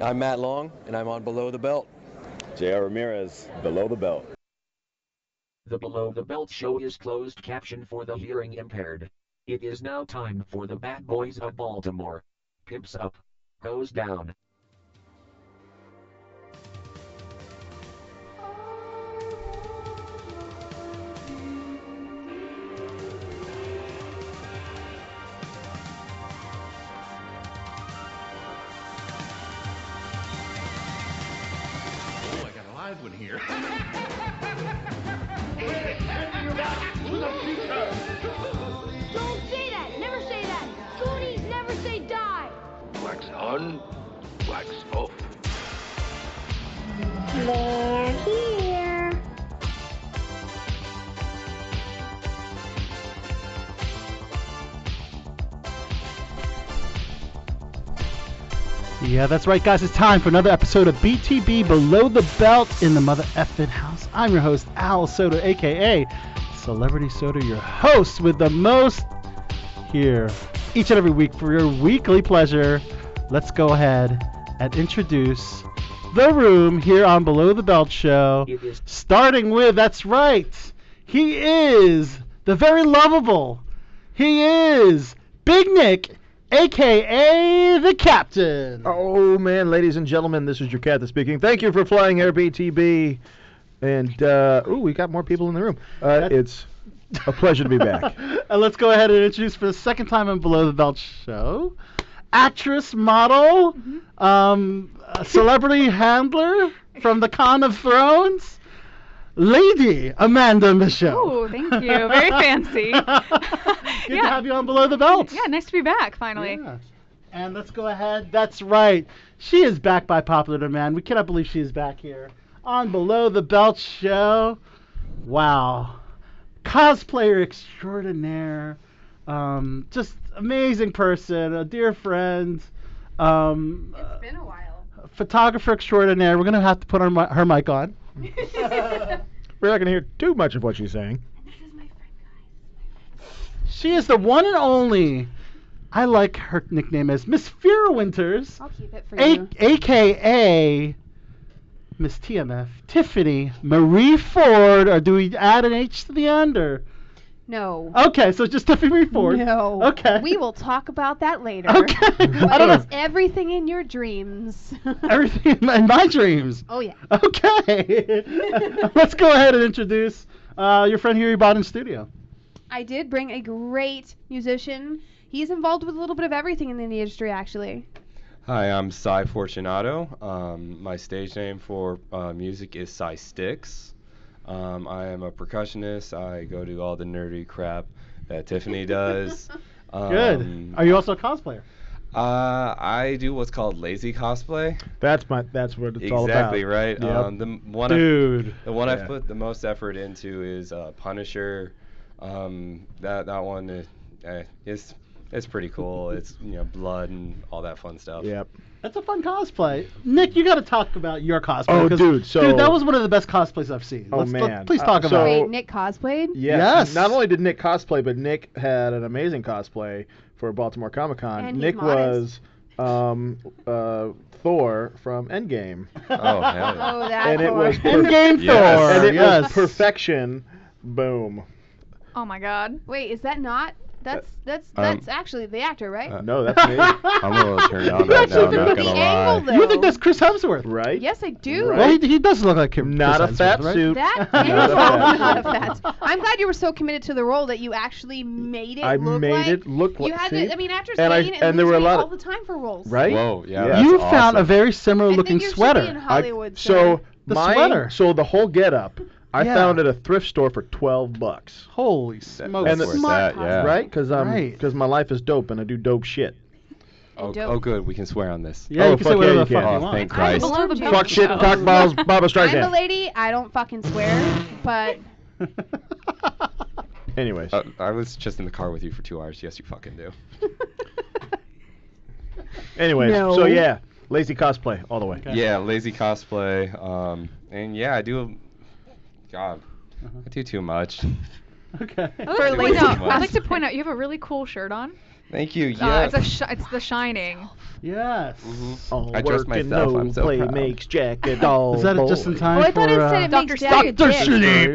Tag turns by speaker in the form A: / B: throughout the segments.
A: I'm Matt Long, and I'm on Below the Belt.
B: JR Ramirez, below the belt.
C: The Below the Belt show is closed caption for the hearing impaired. It is now time for the bad boys of Baltimore. Pimps up. Goes down.
D: Oh, I got a live one here.
E: Don't say that. Never say that. Goonies never say die.
F: Wax on, wax off.
E: They're here.
G: Yeah, that's right, guys. It's time for another episode of BTB Below the Belt in the Mother Effin House. I'm your host, Al Soto, aka Celebrity Soto, your host with the most here each and every week for your weekly pleasure. Let's go ahead and introduce the room here on Below the Belt Show.
C: It is
G: Starting with, that's right, he is the very lovable. He is Big Nick, aka the Captain.
H: Oh man, ladies and gentlemen, this is your captain speaking. Thank you for flying Air BTB. And uh, ooh, we got more people in the room. Uh,
G: That-
H: It's a pleasure to be back.
G: and let's go ahead and introduce for the second time on Below the Belt show, actress, model, um, uh, celebrity handler from the Con of Thrones, Lady Amanda Michelle.
I: Oh, thank you. Very fancy.
G: Good to
I: yeah.
G: have you on Below the Belt.
I: yeah, nice to be back finally.
G: Yeah. And let's go ahead. That's right. She is back by popular demand. We cannot believe she is back here on Below the Belt show. Wow. Cosplayer extraordinaire. Um, just amazing person, a dear friend. Um, uh,
I: been a while.
G: photographer extraordinaire. We're going to have to put her, mi- her mic on.
H: We're not going to hear too much of what she's saying.
G: She is the one and only. I like her nickname as Miss Fear Winters.
I: I'll keep it for
G: A- AKA Miss TMF, Tiffany Marie Ford, or do we add an H to the end? Or
I: No.
G: okay, so just Tiffany Marie Ford.
I: No.
G: Okay.
I: We will talk about that later.
G: Okay. I don't know.
I: everything in your dreams.
G: Everything in my, in my dreams.
I: oh yeah.
G: Okay. Let's go ahead and introduce uh, your friend here you bought in studio.
I: I did bring a great musician. He's involved with a little bit of everything in the industry actually.
J: Hi, I'm Cy Fortunato. Um, my stage name for uh, music is Cy Sticks. Um, I am a percussionist. I go do all the nerdy crap that Tiffany does. Um,
G: Good. Are you also a cosplayer?
J: Uh, I do what's called lazy cosplay.
H: That's my. That's what it's all about.
J: exactly right.
H: Yep.
J: Um, the m- one
H: Dude.
J: I, the one
H: Yeah.
J: I put the most effort into is uh, Punisher. Um, that that one is uh, is it's pretty cool. it's you know blood and all that fun stuff.
H: Yep.
G: That's a fun cosplay. Nick, you got to talk about your cosplay.
H: Oh,
G: 'cause-
H: dude, so-
G: dude, that was one of the best cosplays I've seen.
H: Oh,
G: Let's- let-
H: man.
G: please
H: Uh,
G: talk about
H: so-
G: it.
H: Wait,
I: Nick cosplayed?
H: Yes.
G: Yes.
H: Not only did Nick cosplay, but Nick had an amazing cosplay for Baltimore Comic
I: And
H: Con.
I: he's
H: Nick
I: modest.
H: was um, uh, Thor from Endgame.
J: Oh hell yeah.
I: Oh, that
H: and it was
G: Endgame
J: Yes.
G: Thor.
H: and it
G: yes.
H: was perfection. Boom.
I: Oh my god. Wait, is that not that's
G: Uh,
I: that's
J: Um,
I: that's actually the actor, right?
J: uh,
H: No, that's me.
J: I'm a little turned on
G: You
J: right now.
G: actually
J: I'm not
G: did the
J: gonna
I: angle
J: lie.
I: there.
G: You think that's Chris Hemsworth?
H: right?
I: Yes, I do.
H: Right.
G: Well, he, he does look like him.
H: Not a
G: Chris Hemsworth,
H: fat
G: right?
H: suit.
I: That
G: Not
I: and
G: a
I: not
H: fat.
I: a fat. I'm glad you were so committed to the role that you actually made it
H: I
I: look
H: made
I: like
H: it look
I: you
H: like.
I: had
H: see?
I: to. I mean, after
H: And I-
I: Zane and,
H: and there
I: Louis
H: were a lot
I: Reed all
H: of-
I: the time for roles.
H: right?
J: Whoa, yeah.
H: You
G: you
J: that's
G: found a
J: awesome.
G: very similar
I: I
G: looking
I: think you should Be in
G: sweater.
I: Hollywood,
H: I,
I: sir.
H: so
G: The
H: my,
G: sweater.
H: So the whole getup, I
G: Yeah.
H: found at a thrift store for twelve bucks.
G: Holy
J: That-
G: smokes!
J: that's
H: And the-
J: worth
I: Smart
J: that, yeah.
H: Right? Because um,
G: Right.
H: because my life is dope and I do dope shit.
J: Oh,
I: dope.
J: oh, good. We can swear on this.
G: Yeah,
H: Oh,
G: you can say
H: fuck yeah,
G: whatever
H: you
G: the fuck
H: can. Uh,
G: you
J: Oh,
G: want.
J: thank Christ.
I: below the
H: Fuck shit, cock balls, Baba
I: I'm a
H: Streisand.
I: lady. I don't fucking swear, but
H: Anyways,
J: Uh, I was just in the car with you for two hours. Yes, you fucking do.
H: anyways.
G: No.
H: So yeah, lazy cosplay all the way.
J: Yeah, lazy cosplay. Um, and yeah, I do. God,
G: Uh-huh.
J: I do too much.
G: Okay.
J: Wait,
I: for
J: wait,
I: ladies.
J: no, I'd like
I: to point out you have a really cool shirt on.
J: Thank you.
D: Uh,
J: Yes.
D: it's, a sh- it's The Shining.
G: Yes.
J: I dressed
H: work and
J: myself.
H: no
J: I'm so
H: play
J: proud.
H: makes Jack a dull
G: Is that a just in
H: boy.
G: time
I: Oh, I thought
G: for
I: it said it
G: uh,
I: makes Jack a
H: Dr.
I: dick.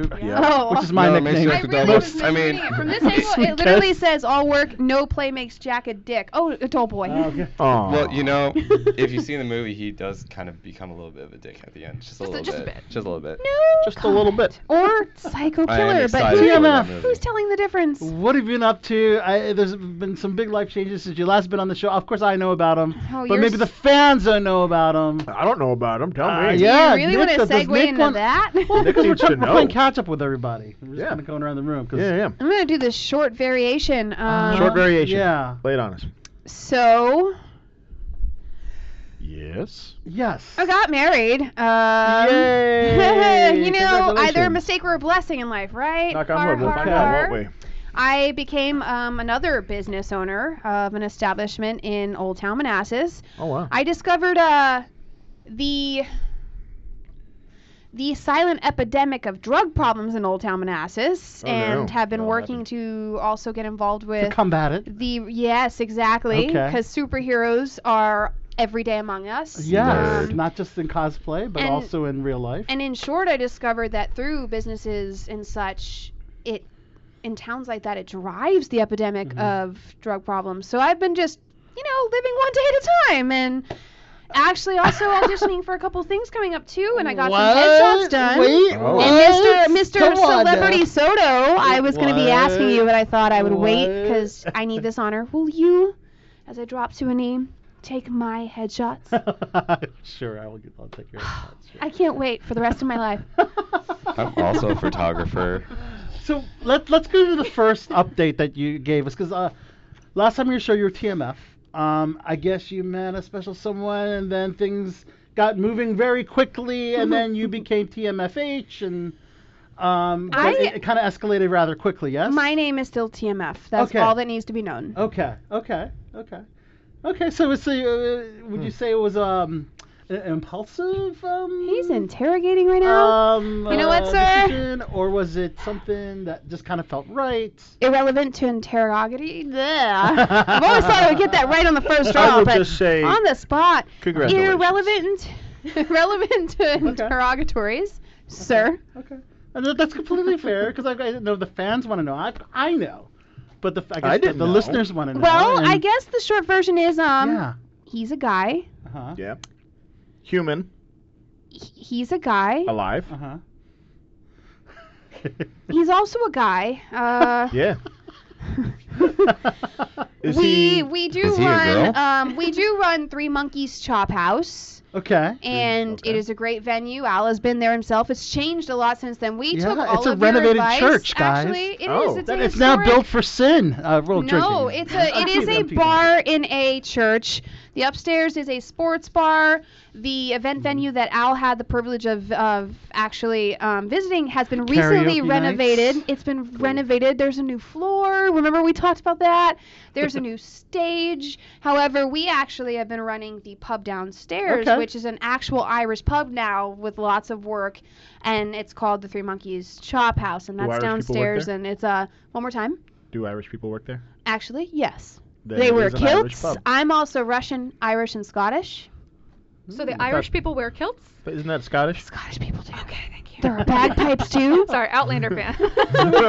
H: Sleep.
I: Oh.
G: which is my
J: No, it makes
G: nickname?
I: I
J: you Jack the
I: really
J: Dull.
I: was
J: I mean,
I: misreading it. from this angle, it literally says all work, no play makes Jack a dick. Oh, a dull boy.
G: Okay.
H: Aw.
J: Well, you know, if you see in the movie, he does kind of become a little bit of a dick at the end.
D: Just
J: Just a
D: a-
J: little
D: just a
J: bit.
D: bit.
J: Just a little bit.
I: No,
H: just a little bit.
I: or psycho
J: I am
I: killer, but
J: excited for that
G: TMF.
J: movie.
I: who's telling the difference?
G: What have you been up to? I, there's been some big life changes since you last been on the show. Of course, I know about them,
I: Oh,
G: but
I: you're
G: maybe
I: s-
G: the fans don't know about them.
H: I don't know about him. Tell
G: Uh,
H: me.
G: yeah.
I: you really
G: Nick,
I: want to
G: does- does
I: segue
G: Nick
I: into
G: want-
I: that?
H: Nick
G: Because we're,
H: needs to
G: talking- we're playing
H: know.
G: catch up with everybody. We're just
H: Yeah.
G: kind of going around the room. 'cause-
H: Yeah, yeah.
I: I'm gonna do this short variation. Um,
H: Short variation.
G: Yeah.
H: Play it on us.
I: So
H: Yes.
G: Yes.
I: I got married. Um,
G: Yay!
I: you know, either a
G: Congratulations.
I: mistake or a blessing in life, right?
H: Knock on
I: Har,
H: wood. We'll
I: har,
H: find out,
I: har.
H: won't we?
I: I became um, another business owner of an establishment in Old Town Manassas.
H: Oh wow.
I: I discovered uh, the the silent epidemic of drug problems in Old Town Manassas,
H: Oh, no.
I: and have been
H: That'll
I: working
H: happen.
I: to also get involved
G: To
I: with
G: combat it.
I: the yes, exactly,
G: Okay.
I: because superheroes are every day among us.
G: Yes.
I: Um,
G: Not just in cosplay, but
I: and-
G: also in real life.
I: and in short, I discovered that through businesses and such, it in towns like that, it drives the epidemic
G: Mm-hmm.
I: of drug problems. So I've been just, you know, living one day at a time and actually also auditioning for a couple things coming up too. And I got some headshots done.
G: Wait,
H: Oh.
G: what?
I: And Mr. Mr.
G: Come on now.
I: Celebrity Soto, I was going to be asking you,
G: What?
I: but I thought I would wait
G: What?
I: because I need this honor. Will you, as I drop to a name, take my headshots?
G: sure, I will. Get, I'll take your headshots. Sure.
I: I can't wait for the rest of my life.
J: I'm also a photographer.
G: So let let's go to the first update that you gave us because uh, last time you showed your TMF, um, I guess you met a special someone and then things got moving very quickly and then you became TMFH and um, but
I: I-
G: it, it kind of escalated rather quickly. Yes.
I: My name is still TMF. That's
G: Okay.
I: all that needs to be known.
G: Okay. Okay. Okay. Okay. So it's a, uh,
J: Hmm.
G: would you say it was um, i- impulsive? Um,
I: He's interrogating right now.
G: Um,
I: You know what,
G: uh,
I: sir?
G: decision, or was it something that just kind of felt right?
I: Irrelevant to interrogatory. Bleh. I've always thought I would get that right on the first
H: I
I: draw,
H: would
I: but
H: just say
I: on the spot.
H: congratulations.
I: Irrelevant, irrelevant to interrogatories, sir.
G: Okay. And that- that's completely fair because I, I didn't know the fans want to know. I, I know, but the I guess
H: I
G: the,
H: didn't
G: the
H: know.
G: listeners want to know.
I: Well, I
G: and-
I: guess the short version is um,
G: yeah.
I: he's a guy.
G: Uh-huh.
H: Yeah. Human,
I: H- He's a guy.
H: alive.
G: Uh-huh.
I: He's also a guy. Uh,
H: Yeah. Is
I: we
H: he?
I: we do
J: Is he a
I: run
J: girl?
I: um we do run Three Monkeys Chop House.
G: okay.
I: and
H: okay.
I: it is a great venue. Al has been there himself. It's changed a lot since then. We
G: Yeah,
I: took all
G: it's a
I: of your
G: renovated
I: advice.
G: church, guys.
I: Actually, it is.
H: Oh.
I: It's,
G: That
I: a
G: it's now
I: historic-
G: built for sin. Uh, real
I: No,
G: jerking.
I: it's a it
G: I'm
I: is a
G: teasing, I'm teasing.
I: bar in a church. The upstairs is a sports bar. The
G: Mm-hmm.
I: event venue that Al had the privilege of of actually um, visiting has been recently
G: Karaoke
I: renovated.
G: nights.
I: It's been renovated. There's a new floor. Remember we talked about that. There's a new stage. However, we actually have been running the pub downstairs,
G: Okay.
I: which is an actual Irish pub now with lots of work, and it's called the Three Monkeys Chop House, and
H: Do
I: that's
H: Irish people work
I: downstairs.
H: there?
I: And it's uh one more time.
H: Do Irish people work there?
I: Actually, yes.
H: Then
I: They
H: it
I: wear
H: is an Irish
I: kilts.
H: pub.
I: I'm also Russian, Irish, and Scottish.
D: So the Irish people wear kilts?
H: But isn't that Scottish?
I: Scottish people do.
D: Okay, thank you.
I: There are bagpipes too.
D: Sorry, Outlander fan.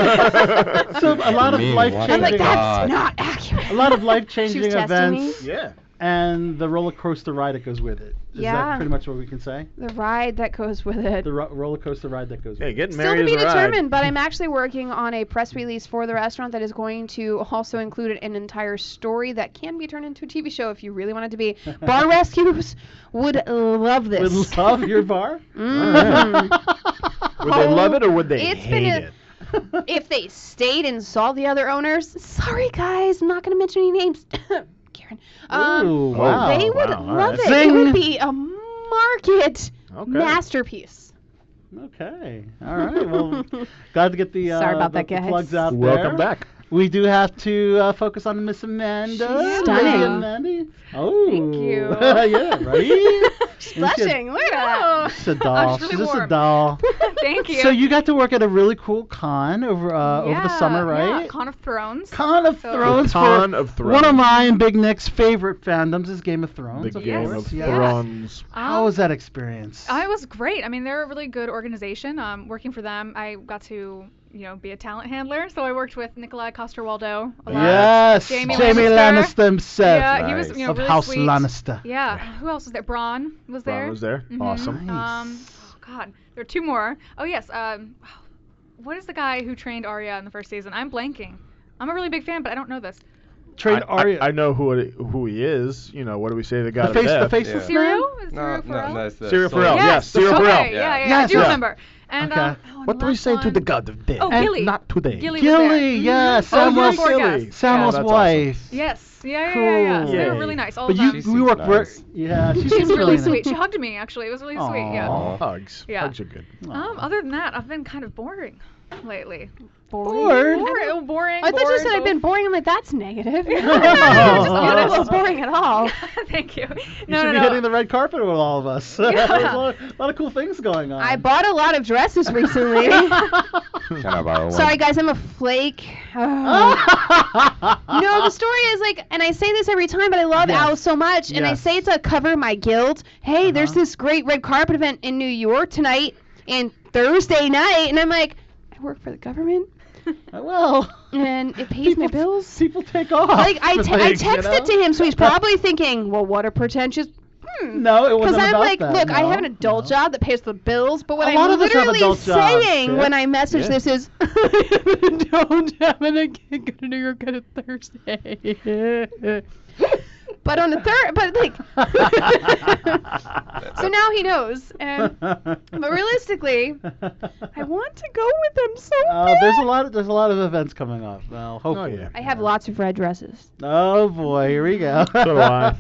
G: so a lot of
J: Me,
G: life
J: what?
I: I'm like,
G: changing,
J: that-
I: that's
J: God.
I: not accurate.
G: a lot of life
I: She
G: changing
I: was testing me.
G: events,
H: Yeah.
G: and the roller coaster ride that goes with it. Is
I: Yeah.
G: that pretty much what we can say?
I: The ride that goes with it.
G: The ro- roller coaster ride that goes.
H: Hey,
G: with
H: getting
I: Still to
H: married
I: be
H: is a ride.
I: determined, but I'm actually working on a press release for the restaurant that is going to also include an entire story that can be turned into a TV show if you really want it to be. Bar Rescues would love
G: it.
I: this.
G: Would love your bar.
I: Mm.
H: Would they love it or would they
I: It's been
H: hate
I: a-
H: it?
I: if they stayed and saw the other owners, sorry guys, I'm not gonna mention any names. Karen. Um,
G: Ooh,
H: wow.
I: They would
H: wow, all
I: love
H: right.
I: it. It
G: Zing.
I: would be a market
H: Okay.
I: masterpiece.
G: Okay. All right. Well, glad to get the, uh,
I: Sorry about
G: the,
I: that,
G: the
I: guys.
G: plugs out there.
H: Welcome back.
G: We do have to uh, focus on Miss Amanda.
I: She's
D: stunning.
G: Lady Amanda. Oh.
D: you.
G: yeah, right?
I: Blushing, look at that.
G: She's a doll.
D: Uh, oh, really
G: She's just a
D: warm.
G: doll.
D: Thank you.
G: So you got to work at a really cool con over uh, over the summer,
D: Yeah, yeah,
G: right?
D: Con of Thrones.
G: Con of Thrones
H: Con
G: for
H: of
G: one of
H: Thrones.
G: my and Big Nick's favorite fandoms is Game of Thrones.
H: The
G: of
H: Game
G: course.
H: of
G: yeah.
H: Thrones.
G: How was that experience?
D: I was great. I mean, they're a really good organization. Um, working for them, I got to you know be a talent handler. So I worked with Nikolai Coster-Waldau. a lot.
G: Yes,
D: Jamie,
G: Jamie
D: Lannister.
G: Lannister himself.
D: Yeah, he was you know
G: of
D: really
G: House
D: sweet.
G: Lannister.
D: Yeah. Who else was there? Braun was there.
H: was there.
D: Mhm.
H: Awesome. Nice.
D: Um, oh God, there are two more. Oh yes. Um, what is the guy who trained Arya in the first season? I'm blanking. I'm a really big fan, but I don't know this.
H: Trade I, I, I know who it, who he is. You know what do we say? The guy.
G: The face- the
H: Death.
G: faceless
J: Yeah.
D: Cyril? Is
J: No,
D: Cyril
J: no,
D: Ferrell?
J: that's the
H: Serial
J: soul.
H: Pharrell,
D: Yes.
H: yes, Cyril
D: okay,
H: Ferrell.
D: Yeah, yeah,
G: Yes,
D: I do
G: yeah.
D: remember. And
G: Okay.
D: um, oh, and
H: What
D: the
H: do we
D: last
H: say to
D: one-
H: the god of death?
D: Oh,
H: and
D: Gilly.
H: Not today.
D: Gilly was there.
G: Gilly, yes,
D: Oh, you're
G: Samuel's,
D: forecast. Yeah.
G: Samuel's
H: that's
G: wife.
D: Yes. Yeah, yeah, yeah. yeah. So they were
H: Cool.
D: really nice. All
G: But
D: of
G: you,
D: them.
J: She
G: we
J: seems
G: worked. ver-
J: nice.
G: Yeah, she
D: She's
G: seems
D: really
G: nice.
D: sweet. She hugged me actually. It was really sweet. Yeah.
G: Aw.
H: Hugs.
D: Yeah.
H: Hugs are good.
D: Um, other than that, I've been kind of boring lately.
G: Bored.
D: Boring. oh, boring.
I: I thought you
D: bored,
I: said I've been boring. I'm like, that's negative.
G: Oh.
I: Not so boring at all.
D: both. Thank you.
G: You
D: No,
G: should be
D: no, no.
G: hitting the red carpet with all of us. There's a, lot, a lot of cool things going on.
I: I bought a lot of dresses recently.
J: Can I borrow one?
I: Sorry, guys, I'm a flake. Ugh. no, the story is like, and I say this every time, but I love
G: Yes.
I: Al so much, and I
G: Yes.
I: say to cover my guilt. Hey, there's
G: Uh-huh.
I: this great red carpet event in New York tonight and Thursday night, and I'm like, I work for the government,
G: Uh, well,
I: and it pays
G: people,
I: my bills.
G: People take off.
I: Like I,
G: for
I: te- I
G: things, you
I: texted
G: know?
I: to him, so he's probably thinking, well, what a pretentious. Hmm.
G: No, it
I: Because
G: wasn't
I: I'm
G: about
I: like,
G: that,
I: look, I
G: no,
I: have an adult
G: no.
I: job that pays the bills, but what
G: A
I: I'm
G: lot of us have
I: literally
G: adult jobs,
I: saying
G: Sid.
I: when I message
H: Yeah.
I: this is,
G: don't have an again. Go to New York on a Thursday.
I: but on the third, but like, so now he knows. And but realistically, I want to go with him so
G: Uh, there's a
I: bad.
G: lot. Of, there's a lot of events coming up. Well, hopefully.
H: yeah.
I: I have lots of red dresses.
G: Oh boy, here we go.
H: So do I.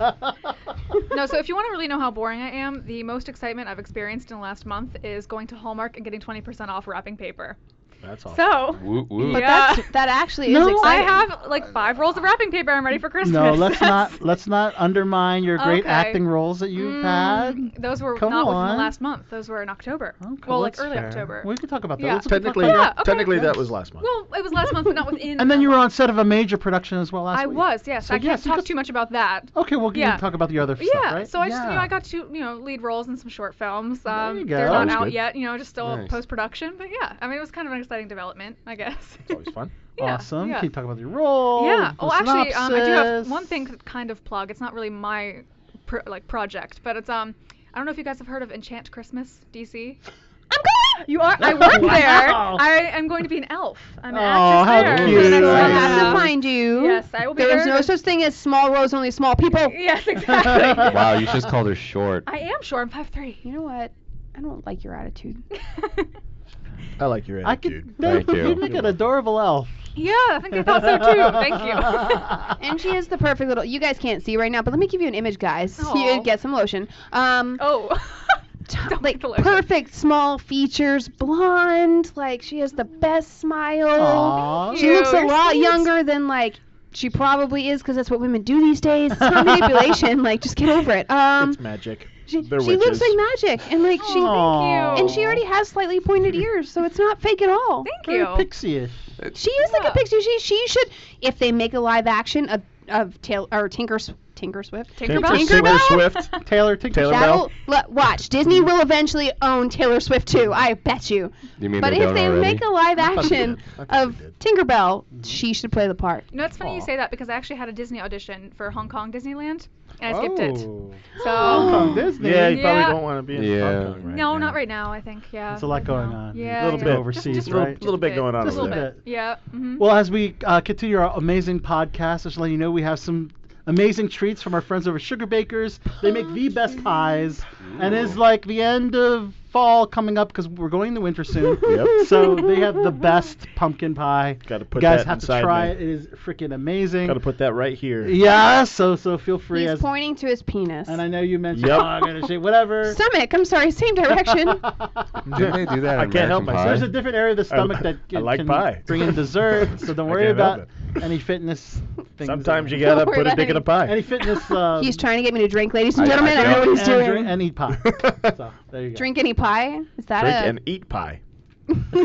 D: No, so if you want to really know how boring I am, the most excitement I've experienced in the last month is going to Hallmark and getting 20% off wrapping paper.
H: That's awesome.
D: So
J: Woo, woo.
I: But
D: Yeah.
I: that's that actually
G: No,
I: is
G: I
D: I
I: exciting.
D: have like five rolls of wrapping paper. I'm ready for Christmas.
G: no, let's not. Let's not undermine your great
D: Okay.
G: acting roles that you've had.
D: Mm, Those were
G: Come
D: not within
G: on.
D: the last month. Those were in October.
G: Okay,
D: well, like
G: that's
D: early
G: fair.
D: October.
G: We can talk about that.
D: Yeah.
G: Let's talk about
H: Technically,
G: that.
D: Yeah, okay.
H: technically that was last month.
D: Well, it was last month, but not within.
G: And then
D: the
G: you were
D: month.
G: on set of a major production as well last
D: I
G: week.
D: was, yes.
G: So
D: I can't
G: yes, you
D: talk
G: just-
D: too much about that.
G: Okay, well, we
D: Yeah.
G: can talk about the other stuff,
D: yeah.
G: right?
D: So I just, you know, I got to, you know, lead roles in some short films. Um,
G: you
D: They're
G: go. That
D: not
G: was
D: out
H: good.
D: yet. You know, just still
J: Nice.
D: post production. But yeah, I mean, it was kind of an exciting development, I guess.
H: It's always fun.
D: yeah,
G: awesome.
D: yeah.
G: Can you talk about your role?
D: yeah.
G: the
D: Well, actually, um, I do have
G: synopsis?
D: one thing to kind of plug. It's not really my pro- like project, but it's um. I don't know if you guys have heard of Enchant Christmas, DC.
I: I'm going. You are.
D: I work
G: Wow.
D: there. I am going to be an elf. I'm an
G: Aw, how
D: actress
G: cute.
D: there. and I
I: We'll
D: love
G: Nice.
I: have
D: that.
I: to find you.
D: Yes, I will be
I: There is
D: there.
I: no such thing as small roles, only small people.
D: Yes, exactly.
J: Wow, you just called her short.
D: I am short. I'm five three.
I: You know what? I don't like your attitude.
H: I like your
G: I could.
H: attitude.
G: No,
J: Thank you.
G: would make an adorable elf.
D: yeah, I think I thought so too. Thank you.
I: And she is the perfect little. You guys can't see right now, but let me give you an image, guys.
D: Aw.
I: You get some lotion. Um,
D: oh.
I: t-
D: don't
I: like
D: get the lotion.
I: perfect small features, blonde. Like she has the best smile.
G: Aw.
I: She looks a
D: You're
I: lot
D: sweet.
I: younger than like she probably is, because that's what women do these days. It's not manipulation. Like just get over it. Um,
H: It's magic.
I: she,
H: they're
I: she
H: witches.
I: looks like magic, and like she
G: Aw.
I: and she already has slightly pointed ears, so it's not fake at all.
D: Thank
G: Very
D: you.
G: pixie-ish.
I: She is like
D: Yeah.
I: a pixie. She she should if they make a live action of of Tail or Tinker Sw- Tinker Swift.
D: Tinkerbell.
H: Taylor Swift.
G: Taylor Tinkerbell.
H: Taylor Bell.
I: That'll l- watch. Disney will eventually own Taylor Swift too. I bet you.
J: You mean
I: But
J: they
I: if
J: don't
I: they
J: already?
I: make a
H: thought
I: live
H: they
I: action
H: did. I thought
I: of
H: they did.
I: Tinkerbell, she should play the part.
D: You know, it's funny you
G: Aw.
D: say that because I actually had a Disney audition for Hong Kong Disneyland and I skipped it.
G: Oh.
D: So
G: From Disney.
H: Yeah, you
D: Yeah.
H: probably don't want to be in
J: Yeah.
H: Hong Kong right
D: no,
H: now.
D: not right now. I think yeah.
G: There's a lot
D: no.
G: going on. A
D: Yeah,
G: little
D: yeah.
G: bit
H: Just-
G: overseas,
D: just a
G: right?
H: little bit going on
D: Just a
H: over
D: little
H: there.
D: bit. Yeah. mhm.
H: Mm-hmm.
G: Well, as we uh, continue our amazing podcast, just letting you know we have some amazing treats from our friends over at Sugar Bakers. They make the best pies, and it's like the end of fall coming up because we're going into winter soon.
H: Yep.
G: So they have the best pumpkin pie.
H: Gotta
G: You
H: put
G: guys
H: that
G: have to
H: inside
G: try
H: me.
G: it. It is freaking amazing.
H: Gotta put that right here.
G: yeah. So so feel free
I: He's
G: as.
I: pointing to his penis.
G: and I know you mentioned.
H: Yep.
G: Oh, I gotta say whatever.
I: Stomach. I'm sorry, same direction.
J: Didn't they do that
H: I
J: in
H: can't help myself.
J: American Pie?
G: There's a different area of the stomach
H: I
G: that
H: like
G: can
H: pie.
G: bring in dessert, so don't
H: I
G: worry
H: can't help
G: about
H: it.
G: Any fitness things.
H: Sometimes you gotta Don't worry put a about dick in any- a pie.
G: Any fitness. Um,
I: he's trying to get me to drink, ladies and gentlemen. I, know what he's
G: and
I: doing.
G: Drink, and eat pie. So, there you go.
I: Drink any pie? Is that
H: Drink
I: a?
H: and eat pie.
G: what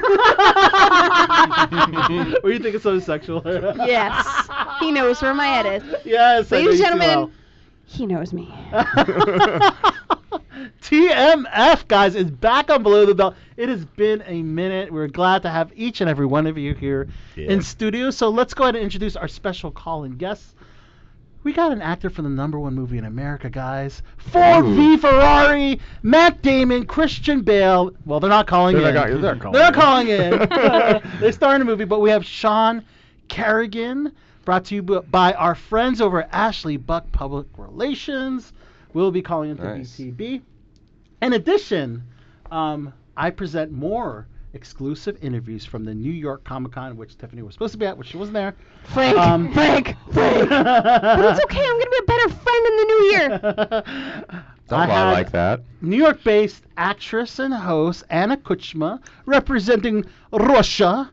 G: do you think is so sexual?
I: yes. He knows where my head is.
G: Yes, I know
I: ladies and
G: you too
I: gentlemen.
G: well.
I: He knows me.
G: TMF, guys, is back on Below the Belt. It has been a minute. We're glad to have each and every one of you here in studio. So let's go ahead and introduce our special call in guests. We got an actor from the number one movie in America, guys. Ford v Ferrari, Matt Damon, Christian Bale. Well, they're not calling
H: They're
G: in.
H: not- they're calling
G: They're
H: in.
G: calling in. they star in a movie, but we have Sean Kerrigan, brought to you b- by our friends over at Ashley Buck Public Relations. We'll be calling into
J: Nice.
G: BTB. In addition, um, I present more exclusive interviews from the New York Comic Con, which Tiffany was supposed to be at, which she wasn't there. Um,
I: Frank, Frank, Frank. but it's okay. I'm gonna be a better friend in the new year.
G: I
J: I
G: had
J: like that.
G: New York based actress and host Anna Kuchma, representing Russia,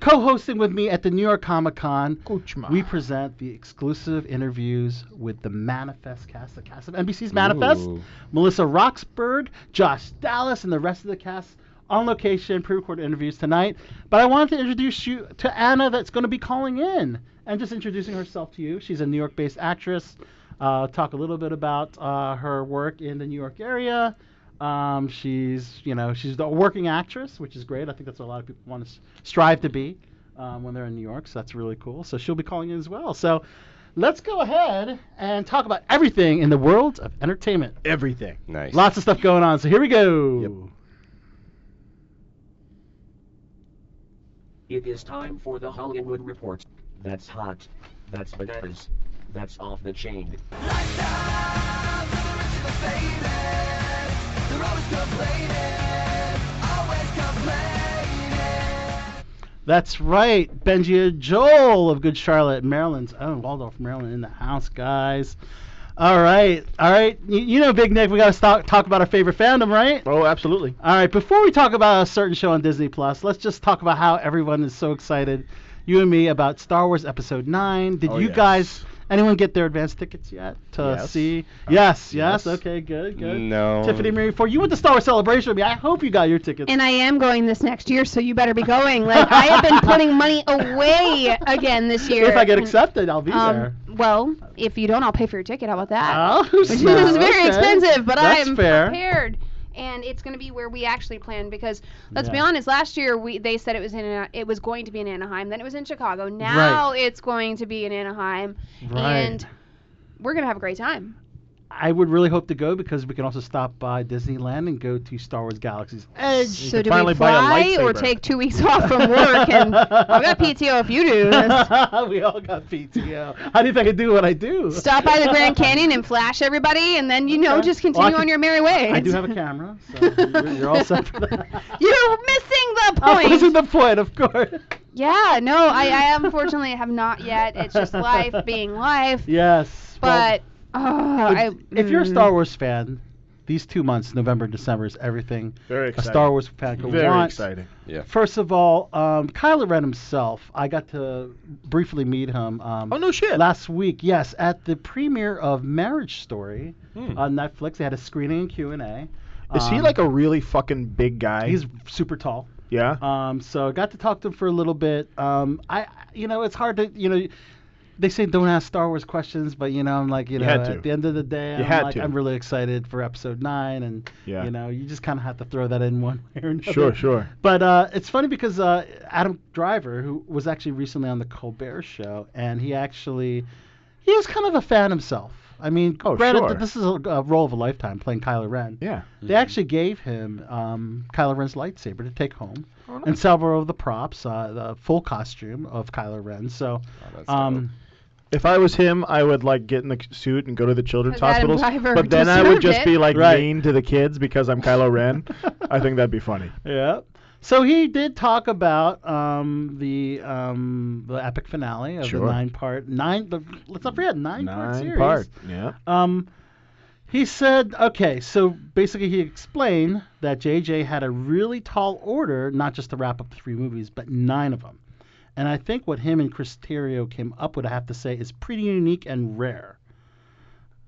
G: co hosting with me at the New York Comic Con. Kuchma. We present the exclusive interviews with the Manifest cast, the cast of NBC's Manifest,
J: Ooh.
G: Melissa Roxburgh, Josh Dallas, and the rest of the cast on location, pre recorded interviews tonight. But I wanted to introduce you to Anna, that's going to be calling in and just introducing herself to you. She's a New York based actress. Uh, talk a little bit about uh, her work in the New York area. Um, she's, you know, she's a working actress, which is great. I think that's what a lot of people want to s- strive to be um, when they're in New York. So that's really cool. So she'll be calling in as well. So let's go ahead and talk about everything in the world of entertainment. Everything.
J: Nice.
G: Lots of stuff going on. So here we go.
C: It is time for the Hollywood Report. That's hot. That's bananas. That's off the chain.
G: That's right. Benji and Joel of Good Charlotte, Maryland's own Waldorf, Maryland, in the house, guys. All right. All right. You, you know, Big Nick, we got to talk, talk about our favorite fandom, right?
H: Oh, absolutely.
G: All right. Before we talk about a certain show on Disney Plus, let's just talk about how everyone is so excited, you and me, about Star Wars Episode 9. Did
H: Oh,
G: you
H: yes.
G: guys, anyone get their advance tickets yet to
H: Yes. Uh,
G: see? Yes,
H: yes.
G: yes. Okay, good, good.
J: No.
G: Tiffany Marie Ford, you went to Star Wars Celebration with me. I hope you got your tickets.
I: And I am going this next year, so you better be going. Like I have been putting money away again this year.
G: If I get
I: And-
G: accepted, I'll be
I: Um,
G: there.
I: Well, if you don't, I'll pay for your ticket. How about that?
G: Oh,
I: Which is
G: snap.
I: very
G: Okay.
I: expensive, but I
G: That's
I: am
G: fair.
I: prepared. And it's going to be where we actually plan because let's be
G: Yeah.
I: honest. Last year we they said it was in Ana- it was going to be in Anaheim, then it was in Chicago. Now it's going to be in Anaheim,
G: Right.
I: and we're gonna have a great time.
G: I would really hope to go because we can also stop by Disneyland and go to Star Wars Galaxy's Edge.
I: so do we fly or take two weeks off from work? And I've got PTO if you do. That's-
G: we all got PTO. How do you think I do what I do?
I: Stop by the Grand Canyon and flash everybody, and then you know
G: Okay.
I: just
G: Well, I
I: continue
G: could-
I: on your merry way.
G: I do have a camera, so you're, you're all set for that.
I: You're missing the
G: I'm
I: point.
G: losing the point, of course.
I: Yeah, no, I, I unfortunately have not yet. It's just life being life.
G: Yes. well,
I: But uh, I,
G: if you're a
I: mm.
G: Star Wars fan, these two months, November and December, is everything
H: Very
G: a
H: exciting.
G: Star Wars fan could
H: Very
G: want.
H: exciting.
J: Yeah.
G: First of all, um, Kylo Ren himself, I got to briefly meet him. Um,
H: Oh no shit.
G: Last week, yes, at the premiere of Marriage Story
J: Hmm.
G: on Netflix, they had a screening and Q and A.
H: Is he like a really fucking big guy?
G: Um, He's super tall.
H: yeah.
G: Um, so I got to talk to him for a little bit. Um, I, you know, it's hard to, you know, they say don't ask Star Wars questions, but you know, I'm like, you
H: You
G: know,
H: had
G: at
H: to.
G: the end of the day,
H: You
G: I'm
H: had
G: like,
H: to.
G: I'm really excited for Episode Nine, and
H: Yeah.
G: you know, you just kind of have to throw that in one way or another.
H: Sure, sure.
G: But uh, it's funny because uh, Adam Driver, who was actually recently on the Colbert Show, and he actually he was kind of a fan himself. I mean,
H: Oh,
G: granted,
H: sure.
G: th- this is a, a role of a lifetime playing Kylo Ren.
H: Yeah.
G: They actually gave him um, Kylo Ren's lightsaber to take home, and several of the props, uh, the full costume of Kylo Ren. So,
J: that's
G: um,
H: If I was him, I would like get in the suit and go to the children's
I: 'Cause Adam
H: hospitals.
I: Driver
H: But then I would
I: deserved
H: just
I: it.
H: be like
G: Right.
H: mean to the kids because I'm Kylo Ren. I think that'd be funny.
G: yeah. So he did talk about um, the um, the epic finale of the
H: Sure.
G: nine part nine. The, let's not forget nine, part
H: Nine
G: series.
H: part. Yeah.
G: Um, he said, okay, so basically he explained that JJ had a really tall order, not just to wrap up the three movies, but nine of them. And I think what him and Chris Terrio came up with, I have to say, is pretty unique and rare.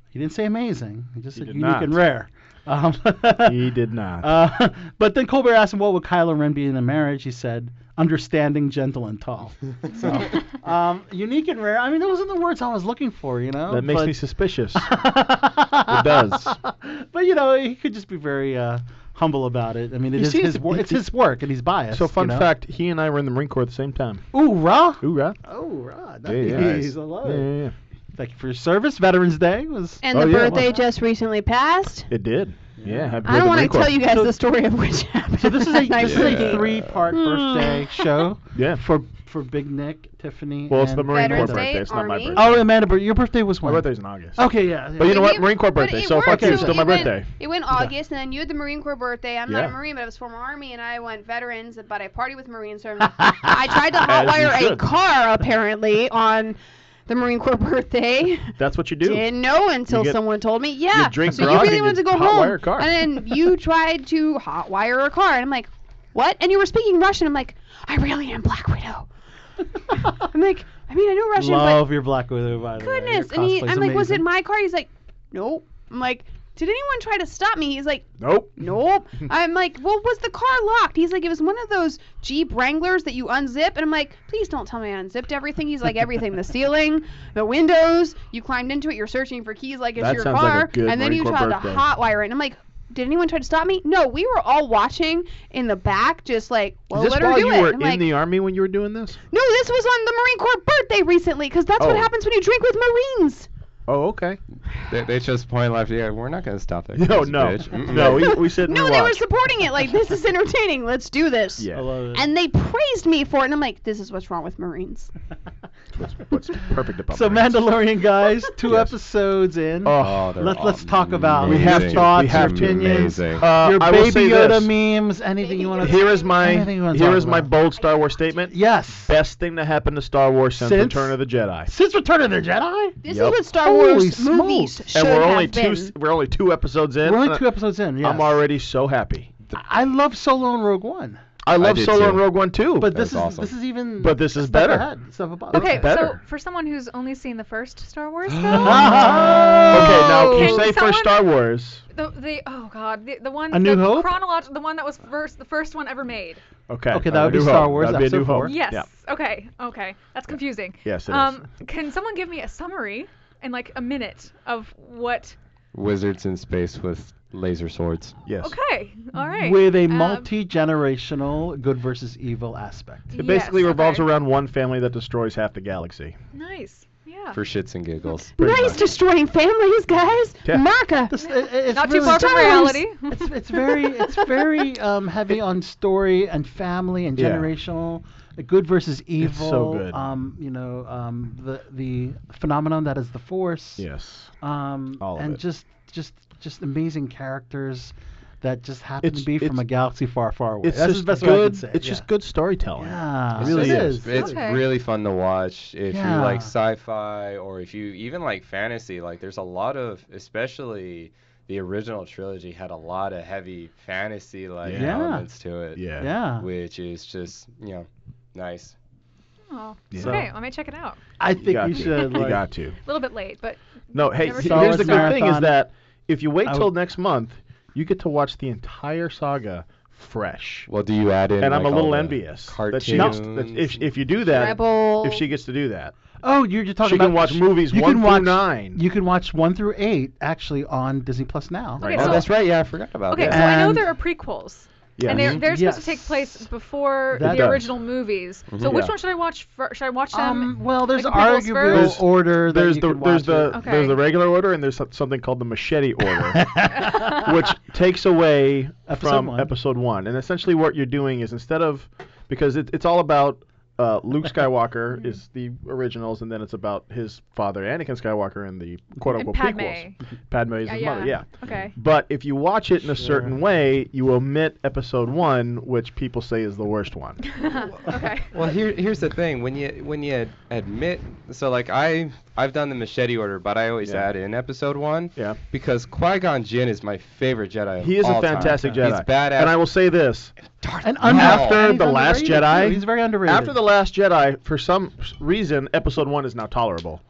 G: He didn't say amazing. He just
H: He
G: said
H: did
G: unique
H: not.
G: and rare. Um,
H: he did not.
G: uh, but then Colbert asked him, "What would Kylo Ren be in a marriage?" He said, "Understanding, gentle, and tall." So, um, unique and rare. I mean, those are the words I was looking for. You know,
H: that makes
G: but,
H: me suspicious. it does.
G: But you know, he could just be very uh, humble about it. I mean, it
H: He
G: is
H: sees
G: his
H: it-
G: work.
H: he-
G: It's his work, and he's biased.
H: So fun
G: you know?
H: fact, he and I were in the Marine Corps at the same time.
G: Ooh rah!
H: Ooh, right?
G: Oh, right.
H: Yeah, yeah.
G: Nice.
H: Nice.
G: Hello.
H: Yeah, yeah, yeah.
G: Thank you for your service. Veterans Day was. Oh,
I: And the birthday just recently passed.
H: It did. Yeah. happy
I: I
H: birthday,
I: don't want to
H: Marine Corps.
I: tell you guys the story of which happened.
G: So this is a,
I: that
G: this is a
I: night.
G: three-part
I: Hmm.
G: birthday show
H: Yeah.
G: for for Big Nick, Tiffany.
H: Well, it's
G: and
H: the Marine Corps
I: Veterans
H: birthday.
I: Day,
H: It's not my
I: Army.
H: birthday.
G: Oh, Amanda, but your birthday was
H: My
G: when? Uh,
H: birthday's in August.
G: Okay, yeah. yeah.
H: But you know
I: But
H: what? Marine Corps
I: but
H: birthday.
I: it
H: So fuck
I: worked,
H: you.
I: so
H: Still my
I: it went-
H: birthday.
I: It went August, and then you had the Marine Corps birthday. I'm not
H: Yeah.
I: a Marine, but I was former Army, and I went Veterans, but I party with Marines. So I'm- I tried to hotwire a
H: should.
I: car apparently on the Marine Corps birthday.
H: That's what you do.
I: Didn't know until
H: You get-
I: someone told me. Yeah.
H: drink
I: so you
H: grog
I: really
H: and
I: wanted
H: you
I: to go
H: hotwire
I: home,
H: a car.
I: and then you tried to hotwire a car, and I'm like, what? And you were speaking Russian. I'm like, I really am Black Widow. I'm like, I mean, I know Russian, but
G: Love your Black Widow, by the way.
I: goodness.
G: Your
I: And he, I'm
G: cosplay's
I: like, was it
G: amazing.
I: my car? He's like, nope. I'm like, did anyone try to stop me? He's like,
H: Nope.
I: nope. I'm like, well, was the car locked? He's like, it was one of those Jeep Wranglers that you unzip. And I'm like, please don't tell me I unzipped everything. He's like, everything the ceiling, the windows. You climbed into it. You're searching for keys like it's
H: That
I: your
H: sounds like a
I: car.
H: good
I: and then
H: Marine
I: you
H: Corps
I: tried
H: birthday.
I: to hotwire it. And I'm like, did anyone try to stop me? No, we were all watching in the back, just like, well,
H: Is this
I: let her
H: while
I: do
H: you
I: it.
H: were
I: I'm
H: in
I: like,
H: the army when you were doing this?
I: no, this was on the Marine Corps birthday recently, because that's what
H: Oh.
I: happens when you drink with Marines.
H: Oh, okay.
J: They, they just point left. Yeah, we're not gonna stop that.
H: No,
J: crazy
H: no,
J: bitch. Mm-mm.
H: no. We, we sit and
I: No,
H: we
I: they were
H: watch.
I: supporting it. Like, this is entertaining. Let's do this.
G: I
H: Yeah,
G: love it.
I: And they praised me for it. And I'm like, this is what's wrong with Marines.
H: what's, what's perfect about
G: So
H: Marines.
G: Mandalorian guys, two
H: Yes.
G: episodes in.
J: Oh, they're
G: Let's- let's talk about-
H: We have
J: amazing.
H: to- we
J: They're
H: have to.
J: Amazing.
H: Uh,
G: your
H: I will
G: Baby
H: say
G: Yoda
H: this.
G: memes, anything
I: Baby
G: you want to.
I: Yoda.
H: Here is my
G: Anything you wanna
H: here
G: talk
H: is my
G: about.
H: bold Star Wars statement.
G: Yes.
H: Best thing to happen to Star Wars since,
G: Since-
H: Return of the Jedi.
G: Since Return of the Jedi.
I: This
H: Yep.
I: is what Star
G: Holy
I: Wars movies
G: smokes.
I: should
H: And we're
I: have
H: only two
I: been.
H: we're only two episodes in.
G: We're only
H: and
G: two episodes in. Yes.
H: I'm already so happy.
G: I love Solo and Rogue One,
H: I love
J: did
H: Solo
J: too.
H: and Rogue One too.
G: but
J: That
G: this is
J: was awesome.
G: this is even.
H: But this is
G: step
H: better.
G: Ahead, step above.
D: Okay, so
H: better.
D: for someone who's only seen the first Star Wars film,
I: Oh.
H: okay, now if you
D: Can
H: say for
D: someone-
H: Star Wars,
D: the, the oh god, the, the one
G: A New
D: the
G: Hope?
D: chronological, the one that was first, the first one ever made.
H: okay,
G: Okay,
H: A
G: that would be
H: New
G: Star
H: Hope.
G: Wars
H: That'd be a new
G: Episode four.
H: hope.
D: Yes.
H: Yeah.
D: Okay. Okay. That's confusing.
H: Yes, it is.
D: um, can someone give me a summary in like a minute of what?
J: Wizards in space with laser swords.
H: Yes.
D: Okay. All right.
G: With a
D: Um,
G: multi generational good versus evil aspect.
H: It basically
D: yes,
H: revolves
D: okay.
H: around one family that destroys half the galaxy.
D: Nice. Yeah.
J: For shits and giggles.
H: Pretty
I: Nice
H: much.
I: destroying families, guys.
H: Yeah.
I: America.
G: This- uh, it- it's
D: Not too
G: really-
D: far from
I: Star Wars.
D: reality.
G: It's, it's very it's very um, heavy on story and family and
H: Yeah.
G: generational uh, good versus evil.
H: so good.
G: Um, you know um, the the phenomenon that is the force.
H: Yes.
G: Um,
H: All of
G: and
H: it.
G: just just just amazing characters that just happen
H: It's-
G: to be from
H: it's-
G: a galaxy far far away.
H: It's
G: That's
H: just
G: the best
H: good.
G: way I can say. it,
H: It's
G: yeah.
H: just good storytelling.
G: Yeah,
J: It
G: Ah. it really
H: just-
G: is.
J: It's
D: Okay.
J: really fun to watch. If you like
G: Yeah.
J: sci-fi or if you even like fantasy, like there's a lot of, especially the original trilogy had a lot of heavy fantasy like
G: Yeah.
J: elements to it.
H: Yeah.
G: yeah.
J: Which is just you know nice.
D: Oh,
H: Yeah.
D: Okay, I might check it out.
G: I
H: You
G: think
H: got
G: you
H: to.
G: should.
H: You
G: Like,
H: got to.
D: A little bit late, but
H: No, hey,
D: Never
H: he-
D: seen
H: here's the
D: it.
H: good thing is
G: Marathon.
H: that if you wait
G: I
H: till
G: would-
H: next month, you get to watch the entire saga fresh.
J: Well, do you add in?
H: And I'm
J: like,
H: a
J: all
H: little
J: the
H: envious. That
J: Cartoons.
H: she gets, that if, if you do that,
I: Rebel.
H: if she gets to do that,
G: Oh, you're, you're talking
H: she
G: about
H: can watch movies
G: you
H: one
G: can
H: through
G: watch,
H: nine.
G: You can watch one through eight actually on Disney Plus now.
D: okay.
J: oh,
D: so
J: that's right. Yeah, I forgot about
D: okay,
J: that.
D: so I know
G: And-
D: there are prequels.
H: yeah.
D: And they're,
I: Mm-hmm.
D: they're supposed to
G: Yes.
D: take place before
G: That
D: the
H: does.
D: original movies. So which
H: Yeah.
D: one should I watch? Fir- should I watch them?
G: Um, well, there's
D: like prequels
G: arguable
D: first?
G: order. that
H: there's
G: you
H: the
G: could
H: there's
G: watch
H: the
G: it.
D: it.
H: there's the
D: Okay.
H: regular order and there's so- something called the machete order, which takes away
G: Episode
H: from
G: one.
H: episode one. And essentially, what you're doing is instead of because it, it's all about uh, Luke Skywalker is the originals, and then it's about his father Anakin Skywalker and the quote
D: And
H: unquote prequels.
D: Padme.
H: Padme is
D: Yeah,
H: his
D: yeah.
H: mother, yeah.
D: Okay.
H: But if you watch it in a certain way, you omit episode one, which people say is the worst one.
D: Okay.
J: Well, here, here's the thing. When you when you admit, so like I I've done the machete order, but I always
H: Yeah.
J: add in episode one.
H: Yeah.
J: Because Qui Gon Jinn is my favorite Jedi. of
H: He is a
J: all time.
H: fantastic Jedi.
J: He's badass.
H: And I will say this
G: And
H: after the Last Jedi,
G: He's very underrated.
H: After the Last Jedi, for some reason, Episode One is now tolerable.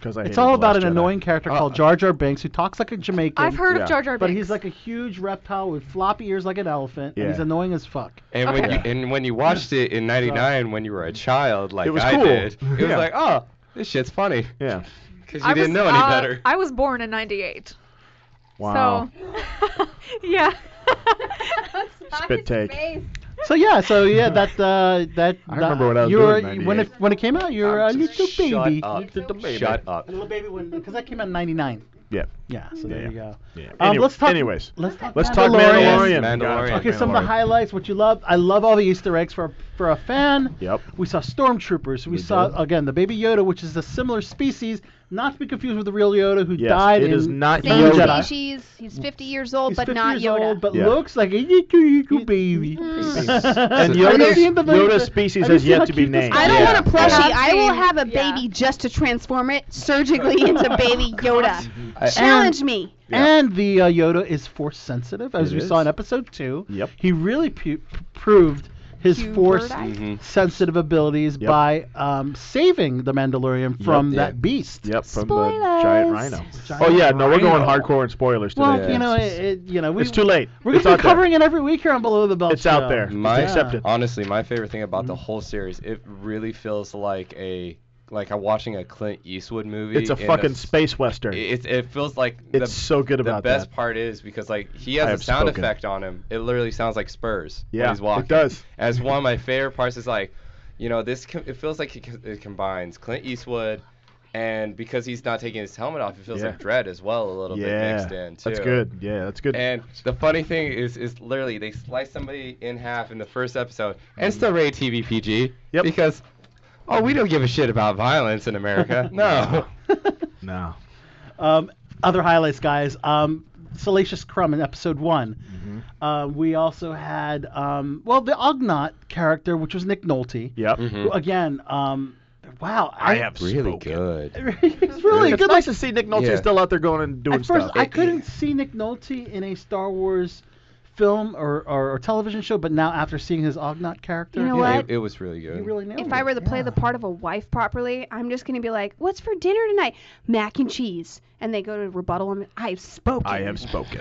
H: Because I
G: It's
H: hated
G: all
H: The
G: about an
H: Last Jedi.
G: annoying character
H: Uh,
G: called Jar Jar Binks who talks like a Jamaican.
D: I've heard of Yeah. Jar Jar
G: But he's like a huge reptile with floppy ears like an elephant, and he's
J: Yeah.
G: annoying as fuck.
J: And when you and when you watched it in '99 when you were a child, like
H: was
J: I
H: cool.
J: did, it was
H: Yeah.
J: like, oh, this shit's funny.
H: Yeah.
J: Because you
D: I
J: didn't
D: was,
J: know any
D: uh,
J: better.
D: I was born in '98.
H: Wow.
D: So, yeah.
H: Spit take.
G: So yeah, so yeah, that uh, that
H: I remember when I was
G: you
H: doing
G: were-
H: 98.
G: when it when it came out, you were a little baby.
J: Little
H: baby.
J: Shut up.
G: Little baby when because that came out in '99.
H: Yeah.
G: Yeah. So there you go.
H: Yeah.
G: Um,
H: Anyway-
G: let's talk.
H: Anyways,
G: let's talk.
H: Let's talk
G: Mandalorian.
H: Mandalorian. Gotta talk
G: Okay, some of the
H: Mandalorian.
G: highlights. What you love? I love all the Easter eggs for for a fan.
H: Yep.
G: We saw stormtroopers. We,
H: We
G: saw
H: did.
G: again the baby Yoda, which is a similar species, not to be confused with the real Yoda who
H: Yes,
G: died.
H: it
G: in
H: is not
G: Return of the
I: Same
G: Jedi.
I: species. He's 50 years old,
G: He's
I: but
G: 50
I: not
G: years
I: Yoda. Hmm.
G: old, but
H: Yeah.
G: looks like a little, little baby.
H: And
G: Have you
H: Yoda's-
G: seen the
H: Yoda's
G: baby-
H: species
G: have you
H: has
G: seen
H: yet
G: how
H: to be
G: cute this
H: named.
G: guy
I: I don't
G: is?
I: want a plushie.
D: Yeah.
I: I will have a
D: Yeah.
I: baby just to transform it surgically into baby Yoda. Challenge me.
G: And the uh, Yoda is force sensitive, as
H: It
G: we saw
H: is.
G: in episode two.
H: Yep.
G: He really pu- p- proved his force sensitive abilities
H: Mm-hmm. Yep.
G: by um, saving the Mandalorian from
H: Yep.
G: that beast.
H: Yep, from the giant
I: Spoilers.
H: rhino. oh yeah, no, we're going hardcore in spoilers today.
G: Well, you know, it, it, you know, we,
H: it's too late.
G: We're
H: it's
G: gonna
H: out
G: be
H: there.
G: covering it every week here on Below the Belt.
H: It's out
G: Show.
H: there.
J: My
H: It's accepted. Mm-hmm.
J: honestly, my favorite thing about the whole series, it really feels like a like I'm watching a Clint Eastwood movie.
H: It's a
J: in
H: fucking
J: s-
H: space western.
J: It, it feels like
H: it's so good
J: the
H: about
J: best
H: that.
J: part is because like he
H: I
J: has
H: have
J: a sound
H: spoken.
J: effect on him. It literally sounds like Spurs
H: Yeah,
J: when he's
H: it
J: walking.
H: does.
J: As one of my favorite parts is like, you know, this com- it feels like it, co- it combines Clint Eastwood. And because he's not taking his helmet off, it feels
H: Yeah.
J: like Dread as well a little
H: yeah,
J: bit mixed in too.
H: that's good. Yeah, that's good.
J: And the funny thing is, is literally they slice somebody in half in the first episode, and it's still rated TV PG.
H: Yep.
J: Because, oh, we don't give a shit about violence in America. no.
H: no.
G: Um, other highlights, guys. Um, Salacious Crumb in episode one.
J: Mm-hmm.
G: Uh, we also had, um, well, the Ognot character, which was Nick Nolte.
H: Yep.
J: Mm-hmm.
G: who, Again, um, wow.
H: I have
J: Really
H: spoken.
J: good.
G: It's really
H: It's
G: good.
H: nice to see Nick Nolte
J: Yeah.
H: still out there going and doing
G: At first,
H: stuff.
G: I couldn't see Nick Nolte in a Star Wars film or, or, or television show, but now after seeing his Ognot character,
I: You know
G: yeah,
J: It, it was really good.
G: you really nailed
I: If
G: it.
I: I were to play the part of a wife properly, I'm just going to be like, what's for dinner tonight? Mac and cheese. And they go to rebuttal and I've spoken.
H: I have spoken.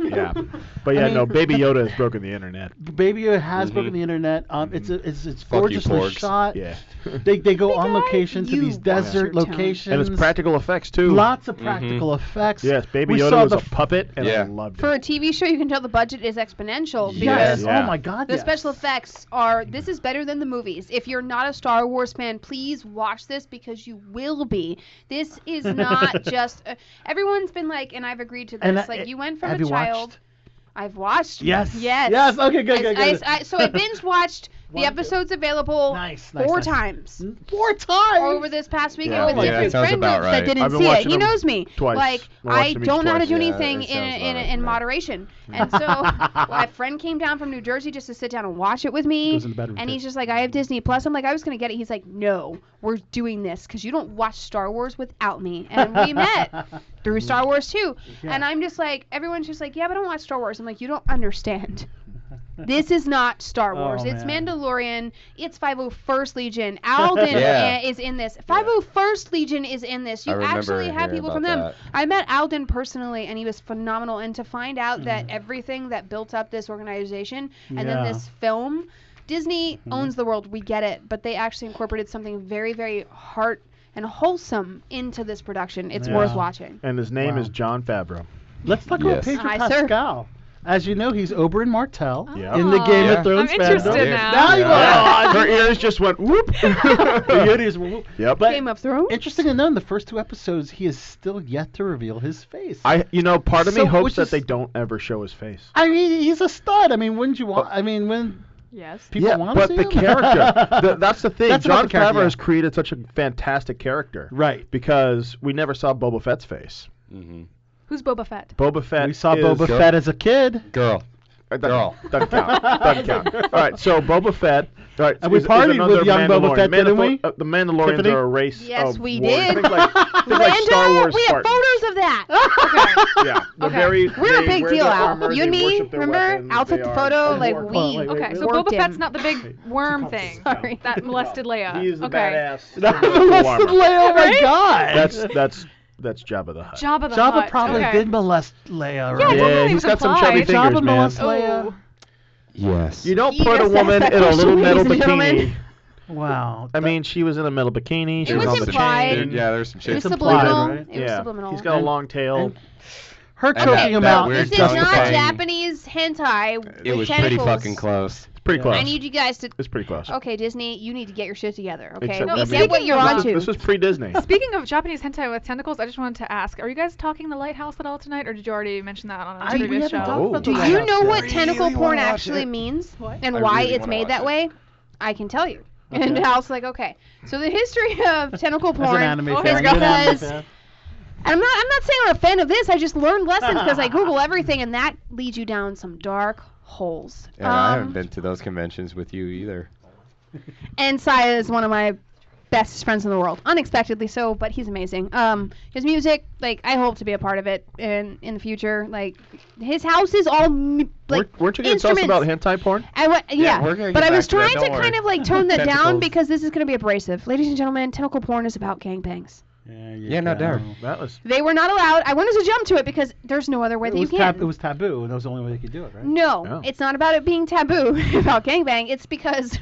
H: yeah. But yeah, no, Baby Yoda has broken the internet.
G: Baby Yoda
H: Mm-hmm.
G: has broken the internet. Um, it's a, it's it's
J: Fuck you,
G: gorgeously
J: porgs.
G: shot.
H: Yeah.
G: They they go on
I: guy,
G: location to
I: you
G: these
I: watch
G: desert
I: your tone.
G: locations.
H: And it's practical effects too. Mm-hmm.
G: Lots of practical effects.
H: Yes, Baby
G: We
H: Yoda
G: saw
H: was
G: the
H: a puppet, and I
J: Yeah.
H: loved
I: For
H: it.
I: a TV show, you can tell the budget is exponential because
G: Yes.
H: Yeah.
G: Oh my God.
I: the
G: yes.
I: special effects are. This is better than the movies. If you're not a Star Wars fan, please watch this because you will be. This is not just. A, everyone's been like, and I've agreed to this.
G: And I-
I: like you went from
G: have
I: a
G: you
I: child.
G: watched?
I: I've watched.
G: Yes.
I: Yes.
G: Yes. Okay. Good.
I: I-
G: good.
I: I-
G: good.
I: I- so I binge watched the
G: Wonderful.
I: episodes available
G: Nice, nice, Hmm?
I: four
G: nice.
I: times
G: Four times.
I: over this past weekend
J: Yeah.
I: with
J: Yeah,
I: different
J: that sounds
I: friend
J: about
I: groups
J: right.
I: that didn't
H: I've been
I: see it.
H: watching
I: He
H: them
I: knows me.
H: twice.
I: Like
H: I watched
I: I
H: them each
I: don't know how to
H: twice.
I: do
J: Yeah,
I: anything
J: that
I: in,
J: sounds
I: in,
J: about
I: in
J: right.
I: moderation. And so my friend came down from New Jersey just to sit down and watch it with me.
G: Goes in the bedroom
I: and
G: too.
I: he's just like, I have Disney Plus. I'm like, I was gonna get it. He's like, No, we're doing this because you don't watch Star Wars without me. And we met through Star Wars 2. And I'm just like, everyone's just like, Yeah, but I don't watch Star Wars. I'm like, You don't understand. This is not Star
G: Oh,
I: Wars. it's
G: man.
I: Mandalorian. It's 501st Legion. Alden
J: Yeah.
I: is in this. 501st Legion is in this.
J: I
I: You
J: remember
I: actually have
J: hearing
I: people
J: about
I: from them.
J: that.
I: I met Alden personally, and he was phenomenal. And to find out
H: Mm.
I: that everything that built up this organization and then
G: Yeah.
I: this film, Disney
H: Mm-hmm.
I: owns the world. We get it, but they actually incorporated something very, very heart and wholesome into this production. It's worth
G: Yeah.
I: watching.
H: And his name
G: Wow.
H: is John Favreau.
G: Let's talk about
J: Yes.
G: Pedro
I: Hi, sir.
G: Pascal. As you know, he's Oberyn Martell
H: Yeah.
G: in the Game
J: Yeah.
G: of Thrones.
D: I'm
G: fandom.
D: interested
J: now.
G: Now you
J: Yeah.
G: are.
H: Her ears just went whoop.
G: The idiots were-
H: yep.
G: But
I: Game of Thrones.
G: interesting to know, in the first two episodes, he is still yet to reveal his face.
H: I, you know, part of me
G: So,
H: hopes
G: which
H: that
G: is-
H: they don't ever show his face.
G: I mean, he's a stud. I mean, wouldn't you want? I mean, when
D: yes.
G: people
H: yeah,
G: want to
H: but
G: see
H: the
G: him?
H: character. the, that's the thing.
G: That's about
H: John
G: the character,
H: Favreau
G: yeah.
H: has created such a fantastic character.
G: Right.
H: Because we never saw Boba Fett's face.
J: hmm
D: Who's Boba Fett?
H: Boba Fett.
G: We saw
H: is-
G: Boba
J: Yep.
G: Fett as a kid.
J: Girl.
H: uh,
J: Girl.
H: doesn't, doesn't count. Doesn't count. All right, so Boba Fett. All right,
G: And we
H: is- is
G: partied with
H: another
G: young Boba
H: Mandalorian.
G: Fett, didn't
H: Mandalor-
G: we?
H: uh, the Mandalorians
G: Tiffany?
H: are a race.
I: Yes,
H: of
I: we
H: warriors.
I: did.
H: I think like, I think like Star
I: Lando,
H: Wars
I: we have
H: Spartans.
I: photos of that.
H: Yeah, they're
D: Okay.
H: very.
I: We're a
H: they
I: big
H: wear
I: deal,
H: their
I: Al.
H: armor,
I: you
H: they
I: and me,
H: worship their
I: remember?
H: weapons,
I: Al took
H: they
I: the
H: are-
I: photo,
H: they
I: like
H: work-
I: we.
G: wait, wait,
D: Okay, so
I: warped
D: Boba
I: him.
D: Fett's not the big worm thing
I: Sorry.
D: that molested Leia.
H: He is the
D: okay.
H: badass.
G: That's the rest of Leia. Oh my god.
H: That's that's that's Jabba the Hutt.
D: Jabba the
G: Jabba
D: Hutt.
G: probably
D: okay.
G: did molest Leia.
D: Yeah,
G: Right?
D: I don't know
H: yeah,
D: if
H: he's
D: it's
H: got some chubby
D: implied.
H: fingers,
G: Jabba
H: man.
G: molest Leia.
D: Oh,
J: Yes.
H: You don't
I: Yes,
H: put a
I: that's
H: woman
I: that
H: in a little
I: question,
H: metal
I: ladies and
H: bikini.
I: gentlemen.
G: Wow.
H: I mean, she was in a metal bikini. She
I: It
H: was,
I: was
H: on the
I: implied.
H: chain.
J: yeah, there's some
I: It was
J: shit.
G: implied,
I: subliminal.
G: right?
I: It was subliminal.
H: He's got a long tail.
G: And- Her
J: that-
G: choking him
J: that
G: out.
J: weird
I: This is
J: tongue
I: not
J: thing.
I: Japanese hentai.
J: It
I: with
J: was pretty
I: tentacles.
J: fucking close.
H: It's pretty
G: Yeah.
H: close.
I: I need you guys to.
H: It's pretty close.
I: Okay, Disney, you need to get your shit together. Okay,
H: Except-
I: we
H: I
I: get
H: mean-
I: what you're
D: This is-
I: onto.
H: This was pre-Disney.
D: Speaking of Japanese hentai with tentacles, I just wanted to ask: Are you guys talking the lighthouse at all tonight, or did you already mention that on a
G: I- we
D: previous
G: haven't
D: show?
G: talked about
H: Do
I: Do
G: the
I: you
G: lighthouse
I: know
G: yet.
I: what tentacle
J: wanna
I: porn
J: watch
I: actually
J: it.
I: means
G: What?
I: and
J: Oh. I
I: why
J: really
I: it's
J: wanna
I: made
J: watch
I: that
J: it.
I: way? I can tell you. And I was like, okay. So the history of tentacle
G: As
I: porn
G: an anime
D: Oh,
G: fan.
D: here we go.
G: As
I: Because-
G: an anime fan.
I: And I'm not I'm not saying I'm a fan of this. I just learned lessons because I Google everything, and that leads you down some dark holes.
J: And I haven't
I: Um,
J: been to those conventions with you either.
I: And Saya is one of my best friends in the world, unexpectedly so, but he's amazing. Um, his music, like I hope to be a part of it in in the future. Like his house is all m- like
H: weren't, weren't you going to tell us about
I: instruments.
H: hentai porn?
I: I went, yeah,
J: we're gonna
I: but
J: get
I: I was
J: back to that,
I: trying to
J: don't
I: kind
J: worry.
I: of like tone that down
J: Tentacles.
I: because this is going to be abrasive. Ladies and gentlemen, tentacle porn is about gangbangs.
G: There you
J: Yeah, no
G: go.
J: doubt.
H: That was
I: They were not allowed. I wanted to jump to it because there's no other way
G: It
I: that you
G: was,
I: can.
G: tab- it was taboo, and that was the only way they could do it, right? Oh.
I: no,
H: No.
I: it's not about it being taboo about gangbang. It's because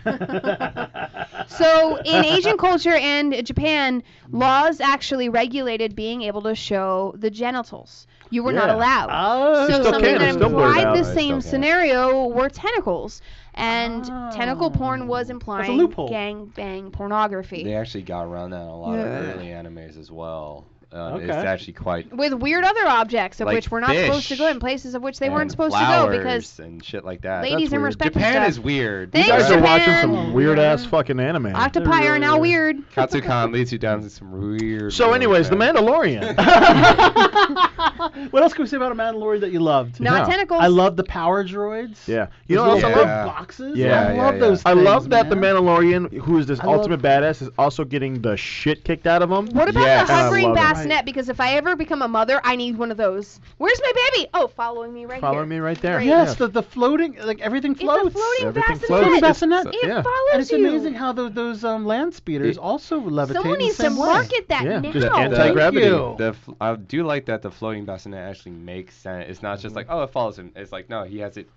I: So in Asian culture and Japan, laws actually regulated being able to show the genitals. You were not
H: Yeah.
I: allowed.
G: Oh,
I: so
H: still
I: something
H: can,
I: that
H: it's still blurred
I: implied
H: out.
I: the
J: It's still
I: same
J: can.
I: scenario were tentacles, and tentacle porn
G: Oh.
I: was
G: That's a
I: implying
G: loophole.
I: gang bang pornography
J: They actually got around that in a lot
I: Yeah.
J: of early animes as well. Um, It's
G: Okay.
J: actually quite.
I: with weird other objects of
J: Like
I: which we're not supposed to
J: fish
I: go in places of which they weren't
J: and
I: supposed to
J: flowers
I: go because
J: and shit like that.
I: ladies
J: That's
I: and
J: weird.
I: respect and
J: Japan
I: stuff.
J: is weird.
I: Thanks,
H: You guys are watching
I: Japan.
H: some weird ass fucking anime.
I: octopi are now weird.
J: Katsukan leads you down to some weird.
H: So,
J: weird
H: anyways, The
J: path.
H: Mandalorian.
G: what else can we say about a Mandalorian that you loved?
I: Not
H: Yeah.
I: tentacles.
G: I love the power droids.
H: yeah, you know, what
G: Those
H: else I
G: little
H: love
J: Yeah.
G: big boxes.
H: Yeah,
G: I
J: yeah,
G: love
J: yeah.
G: those.
H: I
G: things,
H: love that the
G: man.
H: Mandalorian, who is this
G: I love-
H: ultimate badass, is also getting the shit kicked out of him.
I: What about
J: Yes.
I: the
J: I
I: hovering
H: love it.
I: bassinet? Because if I ever become a mother, I need one of those. Where's my baby? Oh, following me right
H: Follow
I: here.
H: me right there.
I: Great.
G: Yes,
H: Yeah.
G: the, the floating, like everything
I: It's a
G: floats.
I: floating
H: Everything
I: bassinet.
H: floats.
G: Floating
H: It's-
G: bassinet.
I: It
H: Yeah.
I: follows
G: And it's
I: you.
G: amazing how tho- those um, land speeders
J: It-
G: also levitate.
I: Someone
G: in the
I: needs to
G: same way.
I: market that
H: Yeah,
I: now.
H: just
G: Thank
H: anti-gravity.
G: you.
J: The f- I do like that the floating bassinet actually makes sense. It's not just like oh it follows him. It's like no, he has it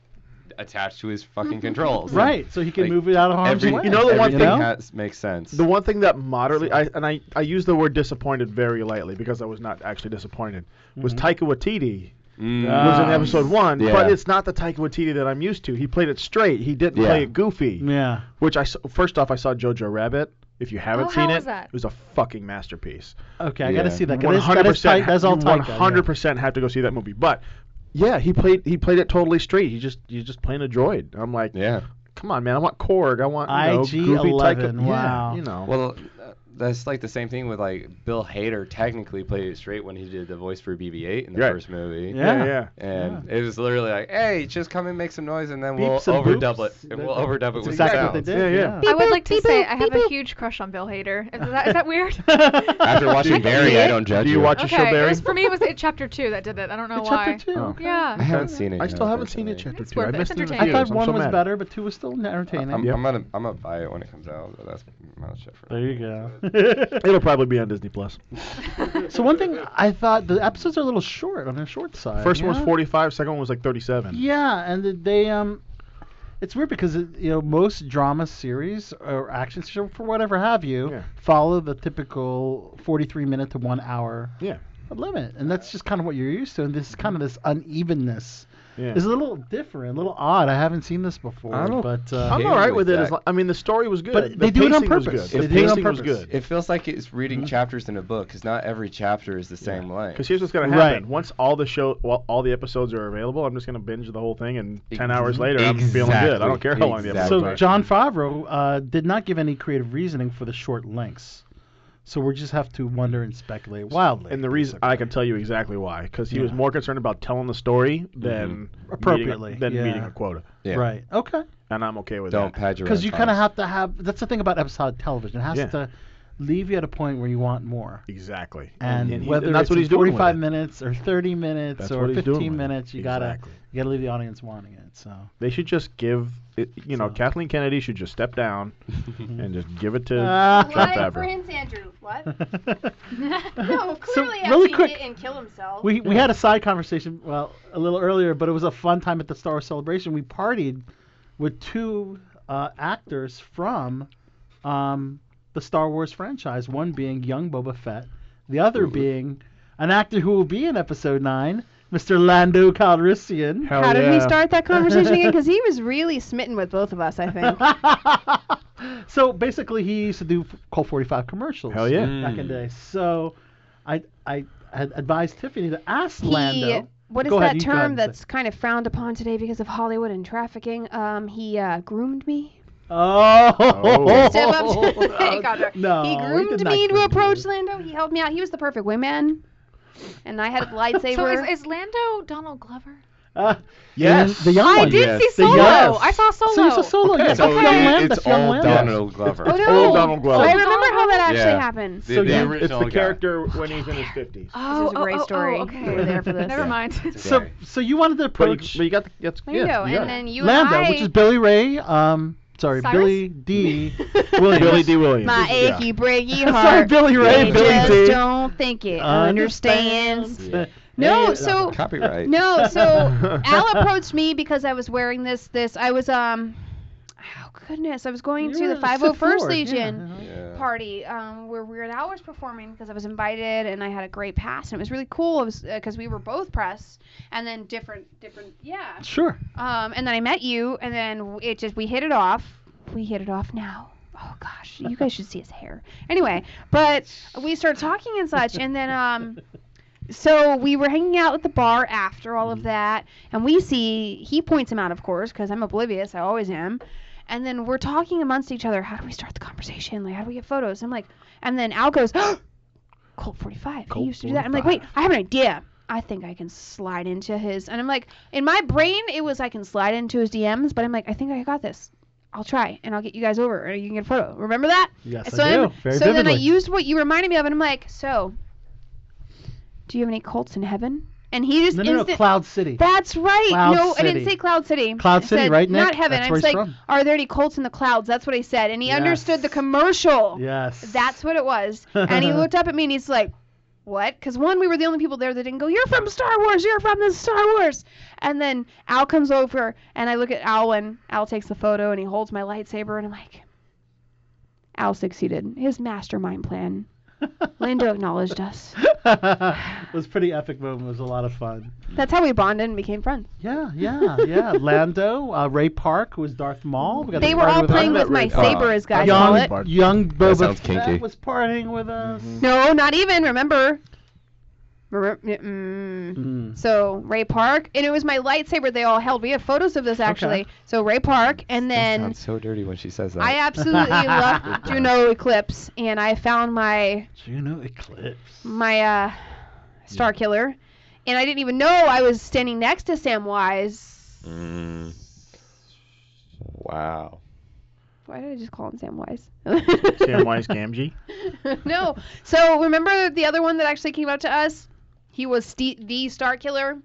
J: attached to his fucking controls.
G: Right, so he can
J: Like,
G: move it out of harm's
J: Every,
G: way.
H: You know the one
J: everything
H: thing-
J: has, makes sense.
H: The one thing that moderately, I, and I, I use the word disappointed very lightly because I was not actually disappointed, was Taika Waititi
J: Mm.
H: was in
G: Ah.
H: episode one,
J: Yeah.
H: but it's not the Taika Waititi that I'm used to. He played it straight. He didn't
J: Yeah.
H: play it goofy.
G: Yeah.
H: Which I s- first off, I saw Jojo Rabbit. If you haven't
D: Oh,
H: seen
D: how
H: it,
D: was that?
H: it was a fucking masterpiece.
G: Okay, I
J: Yeah.
G: gotta see that. 'cause
H: One
G: that is- that
H: hundred
G: is tight-
H: percent.
G: That's all
H: One
G: tight.
H: hundred percent have to go see that movie. But yeah, he played he played it totally straight. He just he's just playing a droid. I'm like,
J: yeah.
H: come on, man. I want Korg. I want you know, goofy
G: IG-11,
H: Taika-
G: wow.
H: Yeah, you know.
J: Well, uh, that's like the same thing with like Bill Hader technically played it straight when he did the voice for BB-8 in the
H: Right.
J: first movie.
G: Yeah.
H: yeah, yeah.
J: And it was literally like, hey, just come and make some noise, and then we'll
G: Beeps and
J: overdub
G: boops.
J: it. And we'll overdub it
G: That's
J: with
G: exactly
J: sound.
G: what they
H: Yeah,
G: did.
H: yeah.
D: I would like to
I: Beep
D: say
I: boop,
D: I have a
I: beep boop.
D: huge crush on Bill Hader. Is that, is that weird?
J: After watching Barry, I don't judge
H: Do you watch the show
D: okay, it
H: Barry?
D: was, for me it was it chapter two that did it. I don't
G: The
D: know why.
G: Chapter two.
H: Oh.
J: I
D: Yeah.
J: haven't seen it.
H: I
J: yet,
H: still haven't seen it, Chapter
J: unfortunately.
D: It's
H: Two. I
D: worth it.
H: missed
D: It's
H: it. in
D: entertaining.
G: I
H: theaters.
G: thought
H: I'm
G: one
H: so
G: was
H: mad.
G: better, but two was still entertaining.
J: I'm,
H: Yep.
J: I'm gonna I'm gonna buy it when it comes out. but That's my shit for
G: there you go.
H: It'll probably be on Disney Plus.
G: so one thing I thought the episodes are a little short on the short side.
H: First one
G: yeah?
H: was 45, second one was like 37.
G: Yeah, and th- they um, it's weird because it, you know most drama series or action series for whatever have you
H: Yeah.
G: follow the typical 43 minute to one hour
H: Yeah.
G: limit, and that's just kind of what you're used to. And this is kind of this unevenness.
H: Yeah.
G: It's a little different, a little odd. I haven't seen this before,
J: I don't-
G: but
H: I'm
G: uh,
J: Okay
H: all right
J: with
H: with it. As
J: that.
H: lo- I mean, the story was good.
G: But
H: The
G: they do it on
H: pacing was
G: purpose.
H: good. The
G: They do it on
H: pacing was
G: purpose. Mm-hmm.
H: good.
J: It feels like it's reading chapters in a book, because not every chapter is the same length.
H: Because here's what's gonna
G: Right.
H: happen. Once all the show, well, all the episodes are available, I'm just gonna binge the whole thing, and ten
J: Ex-
H: hours later, I'm feeling good. I
J: exactly.
H: don't care how long the
J: Exactly.
H: episodes
G: so
H: are.
G: John Favreau uh, did not give any creative reasoning for the short lengths. So we just have to wonder and speculate wildly.
H: And the reason I can tell you exactly why, because he was more concerned about telling the story than meeting a-
G: Appropriately,
H: than
G: yeah.
H: meeting a quota.
J: Mm-hmm. Yeah.
G: Right. Okay.
H: And I'm okay with
J: Don't
H: that.
J: pad your
G: Because
J: own
G: you kind of
J: times.
G: have to have. That's the thing about episodic television. It has
H: Yeah.
G: to leave you at a point where you want more.
H: Exactly.
G: And,
H: he-
G: whether
H: that's
G: it's
H: what
G: in
H: he's doing with
G: 45
H: it.
G: minutes or 30 minutes
H: That's
G: or
H: what he's doing
G: 15
H: with it.
G: minutes, you gotta
H: Exactly.
G: you gotta leave the audience wanting it. So
H: They should just give. It, you know, Kathleen Kennedy should just step down and just give it to
G: Mm-hmm. Ah.
H: John
E: What? For
H: Favreau.
E: him, Andrew. What? no,
G: So,
E: clearly
G: really
E: Epstein
G: quick-
E: didn't kill himself.
G: we we had a side conversation well a little earlier, but it was a fun time at the Star Wars Celebration. We partied with two uh, actors from um, the Star Wars franchise. One being young Boba Fett, the other being an actor who will be in Episode Nine, Mr. Lando Calrissian.
H: Hell
I: How did we
H: yeah.
I: start that conversation again? Because he was really smitten with both of us, I think.
G: So basically, he used to do Call 45 commercials.
H: Hell yeah.
G: Back
I: Mm.
G: in the day. So I I had advised Tiffany to ask
I: He,
G: Lando.
I: what is
G: Go ahead,
I: that
G: you go ahead
I: term
G: and say.
I: that's kind of frowned upon today because of Hollywood and trafficking? Um, he uh, groomed me.
G: Oh.
H: Oh.
I: Step up to the contract.
G: no,
I: he
G: he
I: groomed
G: did not
I: me to
G: groom
I: approach Lando. He helped me out. He was the perfect wingman, and I had a lightsaber.
D: So is, is Lando Donald Glover?
G: Uh,
H: Yes.
G: and The young
D: I
G: one.
D: did
H: yes.
D: see
H: The
D: Solo.
G: yes.
D: I saw Solo.
G: So you saw Solo.
J: Oh, Okay,
G: Yes.
J: so
G: That's young Lamb.
J: it's
G: That's young
J: all
G: Lamb.
J: Donald Glover.
I: oh
H: old
I: no!
H: Donald Glover.
I: I remember how that actually
J: Yeah.
I: happened.
J: The,
G: So
J: the
G: yeah, it's
H: It's
J: original
H: the
J: guy.
H: character when he's in his 50s.
D: Oh,
I: This is a
D: oh,
I: great
D: oh,
I: story.
D: Oh, okay.
I: We were there for this.
D: Never mind.
G: So
J: Sorry.
G: so you wanted
H: But
G: to
H: you,
G: approach
H: but you got the, that's,
I: There
H: yeah,
I: you go.
H: got
I: and
H: it.
I: then you
G: Lando,
I: and I,
G: which is Billy Ray. Um, sorry,
D: Cyrus?
G: Billy D. Williams.
H: Billy D. Williams.
I: my
H: Yeah.
I: achy breaky heart.
G: Sorry, Billy Ray.
I: I just
G: Billy D.
I: don't think it understands.
J: Yeah.
I: No, so
J: Copyright.
I: no, so Al approached me because I was wearing this. This I was um, oh goodness, I was going to the 501st Legion
G: Oh,
J: Yeah.
I: party um, where Weird Al was performing because I was invited and I had a great pass and it was really cool. It was because we were both press and then different, different, yeah.
G: Sure.
I: Um, and then I met you and then it just we hit it off. We hit it off now. Oh gosh, you guys should see his hair. Anyway, but we started talking and such, and then um, so we were hanging out at the bar after all
G: Mm-hmm.
I: of that, and we see he points him out, of course, because I'm oblivious. I always am. And then we're talking amongst each other. How do we start the conversation? Like, how do we get photos? I'm like, and then Al goes, Colt 45.
H: Colt
I: he used to do that. I'm like, wait, I have an idea. I think I can slide into his. And I'm like, in my brain, it was I can slide into his DMs, but I'm like, I think I got this. I'll try, and I'll get you guys over, and you can get a photo. Remember that?
G: Yes,
I: so
G: I
I: then-
G: do. Very
I: so then I
G: vividly.
I: used what you reminded me of, and I'm like, so, do you have any Colts in heaven? And he just
G: no, no, no,
I: instant-
G: Cloud City.
I: That's right.
G: Cloud
I: no, I
G: City.
I: didn't say Cloud City.
G: Cloud
I: I
G: City,
I: said,
G: right, Nick?
I: Not heaven.
G: That's
I: I
G: where
I: was
G: he's
I: like,
G: from.
I: are there any Colts in the clouds? That's what I said, and he
G: Yes.
I: understood the commercial.
G: Yes.
I: That's what it was. And he looked up at me and he's like, what? Because one, we were the only people there that didn't go, you're from Star Wars, you're from the Star Wars. And then Al comes over and I look at Al and Al takes the photo and he holds my lightsaber and I'm like, Al succeeded. His mastermind plan. Lando acknowledged us.
G: it was a pretty epic moment. It was a lot of fun.
I: That's how we bonded and became friends.
G: Yeah, yeah, yeah. Lando, uh, Ray Park, who was Darth Maul. We got
I: They
G: to
I: were
G: party
I: all
G: her.
I: playing with my
J: Ray Park.
I: saber, as guys call it.
G: Young, young Boba
J: Uh, sounds
G: Fett
J: kinky.
G: was partying with us.
J: Mm-hmm.
I: No, not even. Remember. Remem- mm.
G: Mm.
I: So Ray Park, and it was my lightsaber they all held. We have photos of this actually. So Ray Park, and then
J: sounds so dirty when she says that.
I: I absolutely love Juno Eclipse, and I found my
G: Juno Eclipse.
I: my uh, Star Killer, and I didn't even know I was standing next to Samwise.
J: Mm. Wow.
I: Why did I just call him Samwise?
H: Samwise Gamgee.
I: no. So remember the other one that actually came out to us? He was Ste the Star Killer.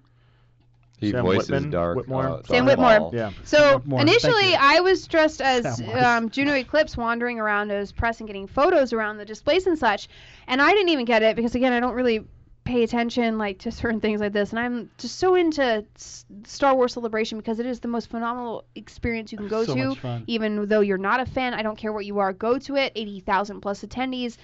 J: He
H: Sam
J: voices
H: Whitman-
J: dark.
H: Whitmore.
J: uh,
I: Sam
J: dark
I: Whitmore.
J: ball.
H: Yeah.
I: So
G: More, thank
I: initially,
G: you.
I: I was dressed as
G: Samwise.
I: um, Juno Eclipse, wandering around as press and getting photos around the displays and such, and I didn't even get it because again, I don't really pay attention like to certain things like this, and I'm just so into S- Star Wars Celebration because it is the most phenomenal experience you can go
G: so
I: to,
G: much fun.
I: even though you're not a fan. I don't care what you are, go to it. Eighty thousand plus attendees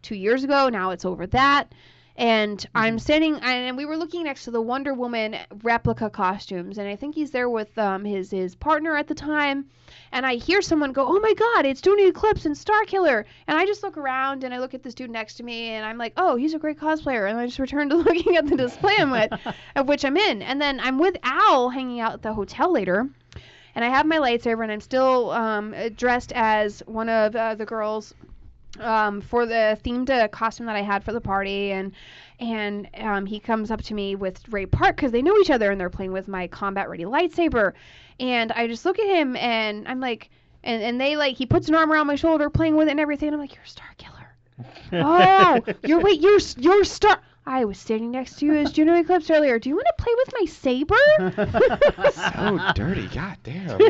I: two years ago. Now it's over that. And
G: Mm-hmm.
I: I'm standing, and we were looking next to the Wonder Woman replica costumes, and I think he's there with um, his his partner at the time. And I hear someone go, "Oh my God, it's Juno Eclipse and Star Killer!" And I just look around, and I look at this dude next to me, and I'm like, "Oh, he's a great cosplayer." And I just return to looking at the display I'm with, of which I'm in. And then I'm with Al hanging out at the hotel later, and I have my lightsaber, and I'm still um, dressed as one of uh, the girls um, for the themed uh, costume that I had for the party, and and um, he comes up to me with Ray Park because they know each other and they're playing with my combat ready lightsaber, and I just look at him and I'm like, and and they like he puts an arm around my shoulder playing with it and everything, and I'm like, you're a star killer. oh, you're wait, you're s- you're star. I was standing next to you as Juno Eclipse earlier. Do you want to play with my saber?
J: so dirty. God damn.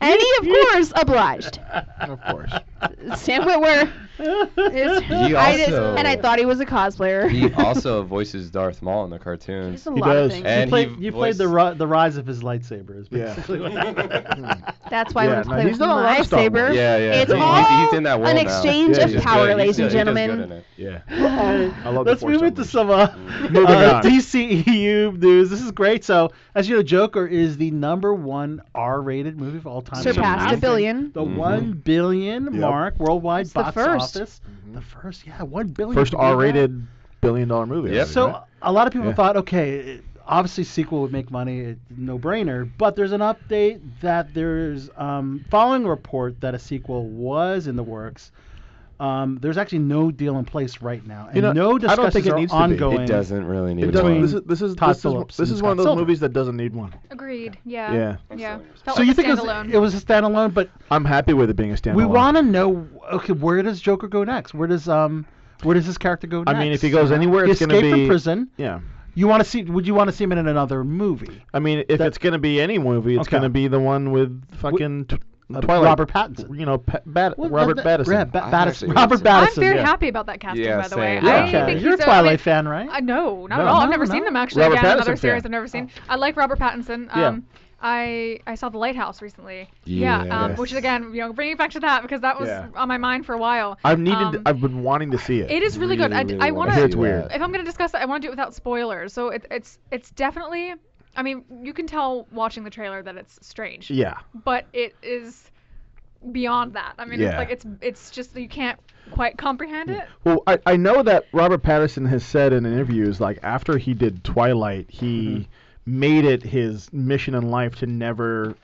I: and he, of course, obliged.
H: Of course.
I: Sam Witwer. is-
J: He
I: I just-
J: also-
I: and I thought he was a cosplayer.
J: he also voices Darth Maul in the cartoon.
I: There's a lot of things.
J: And
G: you played,
J: he
G: you played the, ri- the rise of his lightsaber. Is
H: Yeah.
G: basically what happened.
I: That's why
H: Yeah,
I: I want to
H: no,
I: play
H: he's
I: with
H: done a lot
I: my
H: of Star
I: saber.
H: Wars.
J: Yeah, yeah.
I: It's
J: He-
I: all
J: he's, he's in that
I: an
J: now.
I: exchange
H: Yeah,
I: of
H: he's
I: power,
J: good. He's
I: ladies
J: good.
I: and
J: He's just good
I: gentlemen.
J: in it. Yeah.
H: I love the
G: Let's
H: Force
G: move into
H: Unleashed.
G: some uh,
H: Moving
G: uh,
H: on.
G: DCEU news. This is great. So, as you know, Joker is the number one R-rated movie of all time.
I: Surpassed a
G: Surpassing
I: billion.
G: The
H: Mm-hmm.
J: Mhm.
G: one billion mark worldwide
I: It's the
G: box
I: first.
G: office. The
H: Mm-hmm.
G: first, yeah, one billion.
H: First
G: to do that.
H: R-rated billion-dollar movie.
J: Yep.
H: So
G: So a lot of people
H: Yeah.
G: thought, okay, it, obviously sequel would make money, it, no brainer. But there's an update that there's um, following a report that a sequel was in the works. Um, there's actually no deal in place right now, and
H: You know,
G: no
H: I don't
G: discussions
H: think it
G: are
H: needs to be. It
G: ongoing.
J: It doesn't really need
H: it doesn't,
J: one.
H: this is this is
G: Todd
H: this
G: Phillips
H: is, this
G: and
H: is one of those
G: Scott Silver.
H: movies that doesn't need one.
D: Agreed. Yeah.
H: Yeah.
D: Yeah. Felt
G: So
D: like
G: you
D: a
G: think it was,
D: standalone.
G: it was a standalone, but
H: I'm happy with it being a standalone.
G: we want to know, okay, where does Joker go next? Where does um, where does this character go
H: I
G: next?
H: mean, if he goes anywhere,
G: He
H: it's gonna
G: escaped from
H: be-
G: prison.
H: Yeah.
G: You want to see? Would you want to see him in another movie?
H: I mean, if
G: That-
H: it's gonna be any movie, it's
G: Okay.
H: gonna be the one with fucking tw-
G: Uh,
H: Twilight.
G: Robert Pattinson.
H: You know, pa- Bat-
G: Well,
H: Robert
G: that- that-
H: Pattinson.
G: Yeah, Ba-
J: I've
G: Pattinson.
J: actually
G: Robert
J: seen it.
G: Pattinson.
D: I'm very
G: yeah.
D: happy about that casting,
J: Yeah,
D: by the way.
J: same.
D: I
H: Okay.
D: think
G: You're a
D: he's
G: Twilight
D: fan.
G: fan, right?
D: Uh, no, not
H: No.
D: at all.
G: No,
D: I've never
G: no.
D: seen them actually.
H: Robert
D: Again, another
H: Pattinson
D: series
H: fan.
D: I've never seen. I like Robert Pattinson.
H: Yeah.
D: Um, I I saw The Lighthouse recently. Yeah. Um, which is
J: Yes.
D: again, you know, bringing it back to that because that was
H: Yeah.
D: on my mind for a while.
H: I've needed.
D: Um,
H: I've been wanting to see it.
D: it is really, good. I,
J: Really,
D: I
J: really
D: want
H: I
D: to.
H: hear it's weird.
D: If I'm going to discuss it, I want to do it without spoilers. So it, it's it's definitely. I mean, you can tell watching the trailer that it's strange,
H: yeah.
D: but it is beyond that. I mean, it's
H: Yeah. Mm.
D: like it's it's just you can't quite comprehend it.
H: Well, I, I know that Robert Pattinson has said in interviews, like after he did Twilight, he
G: Mm-hmm.
H: made it his mission in life to never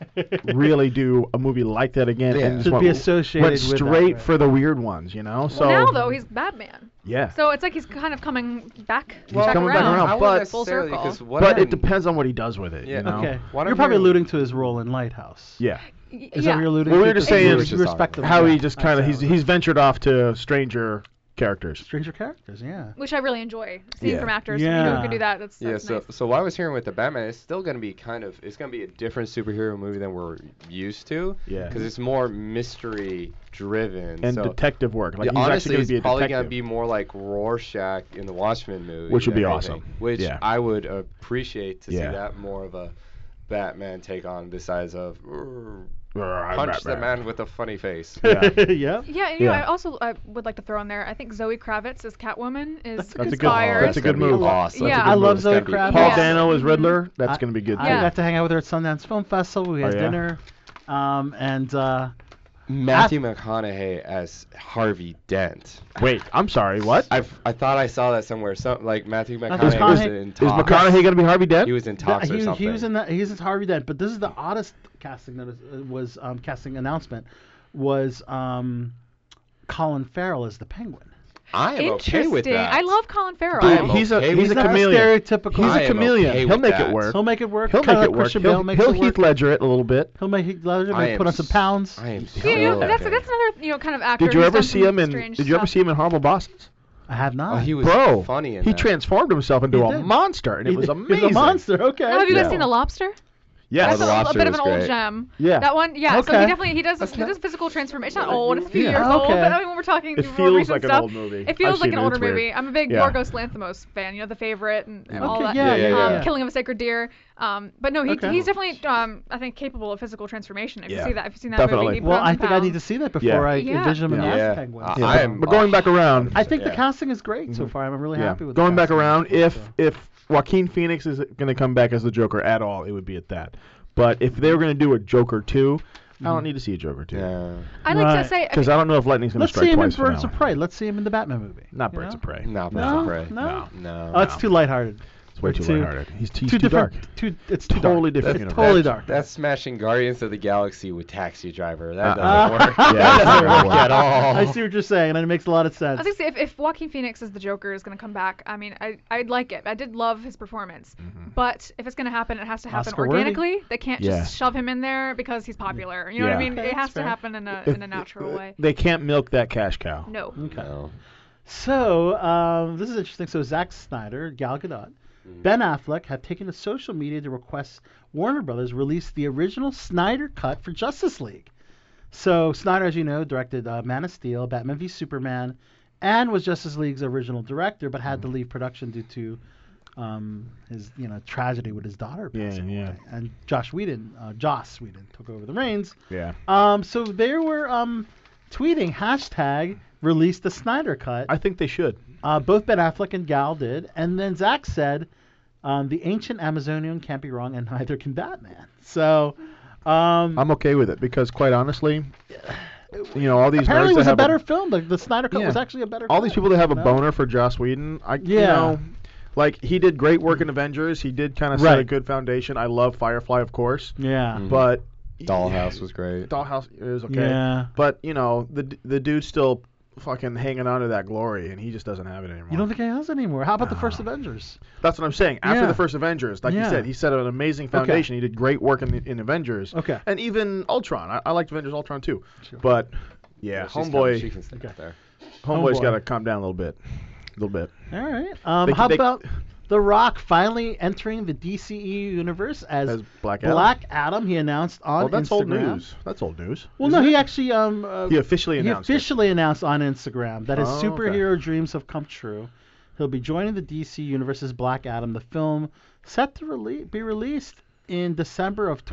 H: really do a movie like that again.
J: Yeah.
H: And just
G: To
H: went,
G: be associated
H: went
G: with that,
H: straight
G: right.
H: for the weird ones, you know. So
D: now though, he's Batman.
H: yeah,
D: So it's like he's kind of coming back.
H: Well,
D: back
H: coming back
D: around.
H: around,
J: I
H: but-
J: wouldn't
D: Full
J: necessarily,
D: circle.
J: 'cause what
H: but it
J: I'm-
H: depends on what he does with it.
J: Yeah.
H: You know?
G: Okay.
J: Why don't
G: You're probably
J: you-
G: alluding to his role in Lighthouse.
H: Yeah.
D: Y-
G: Is that
D: yeah.
G: what you're alluding
H: Well,
G: to?
H: we were just
G: Because
H: saying-
G: you respect the-
H: How he just
G: Yeah,
H: kind of he's
G: exactly.
H: he's ventured off to stranger characters.
G: stranger characters. Yeah.
D: Which I really enjoy seeing
H: Yeah.
D: from actors you know, who
G: Yeah.
D: can do that. That's,
J: Yeah,
D: that's
J: so
D: nice.
J: so what I was hearing with the Batman, it's still gonna be kind of it's gonna be a different superhero movie than we're used to.
H: Yeah.
J: Because it's more mystery driven.
H: and
J: so
H: detective work. Like
J: yeah,
H: he's
J: honestly,
H: actually
J: it's
H: going to be a
J: probably
H: detective.
J: gonna be more like Rorschach in the Watchmen movie,
H: Which would
J: and
H: be
J: everything,
H: awesome.
J: Which
H: Yeah.
J: I would appreciate to
H: Yeah.
J: see that more of a Batman take on, besides of "Rrr,
H: punch
J: punch the man with a funny face.
H: Yeah.
G: yeah.
D: Yeah, and you know,
H: Yeah.
D: I also I would like to throw in there. I think Zoe Kravitz as Catwoman
G: That's a
D: is
H: good- that's a
D: inspired.
H: That's a good
J: gonna be
H: move.
J: Awesome.
D: Yeah.
J: That's a good
D: I
J: move.
G: love
J: It's
G: Zoe
J: gonna be
G: Kravitz.
H: Paul
D: Yeah.
H: Dano as Riddler. That's
G: I-
H: going to be good.
G: I
D: Yeah.
G: got to hang out with her at Sundance Film Festival. We had
H: Oh, yeah?
G: dinner. Um, and uh,
J: Matthew McConaughey as Harvey Dent.
H: too. Wait, I'm sorry. What?
J: I I thought I saw that somewhere. Some like Matthew
G: Matthew
J: McConaughey was
G: McConaughey-
J: in
H: Is
J: talks.
H: McConaughey going to be Harvey Dent?
J: He was in
G: th-
J: talks
G: he,
J: or
G: was-
J: something.
G: he was in that. He's Harvey Dent, but this is the oddest casting that is, uh, was um, casting announcement was um, Colin Farrell as the Penguin.
J: I am
D: Interesting.
J: okay with that.
D: I love Colin Farrell.
J: I am
H: He's a-
J: okay
H: he's
J: with
H: a
J: that.
G: not
H: chameleon.
G: stereotypical.
H: He's
J: I
H: a
J: am
H: chameleon.
J: okay
H: He'll
J: with
H: make it
J: that.
H: work.
G: He'll make it work.
H: He'll
G: kinda
H: make it
G: like
H: work.
G: Christian Bale
H: He'll,
G: makes
H: he'll
G: it
H: Heath
G: work.
H: Ledger it a little bit.
G: He'll make Heath Ledger
J: I
G: make-
J: am
G: put on some
J: s-
G: pounds.
J: I am
D: yeah, you know,
J: so
D: that's
J: okay.
D: that's another you know kind of actor.
H: Did you
D: who's
H: ever
D: done
H: see
D: some
H: him in?
D: strange
H: Did you ever
D: stuff.
H: see him in Horrible Bosses?
G: I have
J: Oh,
G: not.
J: he was
H: Bro,
J: funny in
H: he
J: that.
H: transformed himself into
G: He
H: a
G: did.
H: monster, and it was amazing.
G: He's a monster. Okay.
D: Now, have you guys
H: Yeah.
D: seen The Lobster?
H: Yes.
D: That's
J: The
D: a, a
J: Lobster
D: bit of an
J: was
D: old
J: great.
D: gem.
H: Yeah.
D: That one, yeah. So
G: Okay.
D: he definitely he does he does physical transformation. It's not old; it's a few
H: Yeah.
D: years old.
G: Okay.
D: But I mean, when we're talking,
H: It
D: more
H: feels
D: recent
H: like an
D: stuff,
H: old movie.
D: It feels
H: I've
D: like
H: seen
D: an
H: it,
D: older
H: it's weird.
D: movie. I'm a big
H: Yeah.
D: Yorgos Lanthimos fan. You know, The Favorite and, and all
G: Okay,
D: that.
G: yeah,
J: Yeah, yeah,
D: um,
J: yeah.
D: Killing of a Sacred Deer. Um, but no, he,
G: Okay.
D: he's definitely um, I think capable of physical transformation. If you
H: Yeah.
D: see that, if you've seen that
H: Definitely.
D: movie, he put
G: Well,
D: on
G: I
D: some
G: think I need to
D: pounds.
G: see that before I
D: Yeah.
G: envision him in
J: Yeah.
G: the
J: Yeah.
G: Penguin.
J: I-
H: Yeah,
J: I
H: but-
J: am
H: but going back around,
G: I think the
J: Yeah.
G: casting is great so far. I'm really happy with the
H: going back
G: casting.
H: around. If
G: So-
H: if Joaquin Phoenix is going to come back as the Joker at all, it would be at that. But if they were going to do a Joker two, I
G: Mm-hmm.
H: don't need to see a Joker two
J: Yeah.
D: I like
G: Right.
D: to say I
H: because I don't know if lightning's going to
G: let's
H: strike
G: see him in
H: twice. for
G: Birds
H: now.
G: of Prey. Let's see him in the Batman movie.
H: Not
G: you
H: Birds
G: know?
H: of Prey.
J: Not
G: No,
J: Birds of Prey.
G: no.
J: No.
G: Oh, it's too lighthearted.
H: It's way
G: Or
H: too
G: two-
H: lighthearted. He's, he's too
G: two different-
H: dark.
G: Too, it's
H: Too dark.
G: totally
H: That's
G: different.
H: universe.
G: It's totally
J: That's-
G: dark.
J: That's smashing Guardians of the Galaxy with Taxi Driver. That
H: Uh-uh.
G: Uh,
J: doesn't work.
G: yeah,
J: that doesn't
G: that's
J: work
G: right.
J: at all.
G: I see what you're saying, and it makes a lot of
D: I was
G: sense.
D: gonna say if, if Joaquin Phoenix as the Joker is gonna come back, I mean, I I'd like it. I did love his performance, but if it's gonna happen, it has to happen
G: Oscar-worthy?
D: organically. They can't
H: Yeah.
D: just shove him in there because he's popular. You know what I
H: Yeah.
D: mean?
G: Okay,
D: it
G: that's
D: has
G: fair.
D: to happen in a
H: If-
D: in a natural way.
H: They can't milk that cash cow.
D: No.
G: Okay.
J: No.
G: So um, this is interesting. So Zack Snyder, Gal Gadot, Ben Affleck have taken to social media to request Warner Brothers release the original Snyder cut for Justice League. So Snyder, as you know, directed uh, Man of Steel, Batman v Superman, and was Justice League's original director, but had to
H: Mm.
G: leave production due to um, his you know tragedy with his daughter
H: Yeah,
G: passing
H: yeah.
G: away. And Josh Whedon, uh, Joss Whedon, took over the reins.
H: Yeah.
G: Um, so they were um, tweeting hashtag release the Snyder cut.
H: I think they should.
G: Uh, both Ben Affleck and Gal did, and then Zach said, um, "The ancient Amazonian can't be wrong, and neither can Batman." So, um,
H: I'm okay with it because, quite honestly, you know, all these
G: apparently,
H: nerds
G: it was
H: that
G: a
H: have
G: better film. The, the Snyder Cut
H: Yeah.
G: was actually a better.
H: all these
G: cut,
H: people that have a
G: you know?
H: boner for Joss Whedon, I you
G: Yeah. Mm.
H: know, like he did great work in Avengers. He did kind of set a
G: Right.
H: good foundation. I love Firefly, of course,
G: Yeah.
J: Mhm.
H: but
J: Dollhouse was great.
H: Dollhouse is okay.
G: Yeah.
H: But you know, the d- the dude's still fucking hanging on to that glory, and he just doesn't have it anymore.
G: You don't think he has anymore? How about the first Avengers?
H: That's what I'm saying. After
G: Yeah.
H: the first Avengers, like you
G: Yeah.
H: said, he set an amazing foundation. He did great work in the, in Avengers.
G: Okay.
H: And even Ultron. I, I liked Avengers Ultron too.
G: Sure.
H: But yeah,
J: She's coming.
H: homeboy,
J: She can stay out there.
H: homeboy's
G: Homeboy.
H: got to calm down a little bit, a little bit.
G: All right. Um,
H: They-
G: how
H: they-
G: about The Rock finally entering the DCEU universe as,
H: As Black Adam.
G: Black Adam? He announced on
H: Well, Oh, that's
G: Instagram.
H: old news. That's old news.
G: Well, no, he actually um, uh,
H: He officially
G: He
H: announced. it.
G: officially announced on Instagram that his
H: Oh, okay.
G: superhero dreams have come true. He'll be joining the DC Universe's Black Adam, the film set to rele- be released in December of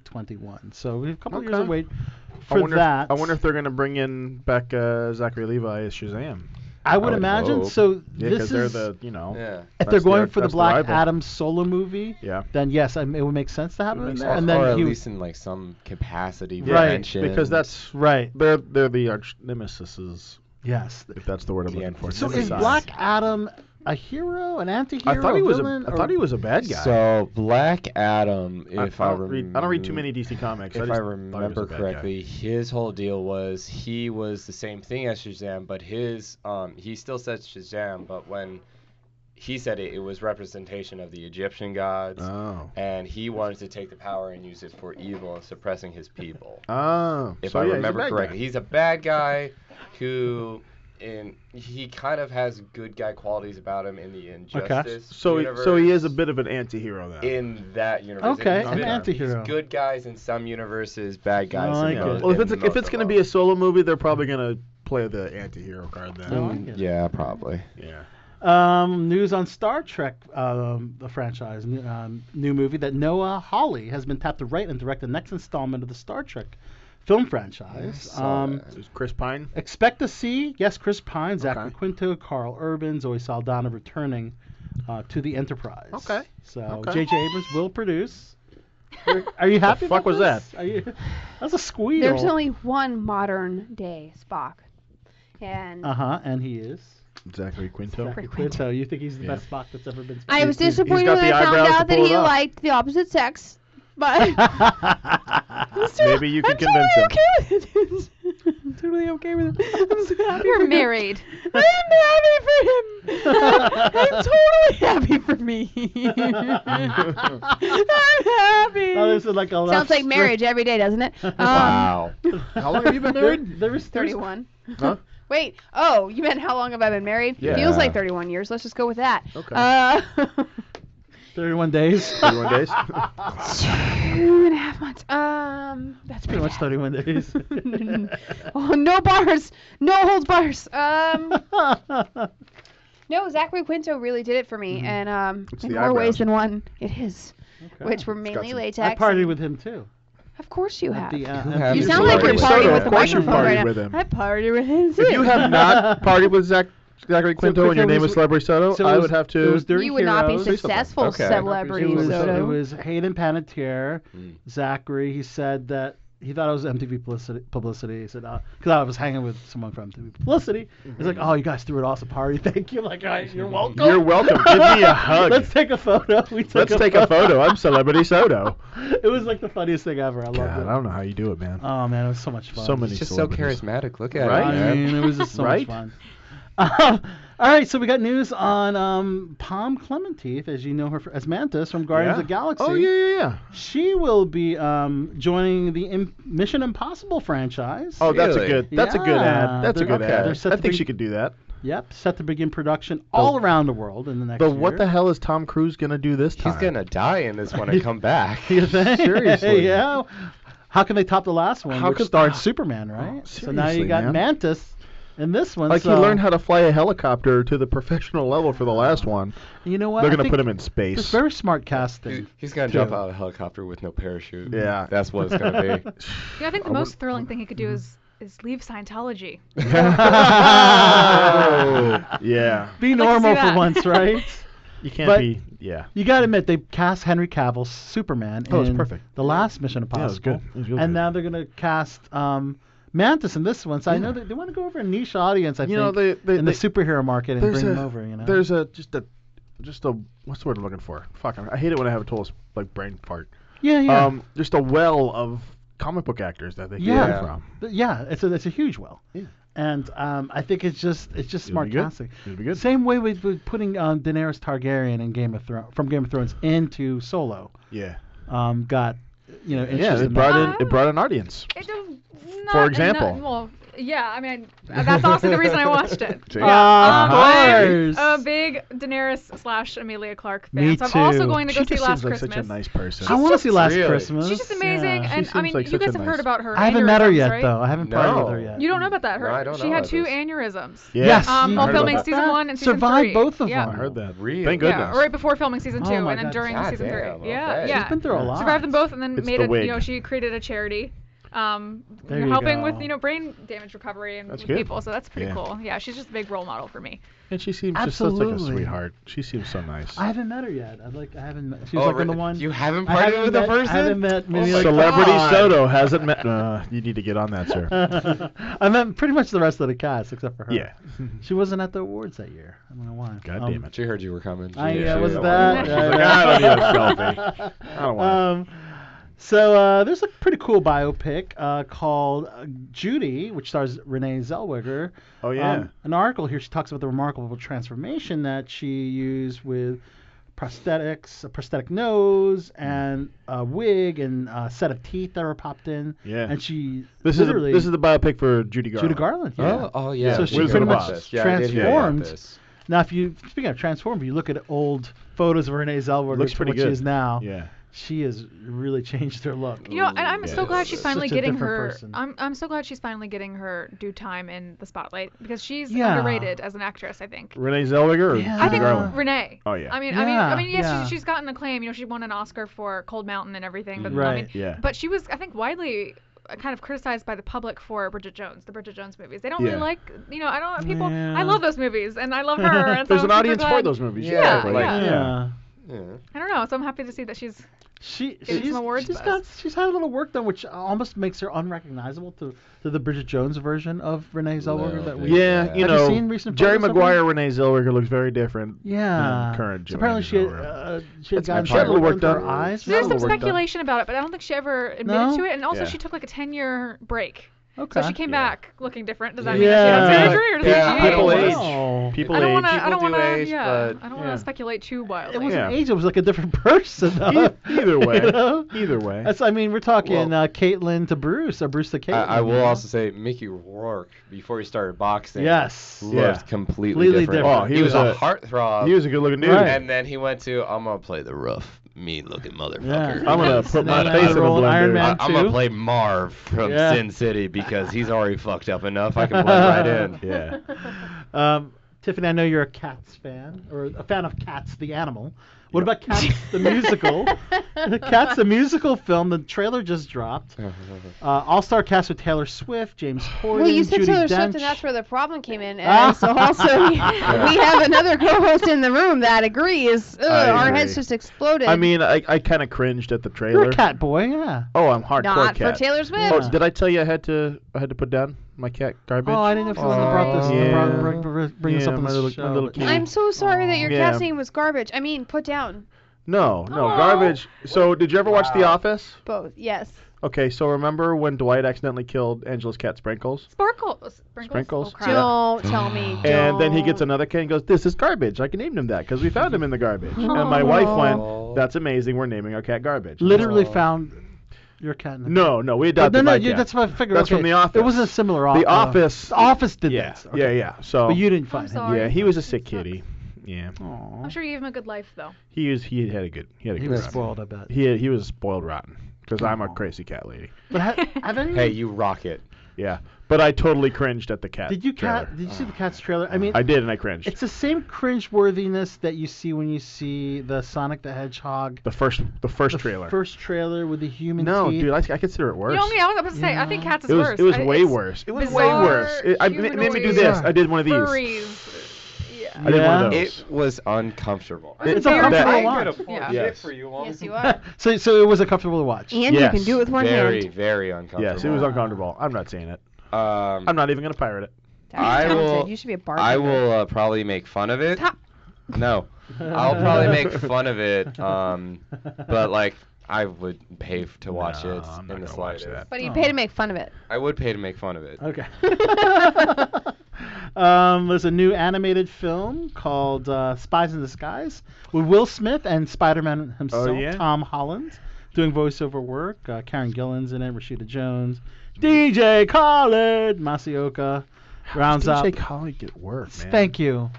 G: 2021. So we have a couple of years
H: Okay.
G: to wait
H: I
G: for
H: wonder,
G: that.
H: If, I wonder if they're gonna bring in back uh, Zachary Levi as Shazam.
G: I would
J: would
G: imagine.
J: hope.
G: So
H: Yeah,
G: this
H: because
G: is
H: they're the you know.
J: Yeah.
G: if they're
H: that's
G: going
H: their-
G: for the
H: that's their
G: Black
H: rival.
G: Adam solo movie,
H: Yeah.
G: then yes, I mean, it would make sense to have him in there. And
J: or
G: then
J: at
G: he
J: least in like some capacity.
G: Yeah, Right,
J: Mention.
H: Because that's
G: right.
H: they're they're the arch nemesises,
G: Yes.
H: if that's the word I'm
J: The
H: looking for.
G: So is
J: Nemesis.
G: Black Adam a hero, an
H: I
G: anti-hero,
H: thought he was a,
G: villain,
H: I
G: or-
H: thought he was a bad guy.
J: So Black Adam,
H: I,
J: Um, if
H: I
J: I,
H: don't read, I don't read too many DC comics.
J: If
H: just
J: I,
H: thought he was a
J: remember
H: bad guy.
J: correctly, his whole deal was he was the same thing as Shazam, but his um he still said Shazam, but when he said it, it was representation of the Egyptian gods,
H: Oh.
J: and he wanted to take the power and use it for evil and suppressing his people.
H: Oh.
J: If
H: so
J: I
H: yeah, he's a
J: remember
H: bad guy.
J: correctly, he's a bad guy who. And he kind of has good guy qualities about him in the injustice.
H: So he, so he is a
J: universe
H: bit of an anti-hero then.
J: in that universe.
G: Okay,
J: He's
H: an
J: good-
G: anti-hero.
J: he's Good guys in some universes, bad
G: I
J: guys.
G: like
J: in
G: it.
J: those-
H: Well, if
J: in
H: it's a, if
J: most
H: it's
J: of
H: gonna
J: them.
H: be a solo movie, they're probably gonna play the anti-hero card then.
G: I like it.
J: Mm, yeah, probably.
H: Yeah.
G: Um, news on Star Trek, um, the franchise, n- um, new movie that Noah Hawley has been tapped to write and direct the next installment of the Star Trek film franchise.
J: saw
G: um,
J: that.
H: Is Chris Pine.
G: expect to see, yes, Chris Pine, Zachary
H: Okay.
G: Quinto, Carl Urban, Zoe Saldana returning uh, to the Enterprise.
H: Okay.
G: So
H: Okay.
G: J.J. Abrams will produce. You're- Are you happy?
H: fuck
G: about
H: was
G: this? Are you, that's a squeal.
I: There's only one modern day Spock, and
G: Uh huh, and he is.
H: Zachary Quinto.
G: Zachary Quinto, you think he's the
H: Yeah.
G: best Spock that's ever been?
I: I was
H: He's- he's
I: disappointed
H: got
I: when
H: the
I: I found
H: eyebrows to
I: out that
H: pull it
I: he
H: up.
I: liked the opposite sex. But
G: disappointed.
H: Maybe you can
I: I'm
H: convince him.
I: totally okay with it. I'm totally okay with it. I'm so happy for
D: You're
I: him.
D: married.
I: I'm happy for him. I'm totally happy for me. I'm happy.
G: Oh, this is like a
I: Sounds
G: left
I: like
G: stri-
I: marriage every day, doesn't it? Um,
H: How long have you been
G: There,
H: married?
G: there was there's-
I: 31.
H: Huh?
I: Wait. Oh, you meant how long have I been married?
H: Yeah.
I: Feels like 31 years. Let's just go with that.
H: Okay.
I: Uh,
G: 31 days.
H: 31 days.
I: two and a half months. Um, that's
G: Pretty
I: pretty
G: much 31 days.
I: Oh, no bars. No holds bars. Um, no, Zachary Quinto really did it for me, and um,
H: Mm-hmm. It's
I: in
H: the
I: more ways
H: eyebrows.
I: than one, it is. Which were
H: got
I: mainly
H: some- I
G: I
I: latex.
G: partied with him too.
I: Of course you have.
G: The, uh,
J: Who
G: at
J: have
I: you
J: you
I: sound like you're
J: partied
I: partying with,
J: with Soto,
I: the
J: of course you
I: microphone
H: partied
I: right
H: with
I: now.
H: him.
I: I partied with him.
H: if you have not partied with Zach, Zachary Quinto and your
G: because
H: name is
G: we-
H: Celebrity Soto,
G: so it
H: I
G: was-
H: would have to.
G: it was Dirty
I: you would not be
G: Heroes.
I: successful
J: Okay.
G: It
I: celebrity
G: was, it
I: Soto.
H: Hmm.
G: was Hayden Panettiere, Zachary. He said that he thought I was MTV publicity. publicity. He said, because I was hanging with someone from MTV publicity. He's
H: Mm-hmm.
G: like, oh, you guys threw an awesome party. Thank you. I'm like, all right, you're welcome.
H: You're welcome. Give me a hug.
G: Let's take a photo. We took
H: Let's take a photo. I'm Celebrity Soto.
G: it was like the funniest thing ever. I loved
H: God,
G: it.
H: I don't know how you do it, man.
G: Oh man, it was so much fun.
H: So many
J: He's just so
H: celebrities.
J: charismatic. Look at
H: Right?
J: him.
G: I
J: man.
G: mean, it was just so
H: Right?
G: much fun. Um, all right, so we got news on um, Palm Clementeef, as you know her for, as Mantis from Guardians
H: Yeah.
G: of the Galaxy.
H: Oh yeah, yeah, yeah.
G: She will be um, joining the Im- Mission Impossible franchise.
H: Oh, that's a
J: Really?
H: good. That's a good
G: Yeah,
H: ad. That's a
G: they're-
H: good
G: okay. They're
H: ad.
G: set
H: I
G: to
H: think
G: be-
H: she could do that.
G: Yep, set to begin production all around the world in the next
H: But
G: year.
H: what the hell is Tom Cruise gonna do this time?
J: He's gonna die in this one and come back.
G: You think?
H: Seriously.
G: yeah. How can they top the last one,
H: How
G: which
H: could-
G: starred Superman, right? so now you
H: seriously,
G: got
H: man.
G: Mantis in this one.
H: Like
G: so-
H: he learned how to fly a helicopter to the professional level for the last one.
G: You know what?
H: They're
G: I
H: gonna
G: think
H: put him in
G: It's
H: space.
G: very smart casting.
J: He- He's gonna jump out of a helicopter with no parachute.
H: Yeah.
J: that's what it's gonna be.
D: Yeah, I think the most thrilling thing he could do
H: mm-hmm.
D: is is leave Scientology.
H: Oh, yeah.
G: Be
D: I'd like to see
G: normal for
D: that.
G: once, right?
H: You can't
G: But-
H: be. Yeah.
G: you gotta admit they cast Henry Cavill's Superman
H: Oh, it's
G: in
H: perfect.
G: the last Mission
H: Yeah, it was
G: Impossible,
H: good. It was really
G: and
H: good.
G: now they're gonna cast um, Mantis in this one. So I know they, they want to go over a niche audience. I
H: You
G: think
H: know, they- they-
G: in
H: they-
G: the superhero market and
H: there's
G: bring
H: a,
G: them over. You know,
H: There's a just a just a what's the word I'm looking for? Fuck, I I hate it when I have a total s- like brain fart.
G: yeah, yeah,
H: Um, just a well of comic book actors that they can
G: Yeah.
H: yeah. from.
G: But yeah. It's a it's a huge well.
H: Yeah.
G: And um, I think it's just it's just
H: It'll
G: smart
H: be good.
G: casting.
H: It'll be good.
G: Same way with, with putting um, Daenerys Targaryen in Game of Thrones from Game of Thrones into Solo.
H: Yeah.
G: Um, got you know Ah.
H: Yeah,
G: interest
H: it
G: in
H: brought
G: that.
D: Ah,
H: in it brought an audience.
D: It does not,
H: For example.
D: not- well, yeah, I mean, that's also the reason I watched it.
H: See?
D: Yeah. Um,
G: Of
D: I'm
G: course.
D: a big Daenerys slash Amelia Clark fan.
G: Me
D: so I'm also
G: too.
D: going to go
H: she
D: see
H: just
D: Last
H: seems like
D: Christmas.
H: such a nice person.
G: I want to see Last
J: Really?
G: Christmas.
D: She's just amazing,
G: Yeah.
D: and I
H: seems
D: mean,
H: like
D: you
H: such
D: guys
H: a
D: have
H: nice-
D: heard about her.
G: I haven't met her
D: aneurysms,
G: yet
D: right?
G: though. I haven't partied with her
J: No.
G: yet.
D: You don't know about that. Her,
J: Oh, No, I don't
D: she
J: know
D: had
J: about
D: two
J: this.
D: aneurysms.
G: Yes.
D: Um,
H: I
D: while
H: heard
D: filming
H: about
D: season
G: that.
D: one and season
G: Survived
D: three.
G: both of
D: yeah.
H: that. I
G: them.
H: heard that.
J: Really?
H: Thank
D: Yeah,
H: goodness.
D: right before filming season
G: Oh
D: two,
G: my
D: and then
G: God.
D: during
J: God
D: season
J: damn,
D: three. Yeah,
J: okay.
D: yeah.
G: She's been through a lot.
D: Survived them both, and then
H: It's
D: made
H: the
D: a you know
H: wig.
D: she created a charity, um,
G: There you
D: helping
G: go.
D: with you know brain damage recovery and
H: That's
D: with
H: good.
D: people. So that's pretty
H: Yeah.
D: cool. Yeah, she's just a big role model for me.
H: And she seems just such
G: Absolutely.
H: like a sweetheart. She seems so nice.
G: I haven't met her yet. I like. I haven't. Met, she
J: Oh,
G: was like
J: re-
G: on the one.
J: You haven't
G: I haven't
J: partied with a
G: met- I
J: person. Oh
G: haven't met
J: my
G: Mila-
H: Celebrity
J: God.
H: Soto hasn't met. Uh, you need to get on that, sir.
G: I met pretty much the rest of the cast except for her.
H: Yeah.
G: She wasn't at the awards that year. I don't know why.
H: God
G: Um,
H: damn it.
J: She heard you were coming. She-
G: I
J: she-
G: uh, was
H: I
G: that.
H: She's like, I don't need a selfie. I don't want. it."
G: um, so uh, there's a pretty cool biopic uh, called uh, Judy, which stars Renee Zellweger. Um,
H: Oh, yeah.
G: an article here she talks about the remarkable transformation that she used with prosthetics, a prosthetic nose,
H: Hmm.
G: and a wig, and a set of teeth that were popped in.
H: Yeah.
G: And she
H: This is a,
G: literally
H: this is the biopic for Judy Garland.
G: Judy Garland. Yeah.
J: Oh, oh yeah.
G: So
J: we
G: she
J: heard
H: pretty
J: about
H: much
J: this. Yeah, I did hear about
G: transformed
J: this.
G: Now, if you speaking of transform, if you look at old photos of Renee Zellweger
H: Looks
G: to
H: pretty
G: what she
H: good.
G: is now.
H: Yeah.
G: She has really changed her look.
D: You know, and I'm so
J: yeah.
D: glad she's
J: Such
D: finally
G: a
D: getting
G: different
D: her.
G: person.
D: I'm I'm so glad she's finally getting her due time in the spotlight because she's
G: Yeah.
D: underrated as an actress. I think.
H: Renee Zellweger or
G: Yeah.
H: Judy
D: I think
H: Garland?
D: Renee.
H: Oh, yeah.
D: I mean, I mean, I
G: Yeah,
D: mean, yes,
G: yeah.
D: she, she's gotten acclaim. You know, she won an Oscar for Cold Mountain and everything. But I mean,
G: Right.
H: Yeah.
D: but she was, I think, widely uh, kind of criticized by the public for Bridget Jones, the Bridget Jones movies. They don't
H: Yeah.
D: really like, you know, I don't people.
G: Yeah.
D: I love those movies, and I love her. and so
H: There's
D: I'm
H: an
D: super
H: audience for
D: glad-
H: those movies.
J: Yeah,
H: right.
D: yeah.
G: yeah.
J: Yeah.
D: I don't know, so I'm happy to see that she's.
G: She
D: some
G: she's,
D: awards
G: she's
D: buzz.
G: got she's had a little work done, which almost makes her unrecognizable to, to the Bridget Jones version of Renee Zellweger
J: Little
G: that
J: bit.
H: Yeah,
G: we.
J: Yeah.
H: you
G: Have you
H: know,
G: seen recent
H: Jerry
G: photos of
H: Maguire, Renee Zellweger looks very different.
G: Yeah.
H: Mm, current
G: So apparently she
H: Joanna
G: had, uh, she had
H: That's
G: gotten
H: fine. She had a
G: some
H: little
G: work
H: work
G: done to her
H: done.
G: eyes.
H: She
D: There's
H: Not
D: some
H: a word, though.
D: speculation about it, but I don't think she ever admitted
G: No?
D: to it. And also,
H: Yeah.
D: she took like a 10 year break,
G: Okay.
D: so she came
H: Yeah.
D: back looking different. Does that
G: Yeah.
D: mean that she had surgery, or does
J: Yeah,
D: that
J: I
D: mean
J: don't
H: People
J: wanna-
H: age.
G: Wow.
H: People
D: I don't
H: age.
D: want to. I
J: People
D: don't
J: do
D: want to.
J: age,
D: Yeah,
J: but-
D: I don't
H: yeah.
D: want to speculate too
G: It
D: wildly.
G: wasn't
H: Yeah.
G: age. It was like a different person. though.
H: E- either way.
G: You know?
H: Either way.
G: That's. I mean, we're talking
J: Well-
G: uh, Caitlyn to Bruce or Bruce to Caitlyn.
J: I, I
G: you
J: will
G: know?
J: also say Mickey Rourke before he started boxing.
G: Yes.
J: Looked
H: Yeah.
J: completely,
G: Completely
J: different.
G: different. Oh,
J: he, was, a, heartthrob.
H: He was a good-looking dude.
G: Right.
J: and then he went to I'm gonna play the rough, mean-looking motherfucker.
G: Yeah.
H: I'm gonna
G: Nice.
H: put my
G: And then
H: face
G: I
H: in a
G: rolled
H: blender.
G: Iron Man
J: I, I'm gonna
G: two.
J: play Marv from
G: Yeah.
J: Sin City because he's already fucked up enough. I can blend right in.
H: Yeah.
G: Um, Tiffany, I know you're a Cats fan or a fan of Cats the animal. What about Cats the musical? Cats the musical film. The trailer just dropped. Uh, All star cast with Taylor Swift, James Corden,
I: Well, you said
G: Judi
I: Taylor
G: Dench.
I: Swift, and that's where the problem came in.
H: Ah.
I: Uh, so also, we, we have another co-host in the room that agrees. Ugh,
H: I
I: our
H: agree.
I: heads just exploded.
H: I mean, I, I kind of cringed at the trailer.
G: You're a cat boy, yeah.
H: Oh, I'm hardcore
I: Not for
H: cat.
I: Taylor Swift.
H: Oh, did I tell you I had to I had to put down my cat garbage?
G: Oh, I didn't know if you wanted to brought this-
H: yeah.
G: brought- bring- bring- bring this
H: Yeah,
G: up on
H: my
G: the
H: little,
G: show,
H: My little
G: but-
H: kitty.
I: I'm so sorry that your
H: Yeah.
I: cat's name was garbage. I mean, put down
H: No, no, garbage. So, did you ever watch The Office?
I: both. Yes.
H: Okay, so remember when Dwight accidentally killed Angela's cat Sprinkles?
D: Sparkle, sprinkles.
H: Sprinkles?
D: Oh, crap.
H: Yeah.
I: Don't tell me.
H: And then he
I: don't.
H: gets another cat and goes, "This is garbage. I can name him that because we found him in the garbage." And my wife went, "That's amazing. We're naming our cat garbage."
G: Literally found your cat. In the
H: Oh. No, no, we adopted
G: no, no,
H: my
G: you-
H: cat.
G: that's what I figured.
H: That's
G: okay.
H: from The Office.
G: It wasn't a similar office.
H: The Office.
G: The office did
H: yeah,
G: this.
H: yeah, yeah. So
G: But you didn't find
D: I'm
G: him.
D: sorry.
H: yeah, he was a sick kitty. Yeah,
D: I'm sure you gave him a good life though.
H: he was. He had a good. He had a
G: He
H: good.
G: was
H: run.
G: spoiled, I bet.
H: He he was spoiled rotten because I'm a crazy cat lady.
G: But ha- have any?
J: Hey, you rock it.
H: Yeah, but I totally cringed at the cat.
G: did you
H: trailer.
G: cat? Did you see the cat's trailer? I mean,
H: I did, and I cringed.
G: it's the same cringe-worthiness that you see when you see the Sonic the Hedgehog
H: the first the first trailer.
G: first trailer with the human
H: no,
G: teeth.
H: dude, I, I consider it worse.
D: You know me. I was about to say. I think cats is
H: it was
D: worse.
H: it was
D: I-
H: way
D: it's
H: worse. It was way
D: bizarre,
H: worse. It, I, it made me do this. I did one of these.
D: Furries. Yeah.
H: I did one
G: Yeah.
H: of those.
J: It was uncomfortable.
H: It-
G: It's a
D: Very
G: comfortable
D: bad.
G: watch.
D: Yeah.
H: Yes.
I: Yes, you are.
G: So, so it was a comfortable to watch.
I: And
H: Yes.
I: you can do it with one
J: very,
I: hand.
J: very uncomfortable.
H: yes, it was uncomfortable. I'm not saying it.
J: Um,
H: I'm not even gonna pirate it.
I: That is
J: I
I: talented.
J: will-
I: You should be a bartender.
J: I will uh, probably make fun of it.
I: Stop.
J: No, I'll probably make fun of it. Um, but like, I would pay f- to watch
H: No,
J: it
H: I'm not
J: in
H: gonna
J: the
H: watch
J: slightest.
H: that. Oh.
I: But you pay to make fun of it.
J: I would pay to make fun of it.
G: Okay. um, there's a new animated film called uh, Spies in Disguise with Will Smith and Spider-Man himself,
H: Oh, yeah?
G: Tom Holland, doing voiceover work. Uh, Karen Gillan's in it, Rashida Jones, DJ Khaled, Masioka, rounds
H: DJ
G: up.
H: Khaled get work, man.
G: Thank you.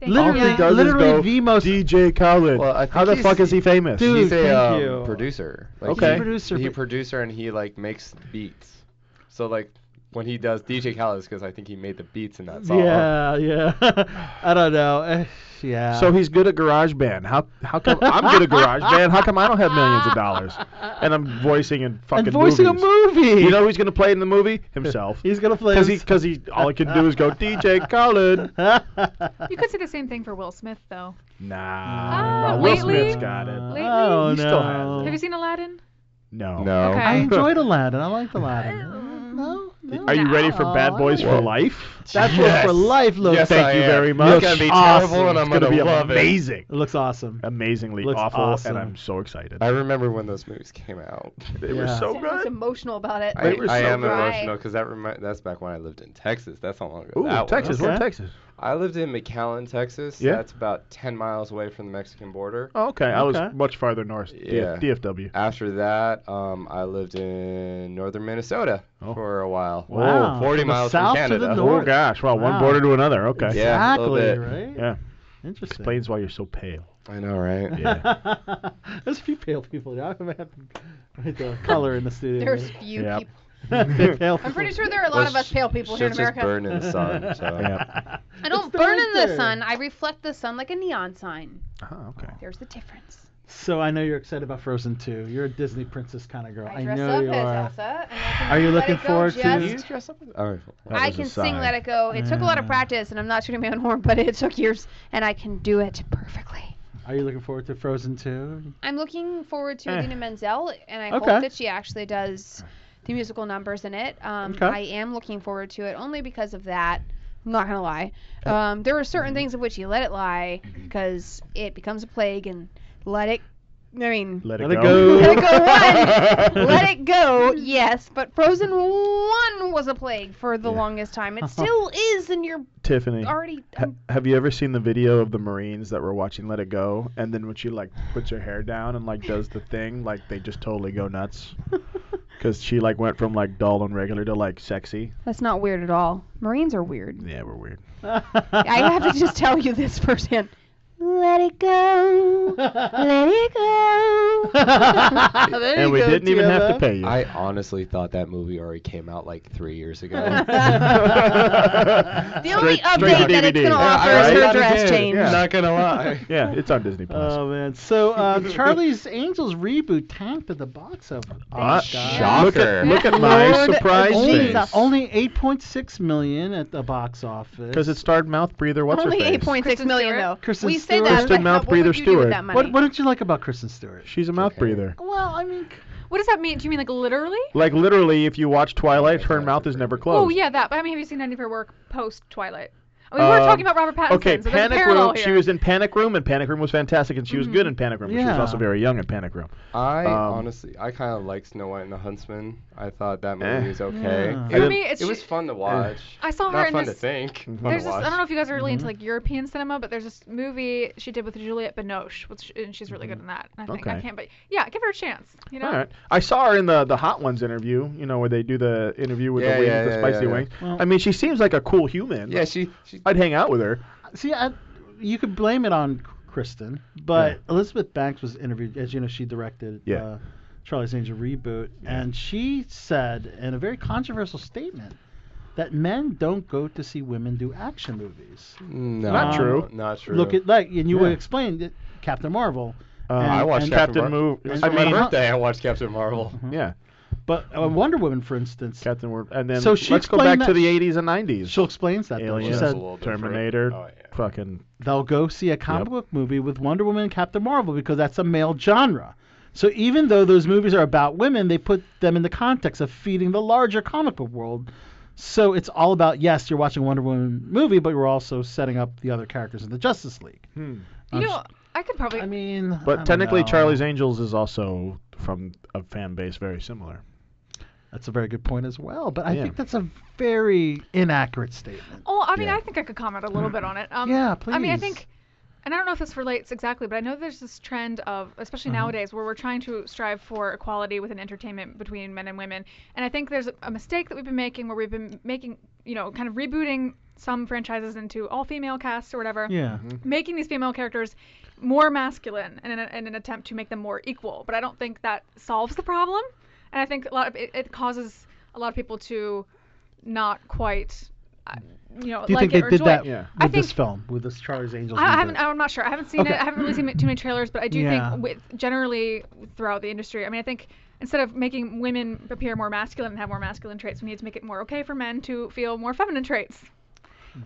D: Thank
G: Literally
D: you.
H: All he does is
G: literally
H: go,
G: the most-
H: DJ Khaled.
J: Well, I
H: How
J: think
H: the
J: he's-
H: fuck is he famous?
G: Dude,
J: He's
G: thank
J: a
G: you.
J: um, producer. Like,
H: Okay.
J: He,
G: Producer,
J: He
G: but-
J: producer and he like makes beats. So like when he does DJ Khaled, because I think he made the beats in that song.
G: Yeah, yeah. I don't know. Eh, yeah.
H: So he's good at Garage Band. How how come I'm good at Garage Band? How come I don't have millions of dollars? And I'm voicing and fucking
G: and voicing
H: movies.
G: a movie.
H: You know who's gonna play it in the movie? Himself.
G: he's gonna play.
H: Because he,
G: his-
H: because he, all he can do is go DJ Khaled.
D: You could say the same thing for Will Smith though.
H: Nah,
D: Ah,
H: no, Will
D: lately-
H: Smith's got it.
D: lately-
G: Oh,
H: He
G: no.
H: still has it.
D: Have you seen Aladdin?
H: No.
J: No.
D: Okay.
G: I enjoyed Aladdin. I liked Aladdin. No, no.
H: Are you ready for
G: No.
H: Bad Boys for
J: Whoa.
H: Life?
G: That's
J: Yes.
G: one for life, Logan.
J: Yes,
H: Thank
J: I
H: you
J: am.
H: very
J: It's
H: much.
J: gonna be
H: Awesome.
J: terrible, and I'm
H: it's gonna
J: gonna
H: be
J: love it.
H: amazing,
G: It looks awesome.
H: amazingly
G: Looks
H: awful,
G: awesome.
H: and I'm so excited.
J: I remember when those movies came out.
H: They
G: Yeah.
H: were so
I: Sam was
H: good.
I: emotional about it.
J: I,
H: They were
J: I
H: so
J: am
I: dry.
J: emotional because that remi- that's back when I lived in Texas. That's how long ago.
H: Ooh,
J: that was.
H: Texas,
G: Okay.
H: we're in Texas.
J: I lived in McAllen, Texas.
H: Yeah.
J: That's about 10 miles away from the Mexican border.
H: Oh, okay. I was
G: Okay.
H: much farther north. D-
J: Yeah.
H: DFW.
J: After that, um, I lived in northern Minnesota
H: Oh.
J: for a while.
G: Wow.
J: 40
G: From the
J: miles
G: south
J: from
G: to the
J: Canada.
G: north.
H: Oh gosh! Wow,
G: Wow.
H: one border to another. Okay.
J: Yeah. a little
G: Exactly.
J: bit.
G: right.
H: Yeah.
G: Interesting.
H: Explains why you're so pale.
J: I know, right?
H: Yeah.
G: There's a few pale people. There. I might have to write the color in the studio.
I: There's few
H: Yep.
I: people.
G: pale
I: I'm pretty
G: people.
I: sure there are a lot
J: Well,
I: of us
J: sh-
I: pale people here in
J: Shit's just
I: America.
J: burned in the sun. So.
H: yeah.
I: I don't
G: It's
I: burn
G: right
I: in the
G: there.
I: sun. I reflect the sun like a neon sign.
G: Uh-huh,
H: Oh, okay.
I: There's the difference.
G: So I know you're excited about Frozen 2. You're a Disney princess kind of girl.
I: I,
G: I,
I: dress
G: know
I: up
G: you
I: as
G: are.
I: Elsa. And I can
G: Are you
I: let
G: looking
I: it go
G: forward to
I: just-
J: You dress up as- oh,
I: I can sing Let It Go. It took a lot of
G: Yeah.
I: practice, and I'm not shooting my own horn, but it took years, and I can do it perfectly.
G: Are you looking forward to Frozen 2?
I: I'm looking forward to
G: Eh.
I: Idina Menzel, and I
G: Okay.
I: hope that she actually does the musical numbers in it. Um,
G: Okay.
I: I am looking forward to it only because of that. I'm not gonna lie. Um, there are certain things of which you let it lie because it becomes a plague, and let it. I mean,
H: Let,
G: Let it
I: let it
G: go.
I: go one. let it go. Yes, but Frozen one was a plague for the longest time. It still is, and you're
H: Tiffany.
I: already.
H: Ha- have you ever seen the video of the Marines that were watching Let It Go, and then when she like puts her hair down and like does the thing, like they just totally go nuts, because she like went from like dull and regular to like sexy.
I: That's not weird at all. Marines are weird.
H: Yeah, we're weird.
I: I have to just tell you this firsthand.
E: let it go. let it go.
J: and
H: we go, didn't even have to TFF. pay you.
J: I honestly thought that movie already came out like three years ago.
I: the only update that it's going to offer is her dress change.
J: Not gonna lie.
H: yeah, it's on Disney Plus.
G: Oh man! So um, Charlie's Angels reboot tanked at the box office.
H: Ah,
G: Thank
H: shocker.
G: God.
H: Look at- look at my
G: Lord,
H: surprise
G: only,
H: face.
G: Only 8.6 million at the box office.
H: Because it starred mouth breather. What's
I: Only
H: her face?
I: 8.6 million, though.
G: Kristen
I: we say
G: Stewart.
I: that,
H: Kristen
I: but
H: Mouth
I: what
H: Breather
I: would you do with
H: Stewart.
I: that money?
G: What, what did you like about Kristen Stewart?
H: She's a mouth breather.
D: Well, I mean, what does that mean? Do you mean like literally?
H: Like literally, if you watch Twilight, her mouth is never closed.
D: Oh yeah, that. But I mean, have you seen any of her work post Twilight? I mean, we were talking
H: Um,
D: about Robert Pattinson.
H: Okay,
D: so there's a
H: Panic
D: parallel
H: Room.
D: Here. Mm-hmm.
H: She was in Panic Room, and Panic Room was fantastic, and she was good in Panic Room. But She was
G: Yeah.
H: also very young in Panic Room.
D: Uh,
J: I
H: Um,
J: honestly, I kind of like Snow White and the Huntsman. I thought that movie
H: Eh.
J: was okay.
H: Yeah.
J: It,
H: For
J: was-
D: me, it's
J: it was
D: ju-
J: fun to watch.
D: I saw her
J: Not
D: in
J: fun
D: this-
J: to think. Fun
D: There's
J: to
D: this,
J: watch.
D: I don't know if you guys are really into
H: Mm-hmm.
D: like European cinema, but there's this movie she did with Juliette Binoche, which and she's really good in that. I think
H: Mm-hmm.
D: I
H: Okay.
D: can't, but yeah, give her a chance. You know,
H: All right. I saw her in the the Hot Ones interview. You know where they do the interview with
J: Yeah,
H: the wings,
J: yeah,
H: the
J: yeah,
H: spicy
J: yeah, yeah.
H: wings.
G: Well-
H: I mean, she seems like a cool
D: Uh-huh.
H: human.
J: Yeah, she. she
H: I'd hang out with her.
G: See, I, you could blame it on Kristen, but Elizabeth Banks was interviewed. As you know, she directed
H: Yeah.
G: uh, Charlie's Angel reboot, and she said in a very controversial statement that men don't go to see women do action movies.
J: no,
G: Not
H: true.
J: Not true.
G: Look at like, and you
H: Yeah.
G: would explain that Captain Marvel.
H: Uh,
G: and-
J: I watched
G: and-
J: Captain
H: Captain
J: Mar-
H: Move.
J: It was
H: I
J: for my
H: mean,
J: birthday. I watched Captain Marvel.
H: yeah,
G: but uh, Wonder Woman, for instance,
H: Captain Marvel. And then
G: So she
H: let's go back to
G: explained that-
H: the 80s and 90s.
G: she explains that. Though. She
H: Aliens,
J: That's
G: said
J: a little different.
H: Terminator,
J: Oh, yeah.
H: fucking.
G: they'll go see a comic book movie with Wonder Woman and Captain Marvel because that's a male genre. So even though those movies are about women, they put them in the context of feeding the larger comic book world. So it's all about yes, you're watching a Wonder Woman movie, but you're also setting up the other characters in the Justice League.
H: hmm.
D: you
G: I'm
D: know, I could probably.
G: I mean, I
H: But
G: don't
H: technically,
G: know.
H: Charlie's Angels is also from a fan base very similar.
G: that's a very good point as well. But I
H: Yeah.
G: think that's a very inaccurate statement.
D: Oh, I mean,
H: Yeah.
D: I think I could comment a little bit on it. Um,
G: Yeah,
D: I mean, I
G: please.
D: think, and I don't know if this relates exactly, but I know there's this trend of, especially
G: Uh-huh.
D: nowadays, where we're trying to strive for equality within entertainment between men and women. And I think there's a, a mistake that we've been making where we've been making, you know, kind of rebooting some franchises into all female casts or whatever
G: Yeah.
D: making these female characters more masculine in an, in an attempt to make them more equal. But I don't think that solves the problem, and I think a lot of it, it causes a lot of people to not quite, uh, you know,
G: Do you
D: like
G: think
D: it
G: they
D: or
G: did
D: enjoy
G: that
D: it.
H: Yeah.
D: I
G: with this
D: think-
G: film, with this Charlie's Angels?
D: I, I
G: reboot?
D: haven't. I'm not sure. I haven't seen
G: Okay.
D: it. I haven't really seen too many trailers, but I do
G: Yeah.
D: think with generally throughout the industry. I mean, I think instead of making women appear more masculine and have more masculine traits, we need to make it more okay for men to feel more feminine traits,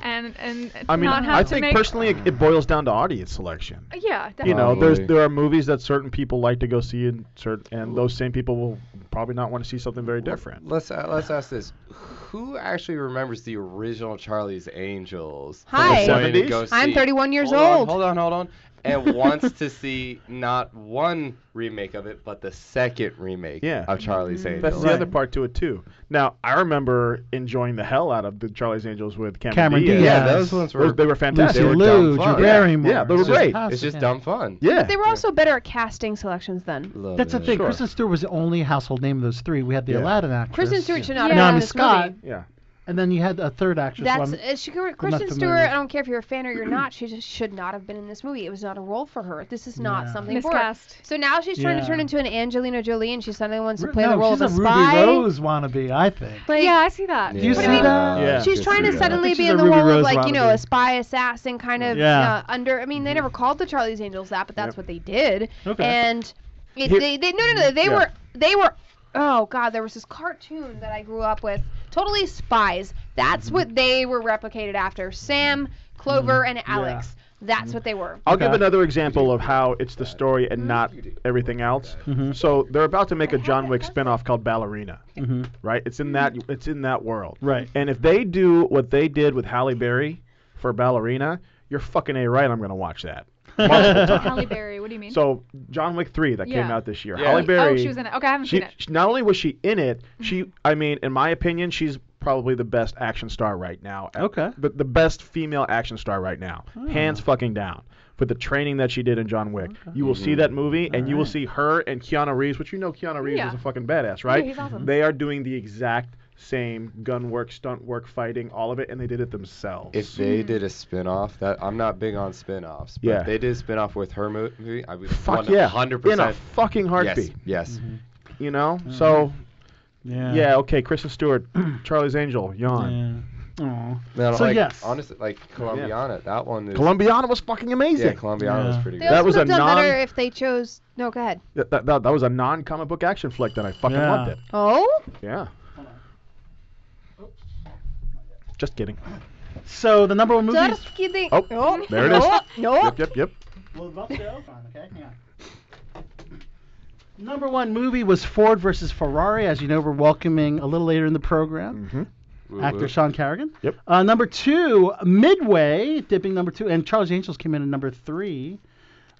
D: and and
H: I mean,
D: not have
H: I
D: to
H: think
D: make,
H: personally, it, it boils down to audience selection.
D: Yeah, definitely.
H: you know, there's
J: Probably.
H: there are movies that certain people like to go see, and certain and those same people will probably not want to see something very different.
J: Let's uh, let's ask this: Who actually remembers the original Charlie's Angels? from
I: Hi.
J: the point to
H: 70s?
J: go
I: I'm
J: see?
I: 31 years
J: Hold on,
I: old.
J: hold on, hold on. And wants to see not one remake of it, but the second remake Uh,
H: Yeah.
J: of Charlie's
D: Mm-hmm.
J: Angels.
H: That's the other part to it too. Now, I remember enjoying the hell out of the Charlie's Angels with Cameron,
G: Cameron
H: Diaz.
G: Diaz.
J: Yeah, those ones were
H: Those- they were fantastic.
J: They were
G: Lucy
J: dumb
G: Liu,
J: fun.
G: Drew
J: Yeah.
G: Barrymore.
H: Yeah, those were
J: It's just-
H: great.
J: It's just dumb fun.
H: Yeah,
I: They were also better at casting selections then.
J: Love
G: That's the
J: it.
G: thing.
H: Sure.
G: Kristen Stewart was the only household name of those three. We had the
H: Yeah.
G: Aladdin actress.
I: Kristen Stewart should not
D: Yeah.
I: have been
D: Naomi
I: in this
G: Scott.
I: movie.
H: yeah.
G: And then you had a third actress.
I: That's
G: one-
I: uh, she, can- Kristen Stewart.
G: familiar.
I: I don't care if you're a fan or you're not. She just should not have been in this movie. It was not a role for her. This is not
G: Yeah.
I: something for
D: Miscast.
I: her. So now she's trying
G: Yeah.
I: to turn into an Angelina Jolie, and she suddenly wants to
G: Ru-
I: play
G: no,
I: the role
G: she's
I: of a,
G: a
I: spy.
G: Ruby Rose wannabe, I think.
I: Like,
D: yeah, I see that.
J: Yeah.
G: Do you
I: What
G: see
I: do you mean?
G: that?
H: Yeah.
I: She's trying to
J: Yeah.
I: suddenly
G: She's
I: be
G: a
I: in the
G: Ruby
I: role
G: Rose
I: of like you know
G: wannabe.
I: a spy assassin kind of
G: Yeah.
I: uh, under. I mean, they never called the Charlie's Angels that, but that's what they did.
G: Okay.
I: And it,
H: Here-
I: they, they no no no they
H: Yeah.
I: were they were oh god there was this cartoon that I grew up with totally spies.
H: Mm-hmm.
I: That's what they were replicated after Sam, Clover, and Alex. That's what they were.
H: Mm-hmm. I'll give
G: Okay.
H: another example of how it's the story and not everything else.
G: Mm-hmm.
H: So they're about to make a John Wick spinoff called Ballerina,
G: Mm-hmm.
H: right? It's in that it's in that world,
G: Right.
H: And if they do what they did with Halle Berry for Ballerina, you're fucking a right. I'm gonna watch that. multiple times.
D: Halle Berry. What do you mean?
H: So John Wick three that came
D: Yeah.
H: out this year.
J: Yeah.
H: Halle Berry.
D: oh, she was in it. Okay, I haven't
H: she,
D: seen it. Mm-hmm.
H: she- not only was she in it, she I mean, in my opinion, she's probably the best action star right now. Uh,
G: Okay.
H: The, the best female action star right now.
J: Oh.
H: Hands fucking down. For the training that she did in John Wick. You will see that movie and you will see her and Keanu Reeves, which you know Keanu Reeves
D: Yeah.
H: is a fucking badass, right?
D: he's awesome.
H: They are doing the exact same gun work, stunt work, fighting, all of it, and they did it themselves.
J: If they
D: Mm-hmm.
J: did a spin-off, that I'm not big on spin-offs, but
H: Yeah.
J: if they did a spin-off with her movie, I would
H: Fuck
J: 100%
H: yeah, in a fucking heartbeat.
J: Yes. yes.
I: Mm-hmm.
H: You know, so
G: Mm-hmm. yeah,
H: okay. Kristen Stewart, Charlie's Angel, yawn.
G: Aw.
J: No,
H: So,
J: like,
H: yes.
J: honestly, like Colombiana, that one is
H: Columbiana was fucking amazing.
J: Yeah, Columbiana was pretty
I: They
J: good.
I: also
H: That was
I: would
H: a
I: have done
H: non-
I: better if they chose. No, go ahead.
H: That, that, that, that was a non-comic book action flick that I fucking
G: Yeah.
H: loved it.
I: Oh,
H: Yeah. Just kidding.
G: So the number one movie.
I: just kidding.
H: Oh,
I: no,
H: there it is.
I: No, no.
H: Yep, yep, yep.
G: Number one movie was Ford versus Ferrari. As you know, we're welcoming a little later in the program.
H: Mhm.
J: Woo-woo.
G: Actor Sean Carrigan.
H: Yep.
G: Uh, number two, Midway, dipping number two, and Charles Angels came in at number three.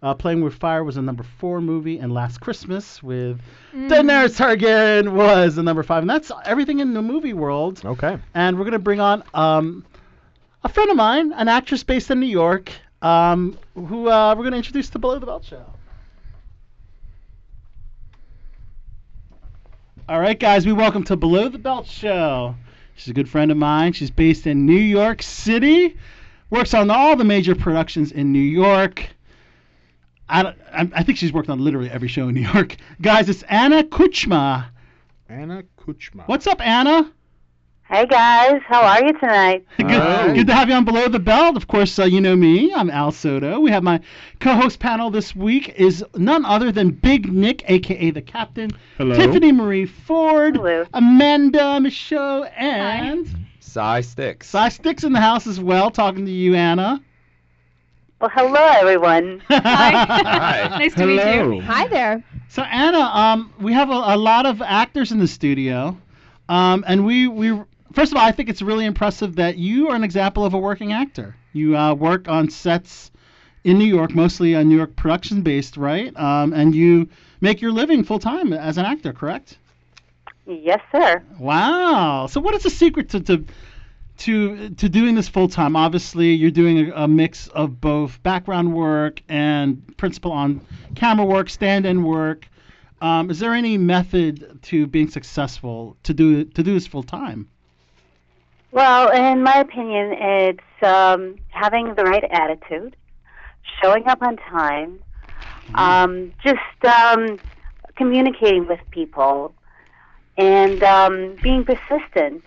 G: Uh, Playing with Fire was a number four movie, and Last Christmas with Daenerys Targaryen was a number five, and that's everything in the movie world.
H: Okay.
G: And we're gonna bring on um, a friend of mine, an actress based in New York, um, who uh, we're gonna introduce to Below the Belt show. All right, guys, we welcome to Below the Belt show. She's a good friend of mine. She's based in New York City. Works on all the major productions in New York. I, don't- I, I think she's worked on literally every show in New York. Guys, it's Anna Kuchma.
H: Anna Kuchma.
G: What's up, Anna?
K: Hey guys, how are you tonight?
G: Good,
H: Hi.
G: good to have you on Below the Belt. Of course, uh, you know me. I'm Al Soto. We have my co-host panel this week is none other than Big Nick, aka the Captain,
H: Hello.
G: Tiffany Marie Ford,
K: Hello.
G: Amanda Michaud, and
J: Psy Sticks.
G: Cy Sticks in the house as well. Talking to you, Anna.
K: Well, hello everyone.
J: Hi.
D: nice to meet you.
I: Hi there.
G: So Anna, um, we have a, a lot of actors in the studio, um, and we we first of all, I think it's really impressive that you are an example of a working actor. You uh, work on sets in New York, mostly on New York production based, right? Um, and you make your living full time as an actor, correct?
K: yes, sir.
G: Wow. So what is the secret to to to, to doing this full time? Obviously, you're doing a, a mix of both background work and principal on camera work, stand-in work. Um, is there any method to being successful to do to do this full time?
K: Well, in my opinion, it's um, having the right attitude, showing up on time, um, just um, communicating with people, and um, being persistent,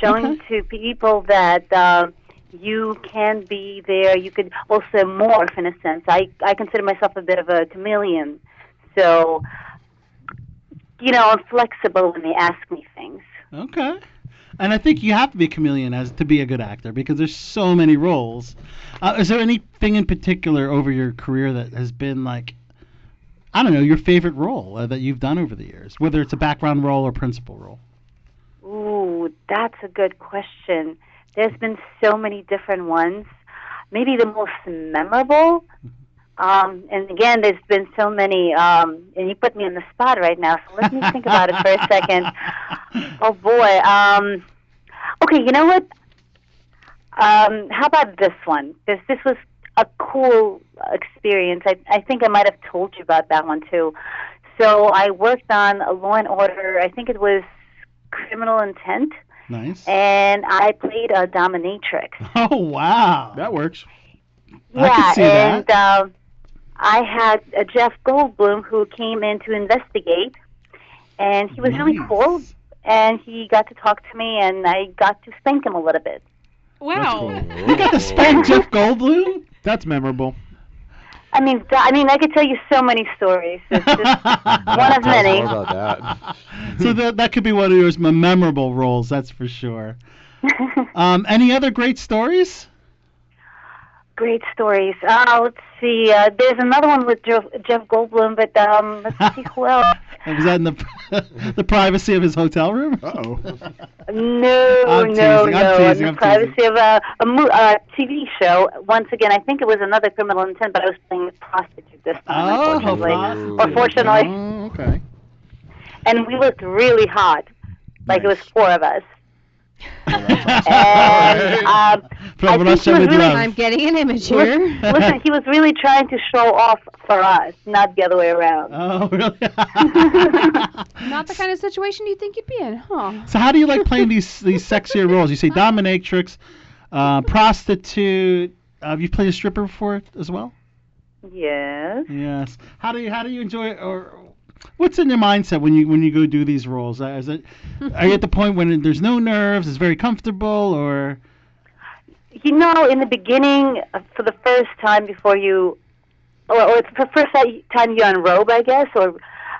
K: showing to people that um you can be there. You could also morph, in a sense. I, I consider myself a bit of a chameleon, so you know I'm flexible when they ask me things.
G: Okay. And I think you have to be a chameleon as to be a good actor because there's so many roles. Uh, is there anything in particular over your career that has been like, I don't know, your favorite role uh, that you've done over the years, whether it's a background role or principal role?
K: Ooh, that's a good question. There's been so many different ones. Maybe the most memorable. Um, and again, there's been so many. Um, and you put me on the spot right now, so let me think about it for a second. Oh boy. Um, okay, you know what? Um, how about this one? This this was a cool experience. I I think I might have told you about that one too. So I worked on a Law and Order. I think it was Criminal Intent,
G: Nice.
K: and I played a dominatrix.
G: Oh wow.
H: That works.
G: I can
K: yeah,
G: see
K: and Um, I had uh, Jeff Goldblum who came in to investigate, and he was really
G: Nice.
K: cool. And he got to talk to me, and I got to spank him a little bit.
D: Wow.
G: You got to spank Jeff Goldblum.
H: That's memorable.
K: I mean, th- I mean, I could tell you so many stories. It's just one of
J: Tell us
K: many.
J: more about that.
G: so that that could be one of yours m- memorable roles, that's for sure. Um, any other great stories?
K: Great stories. Uh, let's see. Uh, there's another one with Jeff, Jeff Goldblum, but um, let's see who else.
G: Was that in the the privacy of his hotel room?
H: Uh-oh.
K: No, no,
G: I'm teasing, I'm
K: no. on
G: teasing,
K: the
G: I'm
K: privacy
G: teasing.
K: of a, uh, a mo- a TV show. Once again, I think it was another criminal intent, but I was playing a prostitute this time,
G: Oh,
K: unfortunately.
G: prostitute.
K: Unfortunately,
H: Oh, okay.
K: and we looked really hot, like it was
H: Nice.
K: four of us. and um,
G: from
K: I think he
G: Russia
K: was
G: with
K: really-
G: love.
I: I'm getting an image
K: Listen-
I: here.
K: Listen, he was really trying to show off for us, not the other way around.
G: Oh, really?
I: Not the kind of situation you think you'd be in, huh?
G: So how do you like playing these these sexier roles? You say dominatrix, uh, prostitute. Uh, you played a stripper before as well.
K: Yes.
G: Yes. How do you how do you enjoy it or what's in your mindset when you when you go do these roles? Uh, Is it are you at the point when there's no nerves, it's very comfortable, or
K: You know, in the beginning, uh, for the first time before you, or, or it's the first ti- time you unrobe, I guess, or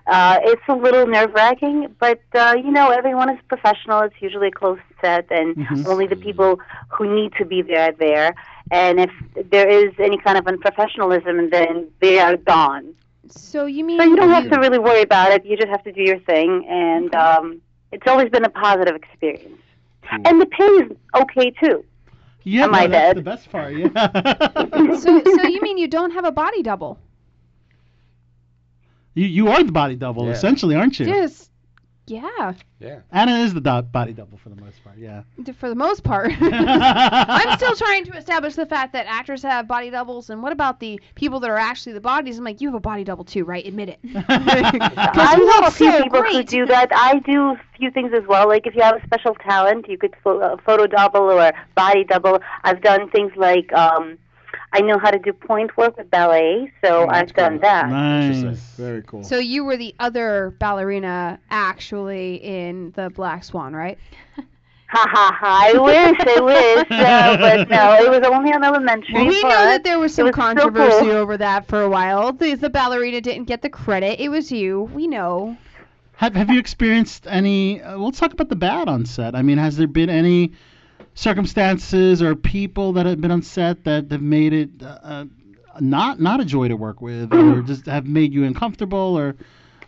K: uh, it's a little nerve wracking. But uh, you know, everyone is professional. It's usually a closed set, and
E: Mhm.
K: only the people who need to be there are there. And if there is any kind of unprofessionalism, then they are gone.
I: So you mean Mm.
K: So you don't have to really worry about it. You just have to do your thing, and um, it's always been a positive experience. And the pay is okay too.
G: yeah,
K: Am I
G: no, that's
K: dead?
G: the best part. Yeah.
I: so, so you mean you don't have a body double?
G: you you are the body double
J: Yeah.
G: essentially, aren't you?
I: Just yeah.
J: Yeah.
G: Anna is the do- body double for the most part. Yeah.
I: D- For the most part, I'm still trying to establish the fact that actors have body doubles, and what about the people that are actually the bodies? I'm like, you have a body double too, right? Admit it.
K: I know a few people who do that. I do a few things as well. Like if you have a special talent, you could pho- uh, photo double or body double. I've done things like um, I know how to do point work with ballet,
G: Oh,
K: so I've done that.
G: Nice. Very cool.
I: So you were the other ballerina actually in the Black Swan, right?
K: Ha ha ha! I wish, I wish, uh, but no, it was only on elementary.
I: Well, we know
K: but
I: that there was
K: it
I: some
K: so cool.
I: controversy over that for a while. The, the ballerina didn't get the credit. It was you. We know.
G: Have Have you experienced any? Uh, let's talk about the bad on set. I mean, has there been any circumstances or people that have been on set that have made it uh, uh, not not a joy to work with, or just have made you uncomfortable, or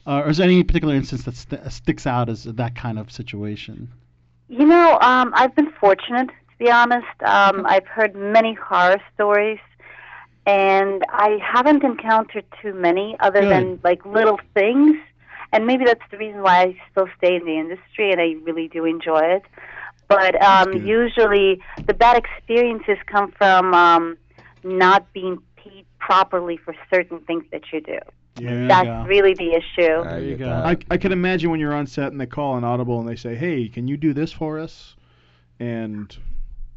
G: uh, or is there any particular instance that st- sticks out as that kind of situation?
K: You know, um, I've been fortunate, to be honest. Um, I've heard many horror stories, and I haven't encountered too many other
E: Good.
K: than like little things. And maybe that's the reason why I still stay in the industry, and I really do enjoy it. But um, usually, the bad experiences come from um, not being paid properly for certain things that you do. that's really the issue.
H: I, I can imagine when you're on set and they call an audible and they say, "Hey, can you do this for us?" And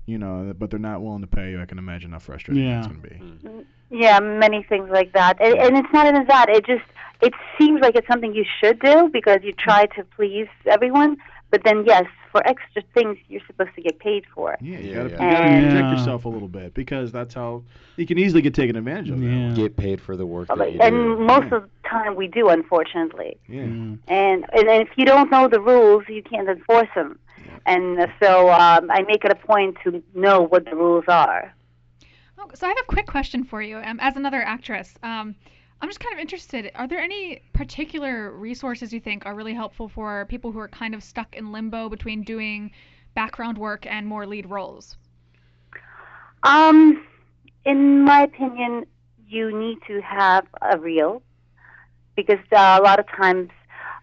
H: you know, but they're not willing to pay you. I can imagine how frustrating that's going to be.
J: Mm.
K: Mm-hmm. Yeah, many things like that, and, and it's not even that. It just it seems like it's something you should do because you try to please everyone, but then yes, for extra things you're supposed to get paid for.
H: Yeah, you gotta,
K: yeah.
H: You gotta
K: And-
H: protect
J: Yeah.
H: yourself a little bit because that's how you can easily get taken advantage of.
J: Get paid for the work that you
K: And
J: do.
K: most of the time we do, unfortunately.
H: Yeah.
K: And and if you don't know the rules, you can't enforce them. And so um, I make it a point to know what the rules are.
D: Oh, so I have a quick question for you. Um, as another actress, um, I'm just kind of interested. Are there any particular resources you think are really helpful for people who are kind of stuck in limbo between doing background work and more lead roles?
K: Um, in my opinion, you need to have a reel because uh, a lot of times,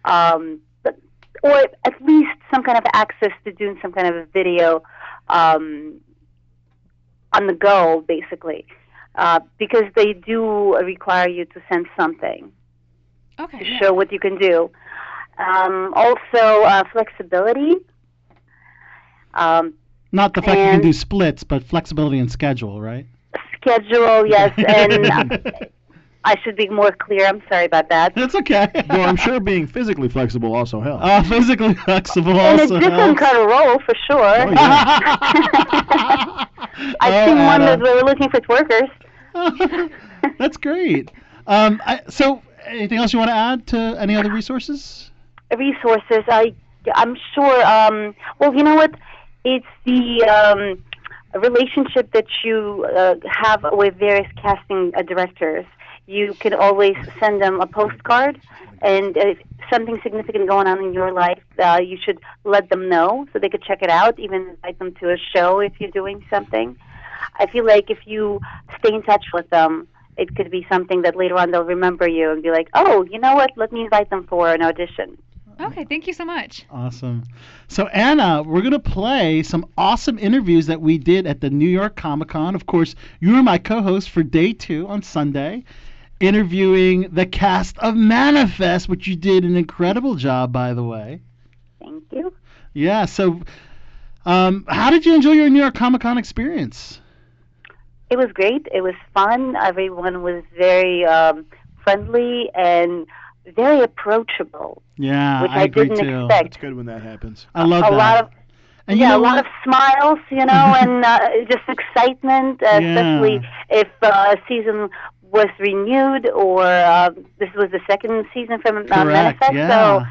K: um, but- or at least some kind of access to doing some kind of a video um, on the go, basically, uh, because they do require you to send something
D: Okay.
K: to show what you can do. Um, also, uh, flexibility. Um,
G: Not the fact you can
K: And-
G: do splits, but flexibility and schedule, right?
K: schedule, yes, and uh, I should be more clear. I'm sorry about that.
G: That's okay.
H: well, I'm sure being physically flexible also helps.
G: Uh, physically flexible
K: In a
G: also.
K: different
G: helps. Oh,
K: kind of role, for sure. I've seen one
G: Anna.
K: that we were looking for workers.
G: That's great. Um, I, so, anything else you want to add to any other resources?
K: resources. I, I'm sure. Um, well, you know what? It's the um, relationship that you uh, have with various casting uh, directors. You can always send them a postcard, and if something significant going on in your life, uh, you should let them know so they could check it out. Even invite them to a show if you're doing something. I feel like if you stay in touch with them, it could be something that later on they'll remember you and be like, "Oh, you know what? Let me invite them for an audition."
I: Mm.
D: Okay, thank you so much.
G: Awesome. So, Anna, we're going to play some awesome interviews that we did at the New York Comic Con. Of course, you were my co host for day two on Sunday, interviewing the cast of Manifest, which you did an incredible job, by the way.
K: Thank you.
G: Yeah. So, um, how did you enjoy your New York Comic Con experience?
K: It was great. It was fun. Everyone was very um, friendly and very approachable.
G: Yeah,
K: Which I
G: Ah, agree
K: didn't
G: too.
K: expect.
H: It's good when that happens.
G: I love
K: a
G: that.
K: lot of
G: And you
K: yeah,
G: know
K: a lot
G: what?
K: of smiles, you know, and uh, just excitement, uh, especially if uh, a season was renewed or uh, this was the second season from uh,
G: Correct.
K: Manifest.
G: yeah.
K: So,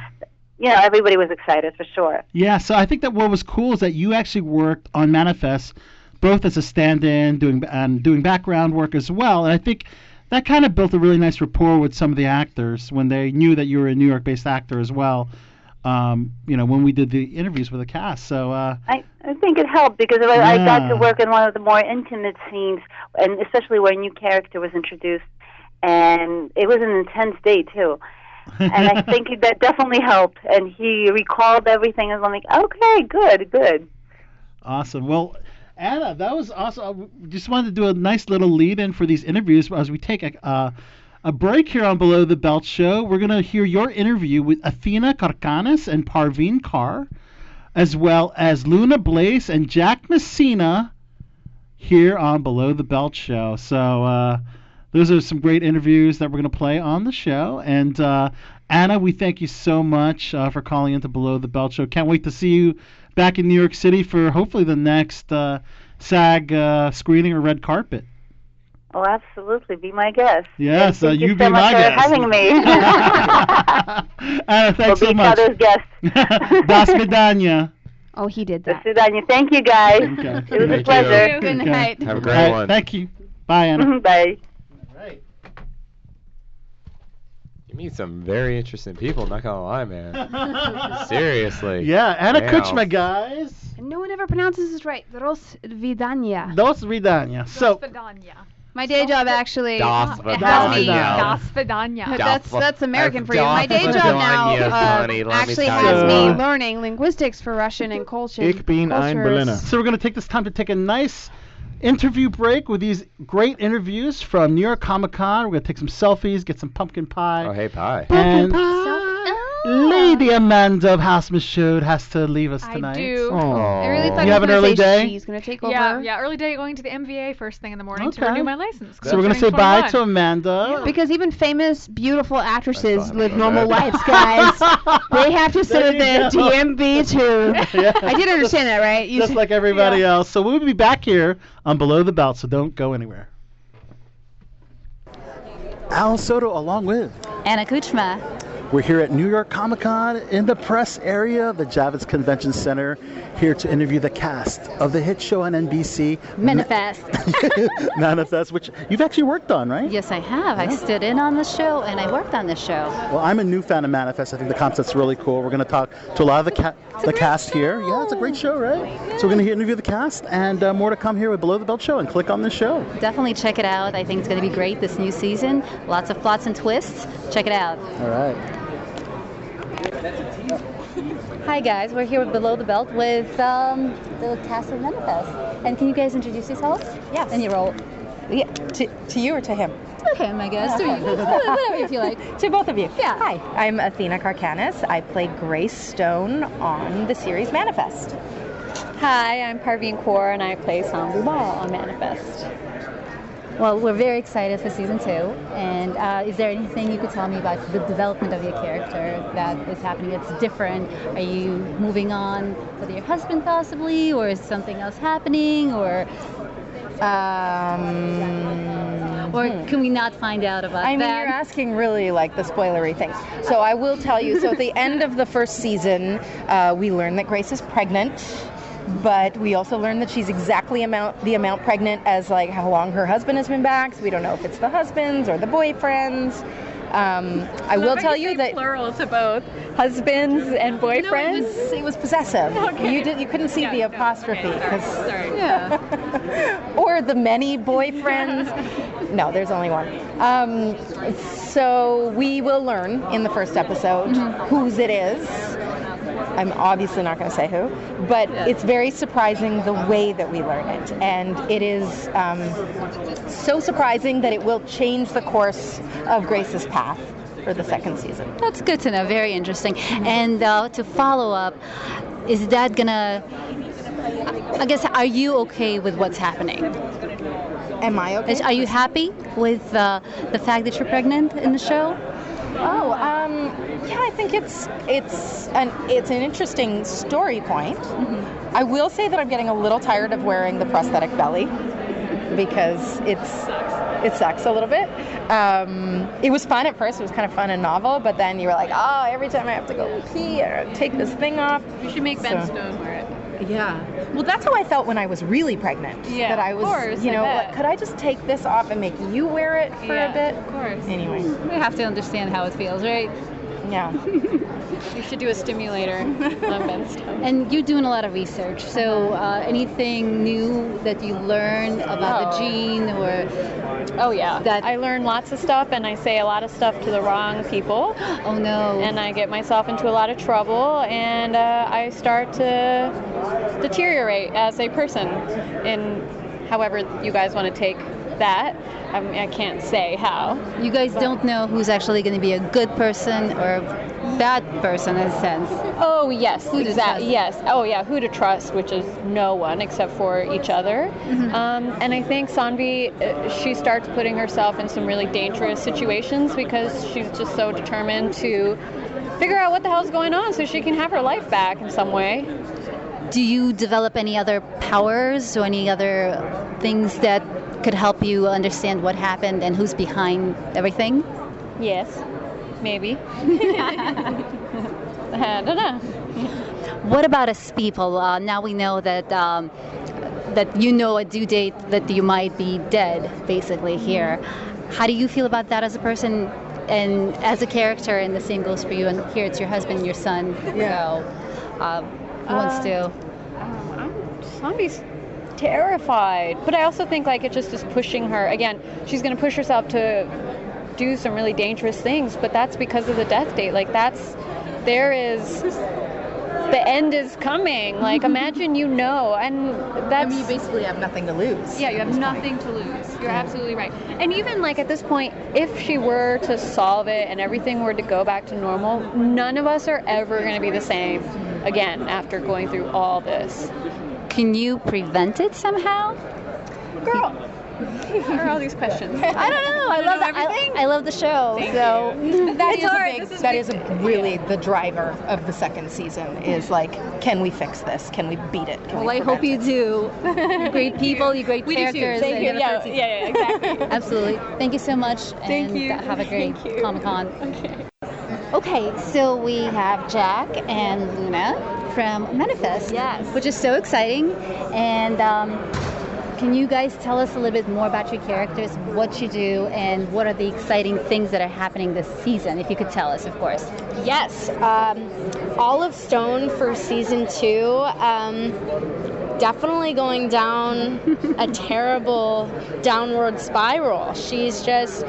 K: you know, everybody was excited for sure.
G: Yeah, so I think that what was cool is that you actually worked on Manifest, both as a stand-in, doing and doing background work as well. And I think that kind of built a really nice rapport with some of the actors when they knew that you were a New York-based actor as well. Um, you know, when we did the interviews with the cast, so uh,
K: I, I think it helped because I, I got
G: Yeah.
K: to work in one of the more intimate scenes, and especially where a new character was introduced, and it was an intense day too. and I think that definitely helped. And he recalled everything, and I'm like, okay, good, good.
G: awesome. Well, Anna, that was awesome. Uh, I just wanted to do a nice little lead-in for these interviews as we take a. Uh, a break here on Below the Belt Show. We're going to hear your interview with Athena Karkanis and Parveen Kaur, as well as Luna Blaze and Jack Messina here on Below the Belt Show. So, uh, those are some great interviews that we're going to play on the show. And, uh, Anna, we thank you so much uh, for calling into Below the Belt Show. Can't wait to see you back in New York City for hopefully the next uh, SAG uh, screening or red carpet.
K: Oh, absolutely. Be my guest.
G: Yes, uh,
K: Thank
G: you
K: you
G: be
K: so
G: my
K: much
G: guest.
K: for having me.
G: Anna, thanks
K: we'll
G: so
K: be
G: much.
K: each other's guests.
G: das vidania.
I: Oh, he did that.
K: Vidania. Thank you, guys.
G: It
K: was a pleasure.
I: Good night.
J: Have a
G: All
J: great
G: right,
J: one.
G: Thank you. Bye, Anna.
K: Bye.
J: You meet some very interesting people. Not gonna lie, man. Seriously.
G: Yeah, Anna
J: Wow.
G: Kutch, my guys.
I: And no one ever pronounces this right. Ros Vidania.
G: Dos vidania. So,
I: My day job actually.
G: Das
I: it has
G: Vidania.
I: me-
D: Das Vidania.
I: That's that's American for you.
G: Das
I: My day job now
G: Vidania,
I: uh,
G: honey, let me
I: actually
G: tell
I: has
G: you
I: me
G: what.
I: learning linguistics for Russian and culture. cultures.
G: So we're going to take this time to take a nice interview break with these great interviews from New York Comic Con. We're going to take some selfies, get some pumpkin pie.
J: Oh, hey, pie.
G: And Lady Amanda of House Michaud has to leave us
D: I
G: tonight.
D: do.
G: Oh.
D: I really thought
G: you
D: he
G: have
D: was
G: an
D: gonna
G: early
D: say
G: day.
D: she's
I: gonna take
D: Yeah,
I: over.
D: yeah. Early day going to the MVA first thing in the morning to
I: Okay.
D: renew my license. 'cause
G: So we're
D: I'm
G: going to say
D: turning 21.
G: bye to Amanda.
I: Because even famous, beautiful actresses live
G: heard
I: normal
G: that.
I: lives, guys. they have
G: There
I: to serve
G: you
I: their
G: go.
I: DMV too.
G: Yeah.
I: I did understand that, right? You
G: Just
I: s-
G: like everybody else. So we'll be back here on Below the Belt, so don't go anywhere. Al Soto along with
L: Anna Kuchma.
G: We're here at New York Comic Con in the press area of the Javits Convention Center, here to interview the cast of the hit show on NBC,
L: Manifest.
G: Manifest, which you've actually worked on, right?
L: Yes, I have. I
G: Yeah.
L: stood in on this show and I worked on this show.
G: Well, I'm a new fan of Manifest. I think the concept's really cool. We're going to talk to a lot of the, ca- the cast here. Yeah, it's a great show, right? So we're going to interview the cast and uh, more to come here with Below the Belt Show and click on this show.
L: Definitely check it out. I think it's going to be great this new season. Lots of plots and twists. Check it out.
G: All right.
L: Hi, guys. We're here with Below the Belt with um, the cast of Manifest. And can you guys introduce yourselves? Yes. And your role. Yeah. To, to you or to him? To him, I guess. To you. Whatever you feel like.
M: to both of you. Yeah. Hi, I'm Athena Karkanis. I play Grace Stone on the series Manifest.
N: Hi, I'm Parveen Kaur, and I play Sambu Ball on Manifest.
L: Well, we're very excited for season two. And uh, is there anything you could tell me about the development of your character that is happening that's different? Are you moving on with your husband possibly, or is something else happening, or? Um, or can we not find out about
M: I mean,
L: that?
M: you're asking really like the spoilery things. So I will tell you. So at the end of the first season, uh, we learn that Grace is pregnant, but we also learn that she's exactly amount the amount pregnant as like how long her husband has been back. So we don't know if it's the husbands or the boyfriends. Um, I will tell you that plural to both husbands and boyfriends. it, was, it was possessive. You did, you couldn't see the apostrophe because or the many boyfriends. no, there's only one. Um, So we will learn in the first episode whose it is. I'm obviously not going to say who, but it's very surprising the way that we learn it. And it is um, so surprising that it will change the course of Grace's path for the second season.
L: That's good to know. Very interesting. And uh, to follow up, is that gonna? I guess, are you okay with what's happening?
M: Am I okay?
L: Are you happy with uh, the fact that you're pregnant in the show?
M: Oh, um, yeah, I think it's it's an it's an interesting story point.
N: Mm-hmm.
M: I will say that I'm getting a little tired of wearing the prosthetic belly because it's it sucks a little bit. Um, it was fun at first; it was kind of fun and novel, but then you were like, oh, every time I have to go pee or take this thing off.
N: You should make Ben Stone wear it.
M: Yeah. Well, that's how I felt when I was really pregnant.
N: Yeah,
M: That I
N: of
M: was,
N: course,
M: you
N: I
M: know,
N: bet.
M: like, could I just take this off and make you wear it for
N: Yeah,
M: a bit?
N: Of course.
M: Anyway.
L: We have to understand how it feels, right?
M: Yeah.
N: You should do a stimulator on Ben Stone.
L: And you're doing a lot of research. So, uh, anything new that you learn about the
N: Oh.
L: gene or
N: Oh yeah. I learn lots of stuff and I say a lot of stuff to the wrong people.
L: Oh no.
N: And I get myself into a lot of trouble and uh, I start to deteriorate as a person. And however you guys want to take that, I, mean, I can't say how.
L: you guys
N: But-
L: don't know who's actually going to be a good person or a bad person in a sense.
N: Oh yes,
L: Who to
N: exactly. Yes. Oh yeah, who to trust, which is no one except for each other.
L: Mm-hmm.
N: Um, and I think Sanvi, uh, she starts putting herself in some really dangerous situations because she's just so determined to figure out what the hell's going on so she can have her life back in some way.
L: Do you develop any other powers or any other things that could help you understand what happened and who's behind everything?
N: Yes, maybe. I don't know.
L: What about us people? Uh, now we know that um, that you know a due date that you might be dead, basically here. How do you feel about that as a person and as a character? And the same goes for you. And here it's your husband, your son. So, uh, who wants
N: Uh,
L: to?
N: Um, Zombie's terrified. But I also think like it just is pushing her. Again, she's gonna push herself to do some really dangerous things, but that's because of the death date. Like that's there is the end is coming. Like imagine you know and that's you
M: basically have nothing to lose.
N: Yeah, you have nothing to lose. You're absolutely right. And even like at this point, if she were to solve it and everything were to go back to normal, none of us are ever gonna be the same again after going through all this.
L: Can you prevent it somehow?
N: Girl, what are all these questions?
L: I don't know. I love that. I, I love the show.
M: so that
N: It's
M: is
N: hard.
M: a big,
N: This is
M: that
N: big
M: is a really the driver of the second season is like can we fix this can we beat it can
L: Well,
M: we
L: I hope
M: prevent
L: you do. You're great people, you great
M: We do too.
L: characters.
M: Thank
L: and-
M: you. Yeah, yeah, yeah, exactly.
L: Absolutely. Thank you so much.
M: Thank
L: and
M: you.
L: Have a great
M: Thank you.
L: Comic Con. Okay. Okay, so we have Jack and Luna from Manifest. Yes. Which is so exciting. And um, can you guys tell us a little bit more about your characters, what you do, and what are the exciting things that are happening this season? If you could tell us, of course.
O: Yes, um, all of Stone for season two. Um, definitely going down a terrible downward spiral. She's just,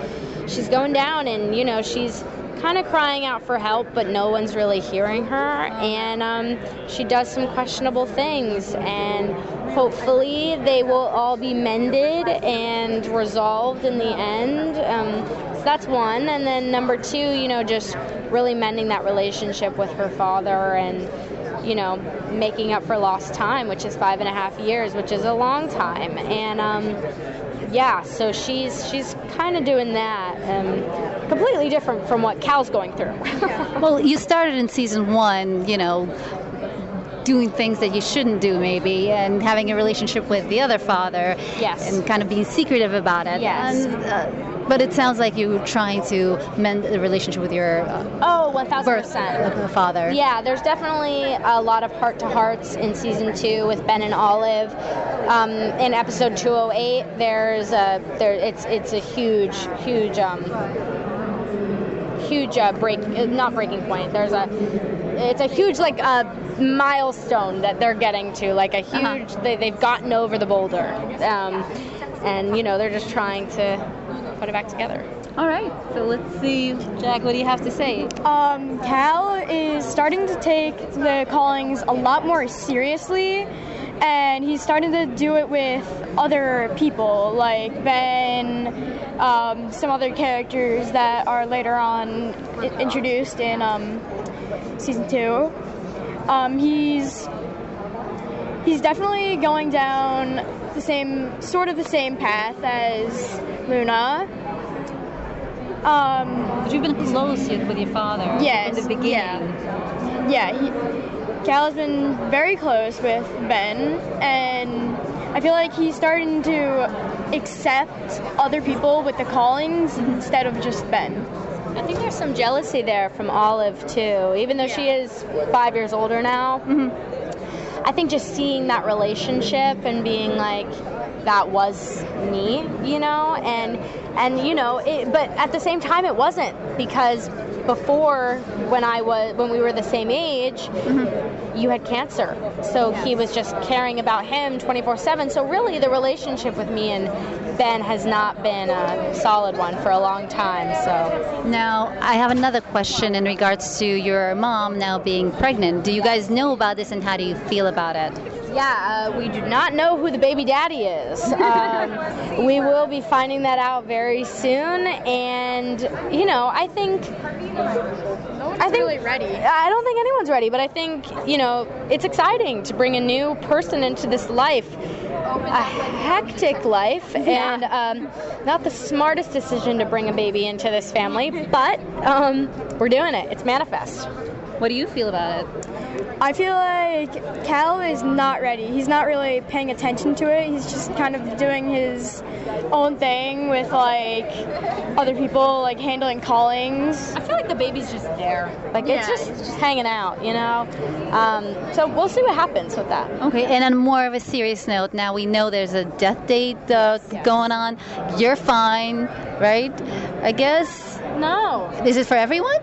O: she's going down, and you know, she's kind of crying out for help, but no one's really hearing her. And um, she does some questionable things, and hopefully they will all be mended and resolved in the end. Um, so that's one. And then number two, you know, just really mending that relationship with her father and, you know, making up for lost time, which is five and a half years, which is a long time. And, um, yeah, so she's she's kind of doing that, um, completely different from what Cal's going through.
L: Well, you started in season one, you know, doing things that you shouldn't do, maybe, and having a relationship with the other father.
O: Yes.
L: And kind of being secretive about it.
O: Yes.
L: And, uh, but it sounds like you're trying to mend the relationship with your uh,
O: Oh, 1000%.
L: birth uh, father.
O: Yeah, there's definitely a lot of heart to hearts in season two with Ben and Olive. Um, in episode 208, there's a there it's it's a huge huge um, huge uh, break uh, not breaking point. There's a it's a huge like uh, milestone that they're getting to like a
L: Uh-huh.
O: huge they, they've gotten over the boulder um, and you know they're just trying to put it back together.
L: All right, so let's see, Jack, what do you have to say?
P: Um, Cal is starting to take the callings a lot more seriously, and he's starting to do it with other people, like Ben, um, some other characters that are later on i- introduced in um, season two. Um, he's he's definitely going down the same sort of the same path as Luna. Um,
L: But you've been close yet with your father
P: Yes,
L: from the beginning.
P: yeah, he, Cal has been very close with Ben, and I feel like he's starting to accept other people with the callings instead of just Ben.
O: I think there's some jealousy there from Olive too, even though she is five years older now.
P: Mm-hmm.
O: I think just seeing that relationship and being like, that was me, you know, and and you know, it, but at the same time, it wasn't because before when I was when we were the same age, you had cancer, so he was just caring about him 24/7. So really, the relationship with me and Ben has not been a solid one for a long time. So.
L: Now, I have another question in regards to your mom now being pregnant. Do you guys know about this and how do you feel about it?
O: Yeah, uh, we do not know who the baby daddy is. Um, we will be finding that out very soon, and you know, I think
P: No one's
O: I think
P: really ready.
O: I don't think anyone's ready, but I think you know it's exciting to bring a new person into this life, a hectic life,
P: Yeah.
O: and um, not the smartest decision to bring a baby into this family, but um, we're doing it. It's manifest.
L: What do you feel about it?
P: I feel like Cal is not ready. He's not really paying attention to it. He's just kind of doing his own thing with like other people, like handling callings.
O: I feel like the baby's just there. Like
P: Yeah.
O: it's just, just hanging out, you know. Um, so we'll see what happens with that.
L: Okay, and um, on more of a serious note, now we know there's a death date uh, going on. You're fine, right? I guess.
O: No.
L: Is it for everyone?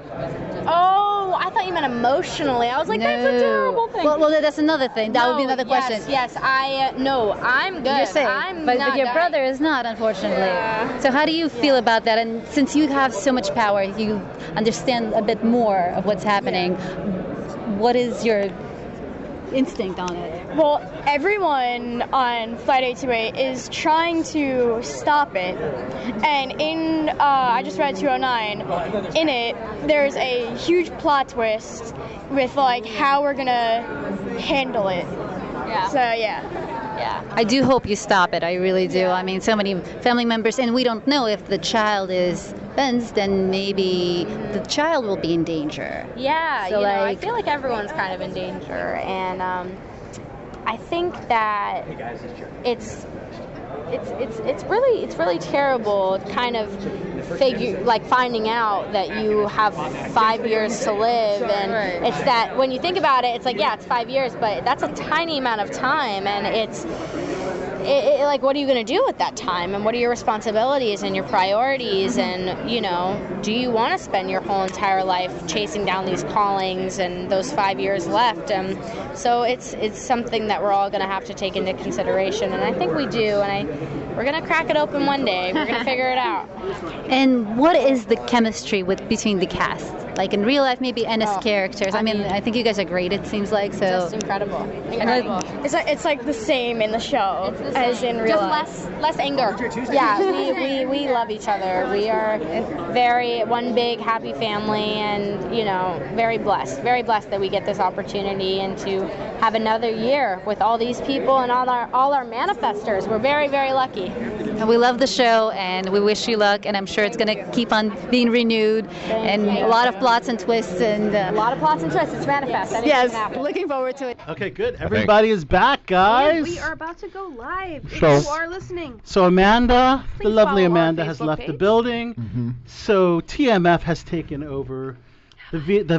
O: Oh, I thought you meant emotionally. I was like, that's a terrible thing.
L: Well, well, that's another thing. That would be
O: No,
L: another
O: yes,
L: question.
O: Yes, I uh, no, I'm good.
L: You're safe,
O: I'm
L: but,
O: not
L: but your
O: dying.
L: brother is not, unfortunately.
O: Yeah.
L: So how do you feel about that? And since you have so much power, you understand a bit more of what's happening. What is your instinct on it?
P: Well, everyone on Flight 828 is trying to stop it. And in, uh, I just read 209, in it, there's a huge plot twist with like how we're gonna handle it. Yeah. So, yeah.
O: Yeah.
L: I do hope you stop it. I really do. I mean, so many family members, and we don't know if the child is Ben's, then maybe the child will be in danger.
O: Yeah,
L: So,
O: you know,
L: like-
O: I feel like everyone's kind of in danger, and um, I think that it's it's it's it's really it's really terrible, kind of figure like finding out that you have five years to live, and it's that when you think about it, it's like yeah, it's five years, but that's a tiny amount of time, and it's. It, it, like, what are you going to do with that time? And what are your responsibilities and your priorities? And, you know, do you want to spend your whole entire life chasing down these callings and those five years left? Um, so it's it's something that we're all going to have to take into consideration. And I think we do. And I we're going to crack it open one day. We're going to figure it out.
L: And what is the chemistry with between the cast? Like in real life, maybe and as
P: Oh,
L: characters. I mean, I think you guys are great. It seems like so.
O: Just incredible. Incredible.
P: It's like, it's like the same in the show as in real
O: Just
P: life.
O: less less anger. Yeah, we, we, we love each other. We are very one big happy family and you know, very blessed. Very blessed that we get this opportunity and to have another year with all these people and all our all our manifestors. We're very, very lucky.
L: And we love the show and we wish you luck and I'm sure it's going to keep on being renewed and a lot of plots and twists and uh, a
O: lot of plots and twists. It's manifest. Anything
L: Yes,
O: can happen.
L: looking forward to it.
G: Okay, good. Everybody is back, guys.
Q: And we are about to go live. If
G: So-
Q: you are listening,
G: So Amanda, the
Q: Please
G: lovely
Q: follow our
G: Amanda, has
Q: Facebook
G: left the
Q: page.
G: building. So TMF has taken over the v- the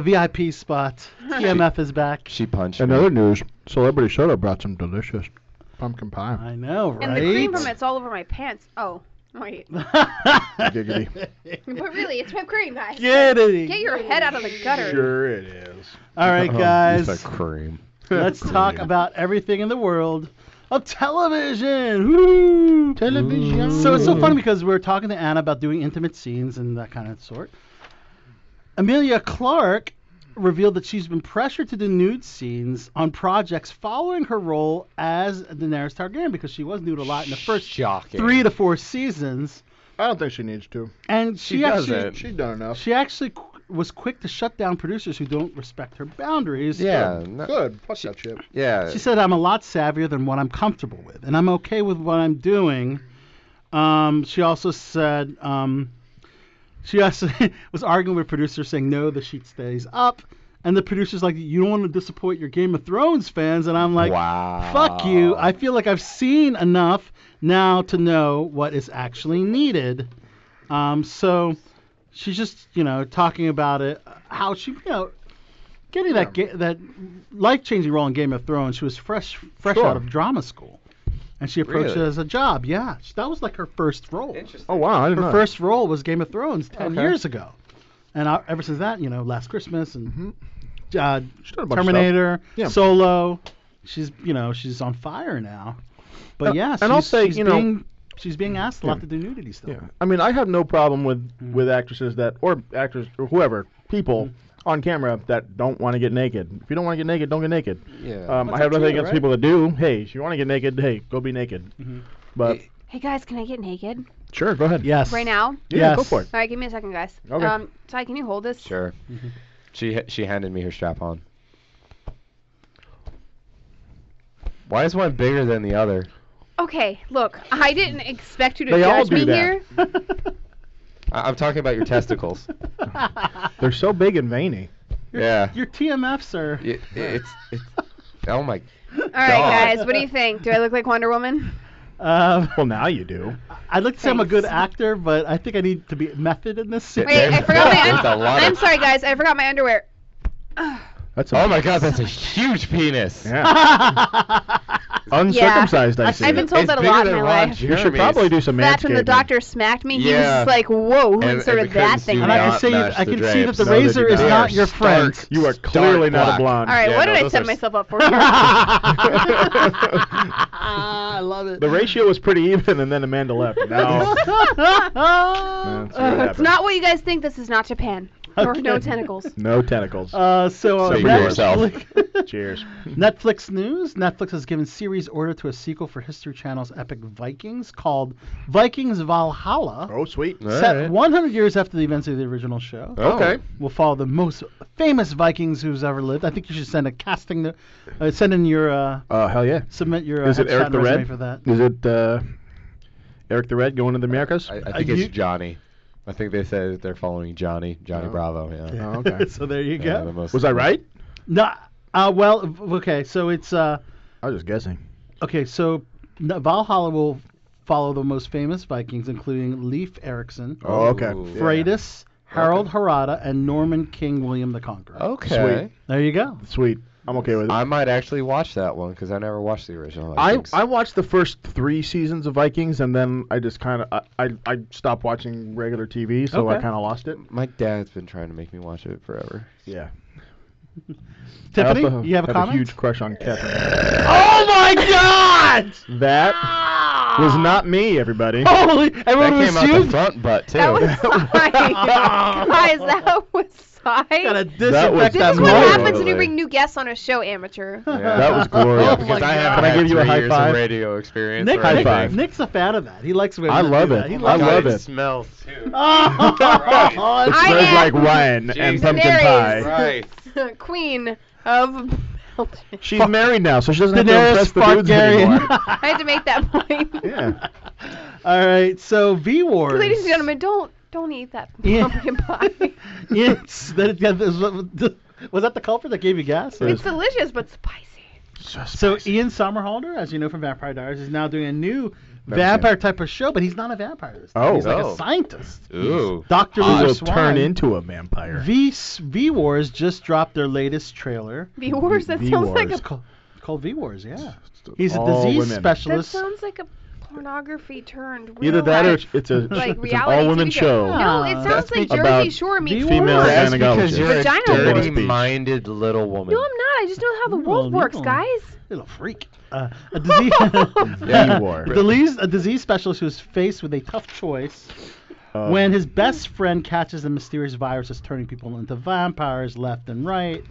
G: VIP spot. TMF is back.
J: She punched.
H: In other news, Celebrity Soda brought some delicious pumpkin pie.
G: I know,
Q: and the cream from it's all over my pants. Oh, wait.
H: Giggity.
Q: but really, it's whipped cream, guys.
G: Giggity.
Q: Get your head out of the gutter.
H: Sure it is.
G: All right,
J: Oh,
G: guys.
J: it's a cream.
G: Let's talk about everything in the world of television. Woo! Television. So it's so funny because we are talking to Anna about doing intimate scenes and that kind of sort. Amelia Clark revealed that she's been pressured to do nude scenes on projects following her role as Daenerys Targaryen because she was nude a lot in the first three to four seasons.
H: I don't think she needs to.
G: And she,
H: She
G: actually
H: doesn't. She done enough.
G: She actually qu- was quick to shut down producers who don't respect her boundaries.
J: Yeah, no-
H: Good. Fuck that shit.
J: Yeah.
G: She said, I'm a lot savvier than what I'm comfortable with, and I'm okay with what I'm doing. Um, she also said, um, she also was arguing with producers saying, no, the sheet stays up. And the producer's like, you don't want to disappoint your Game of Thrones fans. And I'm like, fuck you. I feel like I've seen enough now to know what is actually needed. Um, so she's just, you know, talking about it, how she, you know, getting that ga- that life changing role in Game of Thrones. She was fresh fresh
H: Sure.
G: out of drama school, and she approached it
H: Really?
G: as a job. Yeah, She- that was like her first role. Interesting.
H: Oh, wow, I didn't
G: her
H: know that.
G: first role was Game of Thrones ten
H: Okay.
G: years ago, and I, ever since that, you know, Last Christmas and uh,
H: Mm-hmm. done a bunch of stuff.
G: Terminator,
H: Yeah.
G: Solo. She's you know she's on fire now, but
H: And-
G: yeah,
H: and
G: she's,
H: I'll say,
G: she's
H: you know-
G: being, she's being asked a lot
H: Yeah.
G: to do nudity stuff.
H: I mean, I have no problem with
G: Mm.
H: with actresses that or actors or whoever people
G: Mm-hmm.
H: on camera that don't want to get naked. If you don't want to get naked, don't get naked.
J: Yeah.
H: Um, I
J: That's
H: have
J: up to
H: nothing
J: you,
H: against
J: right?
H: people that do. Hey, if you want to get naked, hey, go be naked.
G: Mm-hmm.
H: But
Q: Hey guys, can I get naked?
H: sure, go ahead.
G: Yes.
Q: Right now?
H: Yeah, go for it.
Q: All right, give me a second, guys.
J: Okay.
Q: Um, Ty, can you hold this?
J: Sure. She ha- she handed me her strap on. Why is one bigger than the other?
Q: Okay, look, I didn't expect you to
J: They all
Q: judge
J: do
Q: me
J: that.
Q: here.
J: I- I'm talking about your testicles.
H: They're so big and veiny.
J: yeah.
G: Your TMF, sir.
J: It, it's, it's oh my.
Q: All right, guys, what do you think? Do I look like Wonder Woman?
G: Um,
H: well, now you do.
G: I'd like to say I'm a good actor, but I think I need to be method in this.
Q: Wait, I forgot my.
J: There's a
Q: un-
J: lot
Q: I'm
J: of-
Q: sorry, guys. I forgot my underwear.
H: That's
J: oh my god, that's a huge penis.
H: Uncircumcised, I see.
Q: I've been told
H: It's
Q: that a
H: bigger
Q: lot in
H: than
Q: my
H: Ron
Q: life.
H: You should Jeremy's. probably do some
Q: That's when the
H: manscaping.
Q: doctor smacked me. He
H: Yeah.
Q: was like, "Whoa, Oh, who
H: And-
Q: inserted
H: and the
Q: that
H: curtains
Q: thing?"
H: do
Q: in
G: And I
Q: there?"
G: can see,
H: match the
G: I can see that
H: drapes.
G: the
H: No, they do
G: razor is
H: not.
G: not your
H: Stark.
G: friend.
H: You are clearly not a
G: black.
H: blonde.
Q: All right,
H: Yeah,
Q: what
H: no,
Q: did I
H: those
Q: set
H: are
Q: myself up for? here?
G: Ah, I love it.
H: The ratio was pretty even, and then Amanda left. No. That's what
Q: Uh, it's
H: happened.
Q: not what you guys think. This is not Japan. There are no tentacles.
H: No tentacles.
G: Uh, so uh,
H: Save yourself.
G: Netflix-
H: Cheers.
G: Netflix news: Netflix has given series order to a sequel for History Channel's epic Vikings called Vikings Valhalla.
H: Oh, sweet!
G: Set
H: Alright.
G: 100 years after the events of the original show.
H: Oh. Okay.
G: We'll follow the most famous Vikings who's ever lived. I think you should send a casting, to, uh, send in your, uh,
H: Oh hell yeah!
G: submit your. Uh,
H: Is it
G: headshot
H: Eric
G: and
H: the
G: resume
H: Red?
G: for that?
H: Is it uh, Eric the Red going to the Americas?
J: I think it's Johnny. I think they said that they're following Johnny, Johnny Bravo. Yeah.
H: Oh, okay.
G: so there you
J: Yeah,
G: go.
J: the most-
H: Was I right?
G: No. Uh, well, v- okay. So it's. Uh,
H: I was just guessing.
G: Okay, so n- Valhalla will follow the most famous Vikings, including Leif Erikson.
H: Oh, okay. Ooh.
G: Freydis, Harold Harada, and Norman King William the Conqueror.
J: Okay. Sweet.
G: There you go.
H: Sweet. I'm okay with it.
J: I might actually watch that one because I never watched the original.
H: I,
J: think.
H: I watched the first three seasons of Vikings, and then I just kind of I, I I stopped watching regular TV, so I
J: Okay.
H: kind of lost it.
J: my dad's been trying to make me watch it forever.
H: Yeah.
G: Tiffany,
H: I also
G: you have a
H: have
G: comment?
H: A huge crush on Kevin.
G: Oh my God! Ah!
H: That was not me, everybody.
G: Holy!
H: Everyone
J: that
H: was
J: came out
H: huge.
J: the front butt too.
H: That was
Q: Guys, that was sigh.
G: Gotta
H: That was
Q: this is what
H: glorious.
Q: happens when you bring new guests on a show, amateur.
H: That was glorious.
J: Yeah, because I haven't
H: Can I
J: had
H: give you a
J: three
H: high
J: years
H: five?
J: of radio experience.
G: Nick,
J: or
H: High
G: Nick-
H: five.
G: Nick's a fan of that. He likes women.
H: I
G: that
H: love
G: do
H: it.
G: That. He
H: I
G: likes
H: love
J: It
H: it.
J: smells too.
G: Oh,
H: It
Q: I
H: smells
Q: am-
H: like wine and pumpkin pie.
Q: Daenerys, Queen of Belgium.
H: She's married now, so she doesn't have
G: Daenerys
H: to impress the dudes
G: Targaryen.
H: anymore.
Q: I had to make that point.
H: yeah.
G: All right, so V Wars.
Q: Ladies and gentlemen, don't don't eat that
G: Yeah.
Q: pumpkin pie.
G: Yes, that, that- that- was that the culprit that gave you gas?
Q: It's delicious, but spicy.
G: So Ian Somerhalder, as you know from Vampire Diaries, is now doing a new
H: Never
G: vampire type of show, but he's not a vampire. This time.
H: Oh.
G: he's like
H: Oh.
G: a scientist.
H: Ooh.
G: Doctor
H: He
G: Luther
H: will
G: Swan.
H: turn into a vampire.
G: V V Wars just dropped their latest trailer.
Q: V Wars, that
G: V
Q: sounds like
G: Wars.
Q: a
G: It's called, it's called V Wars. Yeah. He's a
H: all
G: disease
H: women.
Q: that
G: specialist.
Q: sounds like a
I: pornography turned real
H: Either that or it's-
I: life,
H: it's a-
I: like
H: it's an
I: reality
H: all-women
I: TV show.
H: show.
I: No, it
H: Ah.
I: sounds
H: That's
I: like
H: because-
I: Jersey
H: about
I: Shore meets
H: female
I: Porn.
H: That's gynecologist.
R: because you're a
I: Vagina Wars.
R: dirty-minded little woman.
I: No, I'm not. I just know how the world works, guys.
G: Little freak. Uh, a disease.
H: war.
G: a disease. A disease specialist who's faced with a tough choice
H: Um,
G: when his best friend catches the mysterious virus that's turning people into vampires left and right.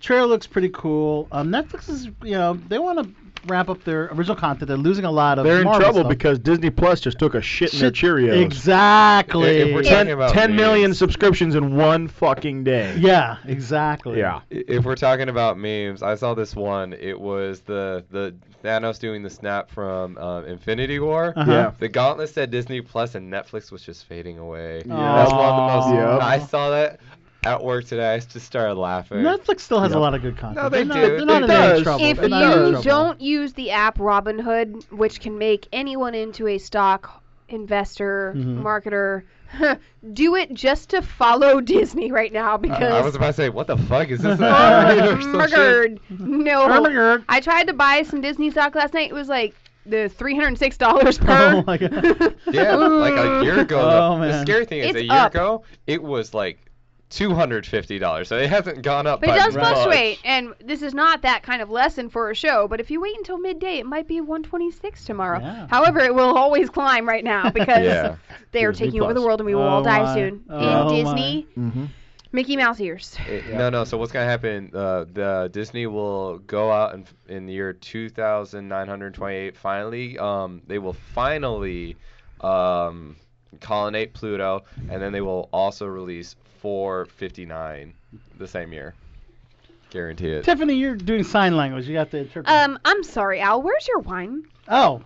G: Trailer looks pretty cool. Um, Netflix is, you know, they want to ramp up their original content. They're losing a lot of.
H: They're in
G: Marvel
H: trouble
G: stuff.
H: because Disney Plus just took a shit in
G: Shit-
H: their Cheerios.
G: Exactly. If- if we're
H: Ten-
G: talking about
H: 10 million subscriptions in one fucking day.
G: Yeah, exactly.
H: Yeah.
J: I- If we're talking about memes, I saw this one. It was the the Thanos doing the snap from um, Infinity War.
H: Uh-huh. Yeah.
J: The gauntlet said Disney Plus and Netflix was just fading away.
G: Yeah.
J: That's one of the most.
G: Yep.
J: I saw that at work today. I just started laughing.
G: Netflix still has a lot of good content.
J: No, they
G: They're not-
J: do.
G: they're not
J: It
G: in any
J: does.
G: trouble.
I: If
G: They're not in any
I: you
G: trouble.
I: don't use the app Robinhood, which can make anyone into a stock investor,
J: Mhm.
G: Mm-hmm.
I: marketer, do it just to follow Disney right now
J: I- I
I: because
J: was about to say, what the fuck is this? Or some shit. Mm-hmm.
I: Murdered. No. I tried to buy some Disney stock last night. It was like the $306 per.
G: Oh my god.
J: Yeah, like a year ago. the-
G: Oh,
J: the,
G: man.
J: scary thing is,
I: It's
J: a year
I: up.
J: ago, it was like two hundred fifty dollars. So it hasn't gone up.
I: But
J: by
I: it does
J: much.
I: fluctuate, and this is not that kind of lesson for a show. But if you wait until midday, it might be 126 tomorrow. However, it will always climb right now because
J: Yeah.
I: they are
J: Disney
I: taking over the
J: Plus.
I: world, and we will all
J: Oh
I: die
J: my.
I: soon.
J: Oh
I: in
J: my.
I: Disney,
H: Mm-hmm.
I: Mickey Mouse ears.
J: It- No, no. So what's gonna happen? Uh, the Disney will go out in, in the year 2928. Finally, um, they will finally um, colonate Pluto, and then they will also release 459 the same year. Guarantee it.
G: Tiffany, you're doing sign language. You have to interpret.
I: Um, I'm sorry, Al. Where's your wine?
G: oh,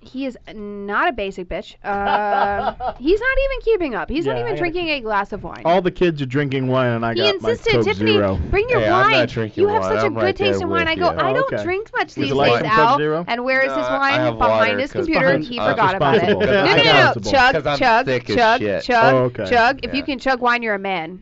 I: He is not a basic bitch. Uh, he's not even keeping up. He's
H: Yeah,
I: not
H: I
I: even
H: gotta Oh,
I: drinking a glass of wine.
H: All the kids are drinking wine, and I
I: He
H: got my
I: insisted,
H: Coke
I: Tiffany,
H: Zero.
I: bring your Hey, I'm not wine. drinking You have wine. such a I'm good right taste there in wine. with I go, you.
H: Oh,
I: "I don't drink much
H: Would
I: these
H: you like
I: days,
H: some Coke
I: Al."
H: Zero?
I: And where is his
J: I- I
I: wine?
J: have
I: Behind
J: water
I: his
J: 'cause
I: computer, and
J: I'm-
I: he
J: I'm
I: forgot about it. No,
J: responsible.
I: no,
J: 'Cause I'm
I: no, no.
J: responsible.
I: Chug,
J: 'Cause I'm
I: chug,
J: thick as
I: chug,
J: shit.
I: chug,
J: Oh, okay.
I: chug. If you
J: Yeah.
I: can chug wine, you're a man.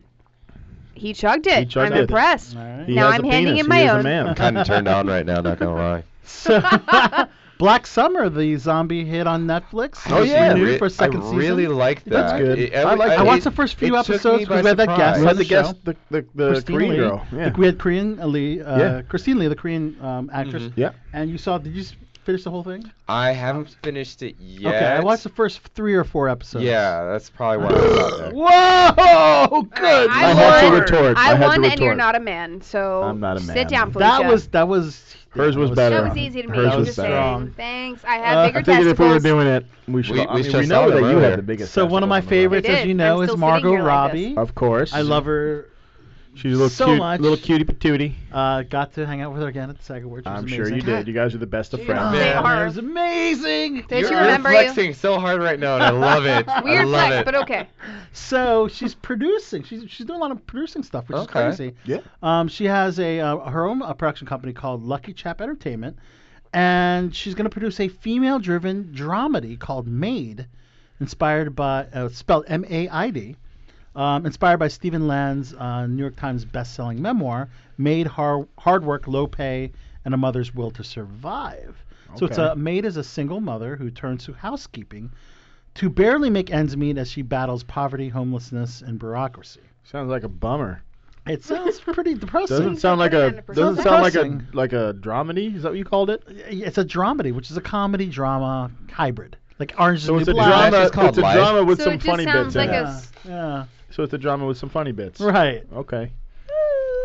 I: He chugged it.
J: He chugged
I: I'm
J: it.
I: impressed. Now I'm handing him my own.
J: I'm kind of turned on right now. Not gonna lie.
G: Black Summer, the zombie hit on Netflix. was renewed
J: Oh, Re-
G: for a second
J: I really
G: season.
J: like that.
G: That's good.
J: It-
G: I,
J: every-
G: like. I
J: it-
G: watched the first few
J: it took me
G: episodes
J: by
G: because we had that guest.
J: surprise.
G: on
H: We had the
G: show.
H: guest, the- the- the
G: Christina
H: Korean
G: Lee.
H: girl, yeah.
G: We had Korean Lee, uh,
J: Yeah.
G: Christine Lee, the Korean um, actress.
J: Mhm. Yeah.
G: And you saw? Did you s- finish the whole thing?
J: I haven't finished it yet.
G: Okay, I watched the first three or four episodes.
J: Yeah, that's probably why I'm not there.
G: Whoa! Good.
I: I,
G: had
I: won.
G: to retort.
I: I,
G: I had to
I: won, and you're
G: retort.
I: not a man. So
G: I'm not a
I: sit
G: man.
I: down, Felicia.
G: That was that was
H: Hers was better.
I: That was easy to make.
H: Hers
I: I'm
H: was
I: just
H: better.
I: saying. Thanks. I had
H: Uh,
I: bigger
H: I figured if we were
I: testicles.
H: doing it, we should.
J: We-
H: I
J: we
H: mean,
J: just saw
H: know that
J: them
H: you
J: earlier.
H: had the biggest.
G: So one of my favorites,
I: They
G: as
I: did.
G: you
I: I'm
G: know,
I: still
G: is
I: sitting
G: Margot
I: here like this.
G: Robbie.
H: Of course.
G: I love her.
H: She's a little
G: so
H: cute,
G: much.
H: little cutie patootie.
G: Uh, got to hang out with her again at the SAG Awards. which
H: I'm
G: was
H: sure you
G: amazing.
H: did. You guys are the best of friends.
G: Oh, man, it was amazing.
I: Did
J: You're
I: you remember you?
J: flexing so hard right now, and I love it. I
I: Weird
J: love
I: flex,
J: it.
I: but okay.
G: So she's producing. She's she's doing a lot of producing stuff, which
J: Okay.
G: is crazy. Yeah. Um, she has a uh, her own uh, production company called Lucky Chap Entertainment, and she's going to produce a female-driven dramedy called Maid, inspired by uh, spelled M-A-I-D, um, inspired by Stephen Land's uh, New York Times best-selling memoir, Maid: Har- Hard Work, Low Pay, and a Mother's Will to Survive. So it's
H: Okay.
G: a maid is a single mother who turns to housekeeping to barely make ends meet as she battles poverty, homelessness, and bureaucracy.
H: Sounds like a bummer.
G: It sounds pretty depressing.
H: Doesn't sound like a doesn't
G: Sounds
H: sound like a
G: depressing.
H: like a dramedy. Is that what you called it?
G: It's a dramedy, which is a comedy drama hybrid, like Orange
H: So
G: is
H: it's
G: the
H: a
G: New Black.
H: drama. It's a drama with
I: So
H: some
I: it just
H: funny
I: sounds
H: bits in
I: like a
H: it.
I: s-
G: Yeah.
H: So it's a drama with some funny bits.
G: Right.
H: Okay.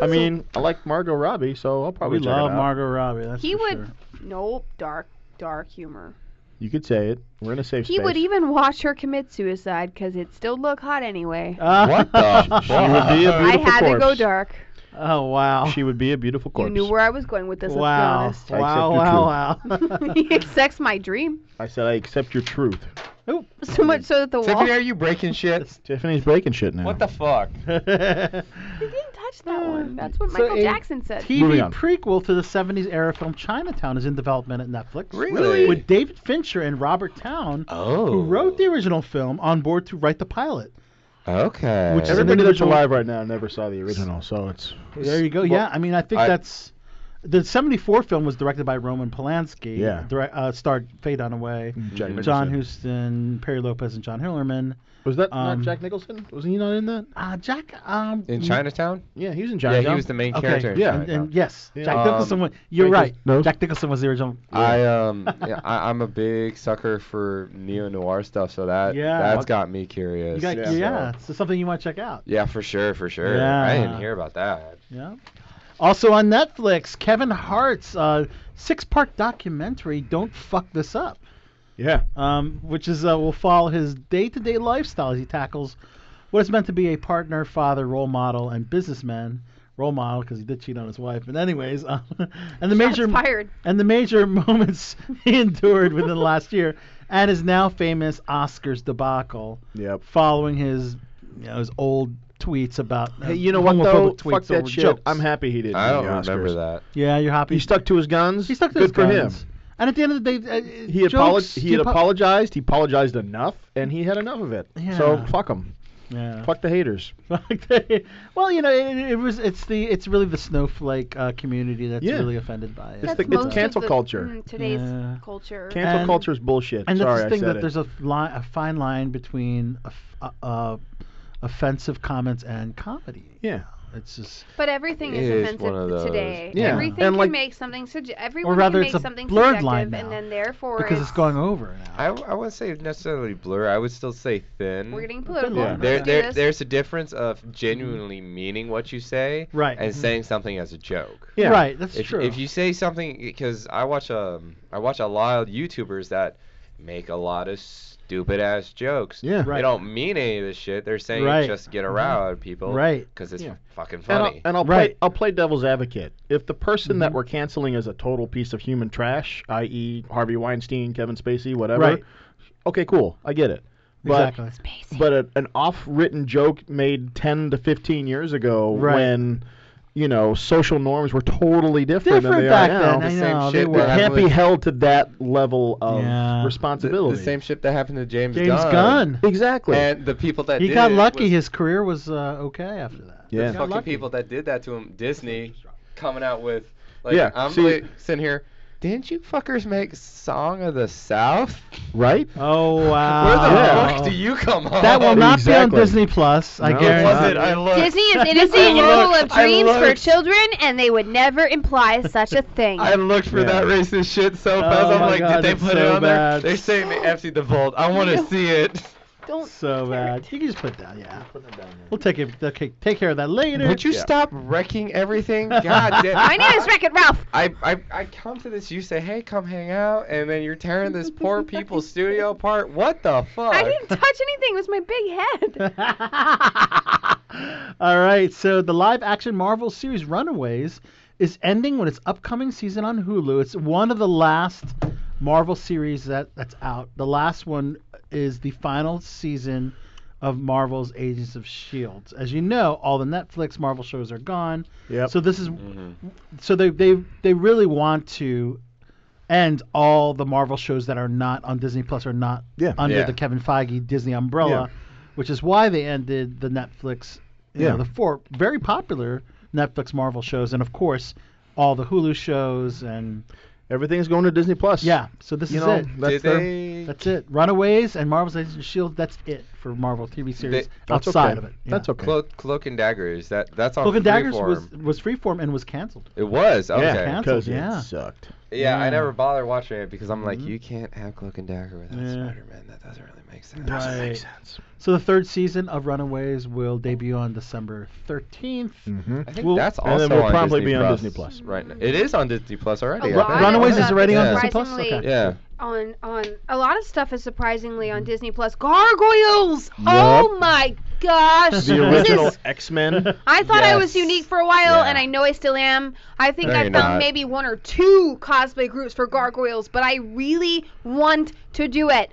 H: I mean, I like Margot Robbie, so I'll probably
G: We
H: check it
G: love
H: out.
G: Margot Robbie. That's
I: He
G: for
I: would.
G: sure.
I: Nope. Dark, dark humor.
H: You could say it. We're in a safe
I: He
H: space.
I: would even watch her commit suicide because it still look hot anyway.
H: What the She would be a
I: I
H: beautiful
I: had to go
H: corpse.
I: dark.
G: Oh wow.
H: She would be a beautiful corpse.
I: You knew where I was going with this.
H: Wow.
I: Let's be honest.
H: Wow, wow,
I: wow. Sex my dream.
H: I said I accept your truth.
I: So much so that the wall.
J: Tiffany, are you breaking shit?
H: Tiffany's breaking shit now.
J: What the fuck?
I: You didn't touch that one. That's what
G: Mm. so
I: Michael
G: a
I: Jackson said.
H: Moving
G: TV
H: on.
G: prequel to the 70s era film Chinatown is in development at Netflix.
I: Really?
G: With David Fincher and Robert Towne,
H: Oh.
G: who wrote the original film, on board to write the pilot.
J: Okay.
G: Which is an
H: Everybody that's
G: individual-
H: alive right now never saw the original, so it's.
G: There you go.
H: Well,
G: yeah, I mean, I think
H: I-
G: that's. The 74 film was directed by Roman Polanski.
H: Yeah. Mm-hmm.
G: Direct, uh, starred Faye Dunaway,
H: Jack
G: John
H: Nicholson.
G: Huston, Perry Lopez, and John Hillerman.
H: Was that
G: Um,
H: not Jack Nicholson? Was he not in that?
G: Uh, Jack. Um,
J: In Chinatown?
H: Yeah, he was in
J: Yeah, he
H: Chinatown.
J: was the main
G: Okay,
J: character in
G: Yeah. And,
J: Chinatown.
G: and yes,
J: Yeah.
G: Jack
J: Um,
G: Nicholson. Was, you're
J: Wait,
G: right. Jack Nicholson was the original.
J: I um yeah, I, I'm a big sucker for neo noir stuff, so that
G: Yeah.
J: that's got me curious.
G: You got, yeah.
J: so-
G: So something you want to check out.
J: Yeah, for sure, for sure. I
G: Yeah.
J: didn't hear about that.
G: Yeah. Also on Netflix, Kevin Hart's uh, six-part documentary "Don't Fuck This Up."
H: Yeah.
G: Um, which is uh, will follow his day-to-day lifestyle as he tackles what is meant to be a partner, father, role model, and businessman. Role model because he did cheat on his wife. But anyways, um, and the
I: Shots
G: major
I: fired.
G: and the major moments he endured within the last year, and his now famous Oscars debacle.
H: Yep.
G: Following his you know, his old tweets about uh,
H: Hey, you know what though?
G: homophobic
H: Fuck
G: tweets
H: that
G: over
H: shit.
G: jokes.
H: I'm happy he didn't.
J: I
H: win
J: don't
H: the
J: remember
H: Oscars.
J: that.
G: Yeah, you're happy.
H: He stuck to his guns. He
G: stuck to
H: Good
G: his
H: for
G: guns.
H: him.
G: And at the end of the day, uh,
H: He, apolog-
G: jokes,
H: he had
G: apo-
H: apologized. He apologized enough, and he had enough of it. So
G: Yeah.
H: fuck him.
G: Yeah.
H: Fuck the haters.
G: well, you know, it, it was it's the it's really the snowflake uh, community that's
H: Yeah.
G: really offended by it.
H: It's the- it's That's most cancel of the- culture.
I: mm, today's
G: Yeah.
I: culture.
H: Cancel culture is bullshit.
G: And
H: Sorry,
G: that's the
H: I
G: thing
H: said
G: that
H: it.
G: there's a, f- li- a fine line between off- uh, uh, offensive comments and comedy.
H: Yeah,
G: it's just.
I: But everything
G: It
I: is
G: is
I: offensive
G: one of those.
I: today.
G: Yeah.
I: Everything
G: And, like-
I: can make something sugge- everyone
G: rather
I: can
G: it's
I: make
G: a
I: something
G: blurred
I: subjective
G: line now,
I: and then therefore
G: because it's going over now.
J: I, I wouldn't say necessarily blur. I would still say thin.
I: We're getting political.
G: Yeah. Mm-hmm.
J: There,
I: Do
J: there,
I: this.
J: there's a difference of genuinely meaning what you say,
G: Right.
J: and
G: Mhm.
J: saying something as a joke.
G: Yeah. Right, that's
J: if,
G: true.
J: If you say something, because I watch um, I watch a lot of YouTubers that make a lot of stupid ass jokes.
H: Yeah.
J: They
H: Right.
J: don't mean any of this shit. They're saying
H: Right.
J: it just to get
H: Mhm.
J: around people.
H: Right.
J: Because it's
H: Yeah.
J: fucking
H: And I'll,
J: funny.
H: and I'll play I'll play devil's advocate. If the person
G: Mm-hmm.
H: that we're canceling is a total piece of human trash, i.e., Harvey Weinstein, Kevin Spacey, whatever.
G: Right.
H: Okay, cool. I get it. But,
G: Exactly.
H: But a, an off-written joke made 10 to 15 years ago
G: Right.
H: when you know social norms were totally different, than
G: Different
H: they
G: back
H: are now.
G: then, I The same know, they shit
H: It
G: were.
H: can't be
G: happened-
H: held to that level of
G: Yeah.
H: responsibility.
J: The same shit that happened to James,
G: James Gunn.
H: Exactly.
J: And the people that
G: he
J: did
G: got
J: it
G: lucky.
J: was-
G: His career was uh, okay after that. He
J: the
G: got
J: fucking
G: lucky.
J: people that did that to him, Disney, coming out with like
H: Yeah,
J: I'm
H: see-
J: like, sitting here. Didn't you fuckers make Song of the South?
H: Right?
G: Oh wow!
J: Where the
G: Yeah.
J: fuck do you come on?
G: That will not be
H: Exactly.
G: on Disney Plus. I
H: No, it
G: guarantee.
J: wasn't. I looked.
I: Disney is it is
J: I
I: the world of
J: looked, I
I: dreams for
J: looked.
I: children, and they would never imply such a thing.
J: I looked for that racist shit so fast.
G: Oh
J: I'm
G: my
J: like,
G: God,
J: did they
G: that's
J: put it
G: so
J: on
G: bad.
J: there? They're saying they emptied the vault. I want to see it.
I: Don't.
G: So bad. You can just put it down. Yeah. We'll take it. Okay, take care of that later.
J: Would you
G: Yeah.
J: stop wrecking everything? God damn.
G: My name
I: is Wreck It Ralph.
J: I, I, I come to this, you say, hey, come hang out, and then you're tearing this poor people's studio apart. What the fuck?
I: I didn't touch anything. It was my big
G: All right. So the live-action Marvel series Runaways is ending with its upcoming season on Hulu. It's one of the last Marvel series that that's out. The last one is the final season of Marvel's Agents of Shield. E As you know, all the Netflix Marvel shows are gone.
H: Yep.
G: So this is so they they they really want to end all the Marvel shows that are not on Disney Plus are not
H: Yeah.
G: under
H: Yeah.
G: the Kevin Feige Disney umbrella, which is why they ended the Netflix, you
H: Yeah.
G: know, the four very popular Netflix Marvel shows, and of course all the Hulu shows and
H: everything's going to Disney Plus.
G: Yeah, so this
H: You
G: is
H: know,
G: it.
H: that's Did their- they-
G: That's it. Runaways and Marvel's Agents of Shield. E That's it for Marvel TV series
J: That's
G: outside
J: okay.
G: of it.
H: That's okay.
J: Cloak, Cloak and Daggers. That that's on
G: Cloak and Daggers
J: Freeform.
G: was was Freeform and was canceled.
J: It was okay.
G: Yeah, canceled. Yeah.
H: sucked.
J: Yeah, I
G: Yeah. Mm-hmm.
J: never bothered watching it because I'm like, you can't have Cloak and Dagger without
G: Yeah.
J: Spider-Man. That doesn't really make sense.
G: Doesn't make Right. sense. So the third season of Runaways will debut on December 13th.
H: Mm-hmm.
J: I think
G: We'll-
J: that's also
H: And then we'll
J: on
H: probably
J: Disney
H: be on
J: Plus
H: Disney Plus.
J: right now. It is on Disney Plus already. I
G: lot
J: think.
G: of Runaways is
I: stuff
G: already on
J: Yeah.
G: Disney Plus? Okay.
I: surprisingly-
J: Yeah.
I: on on a lot of stuff is surprisingly on Disney Plus. Gargoyles. Oh
H: Yup.
I: my gosh.
H: The
I: This
H: original
I: is,
H: X Men.
I: I thought I was unique for a while, and I know I still am. I think
H: No,
I: I
H: you're
I: found
H: not.
I: maybe one or two cosplay groups for gargoyles, but I really want to do it.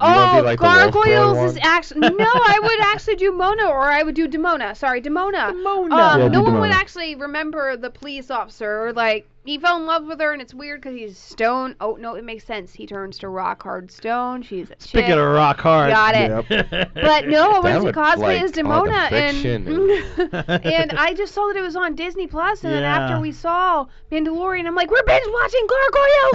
C: wanna
I: oh,
C: be like the Wolf Boy
I: gargoyles is
C: one?
I: actually no. I would actually do Mona, or I would do Demona. Sorry, Demona. Demona. Um, no
C: Yeah, do
I: one would
C: Demona.
I: actually remember the police officer or like
Q: he fell in love with her, and it's weird because he's stone. Oh no, it makes sense. He turns to rock hard stone. She's a
G: Speaking
Q: chick.
G: of rock hard.
Q: Got it. But no, I wanted to cosplay as Demona,
D: Mm-hmm.
G: and-
Q: and and I just saw that it was on Disney Plus, and then after
G: Yeah.
Q: we saw Mandalorian, I'm like, we're binge watching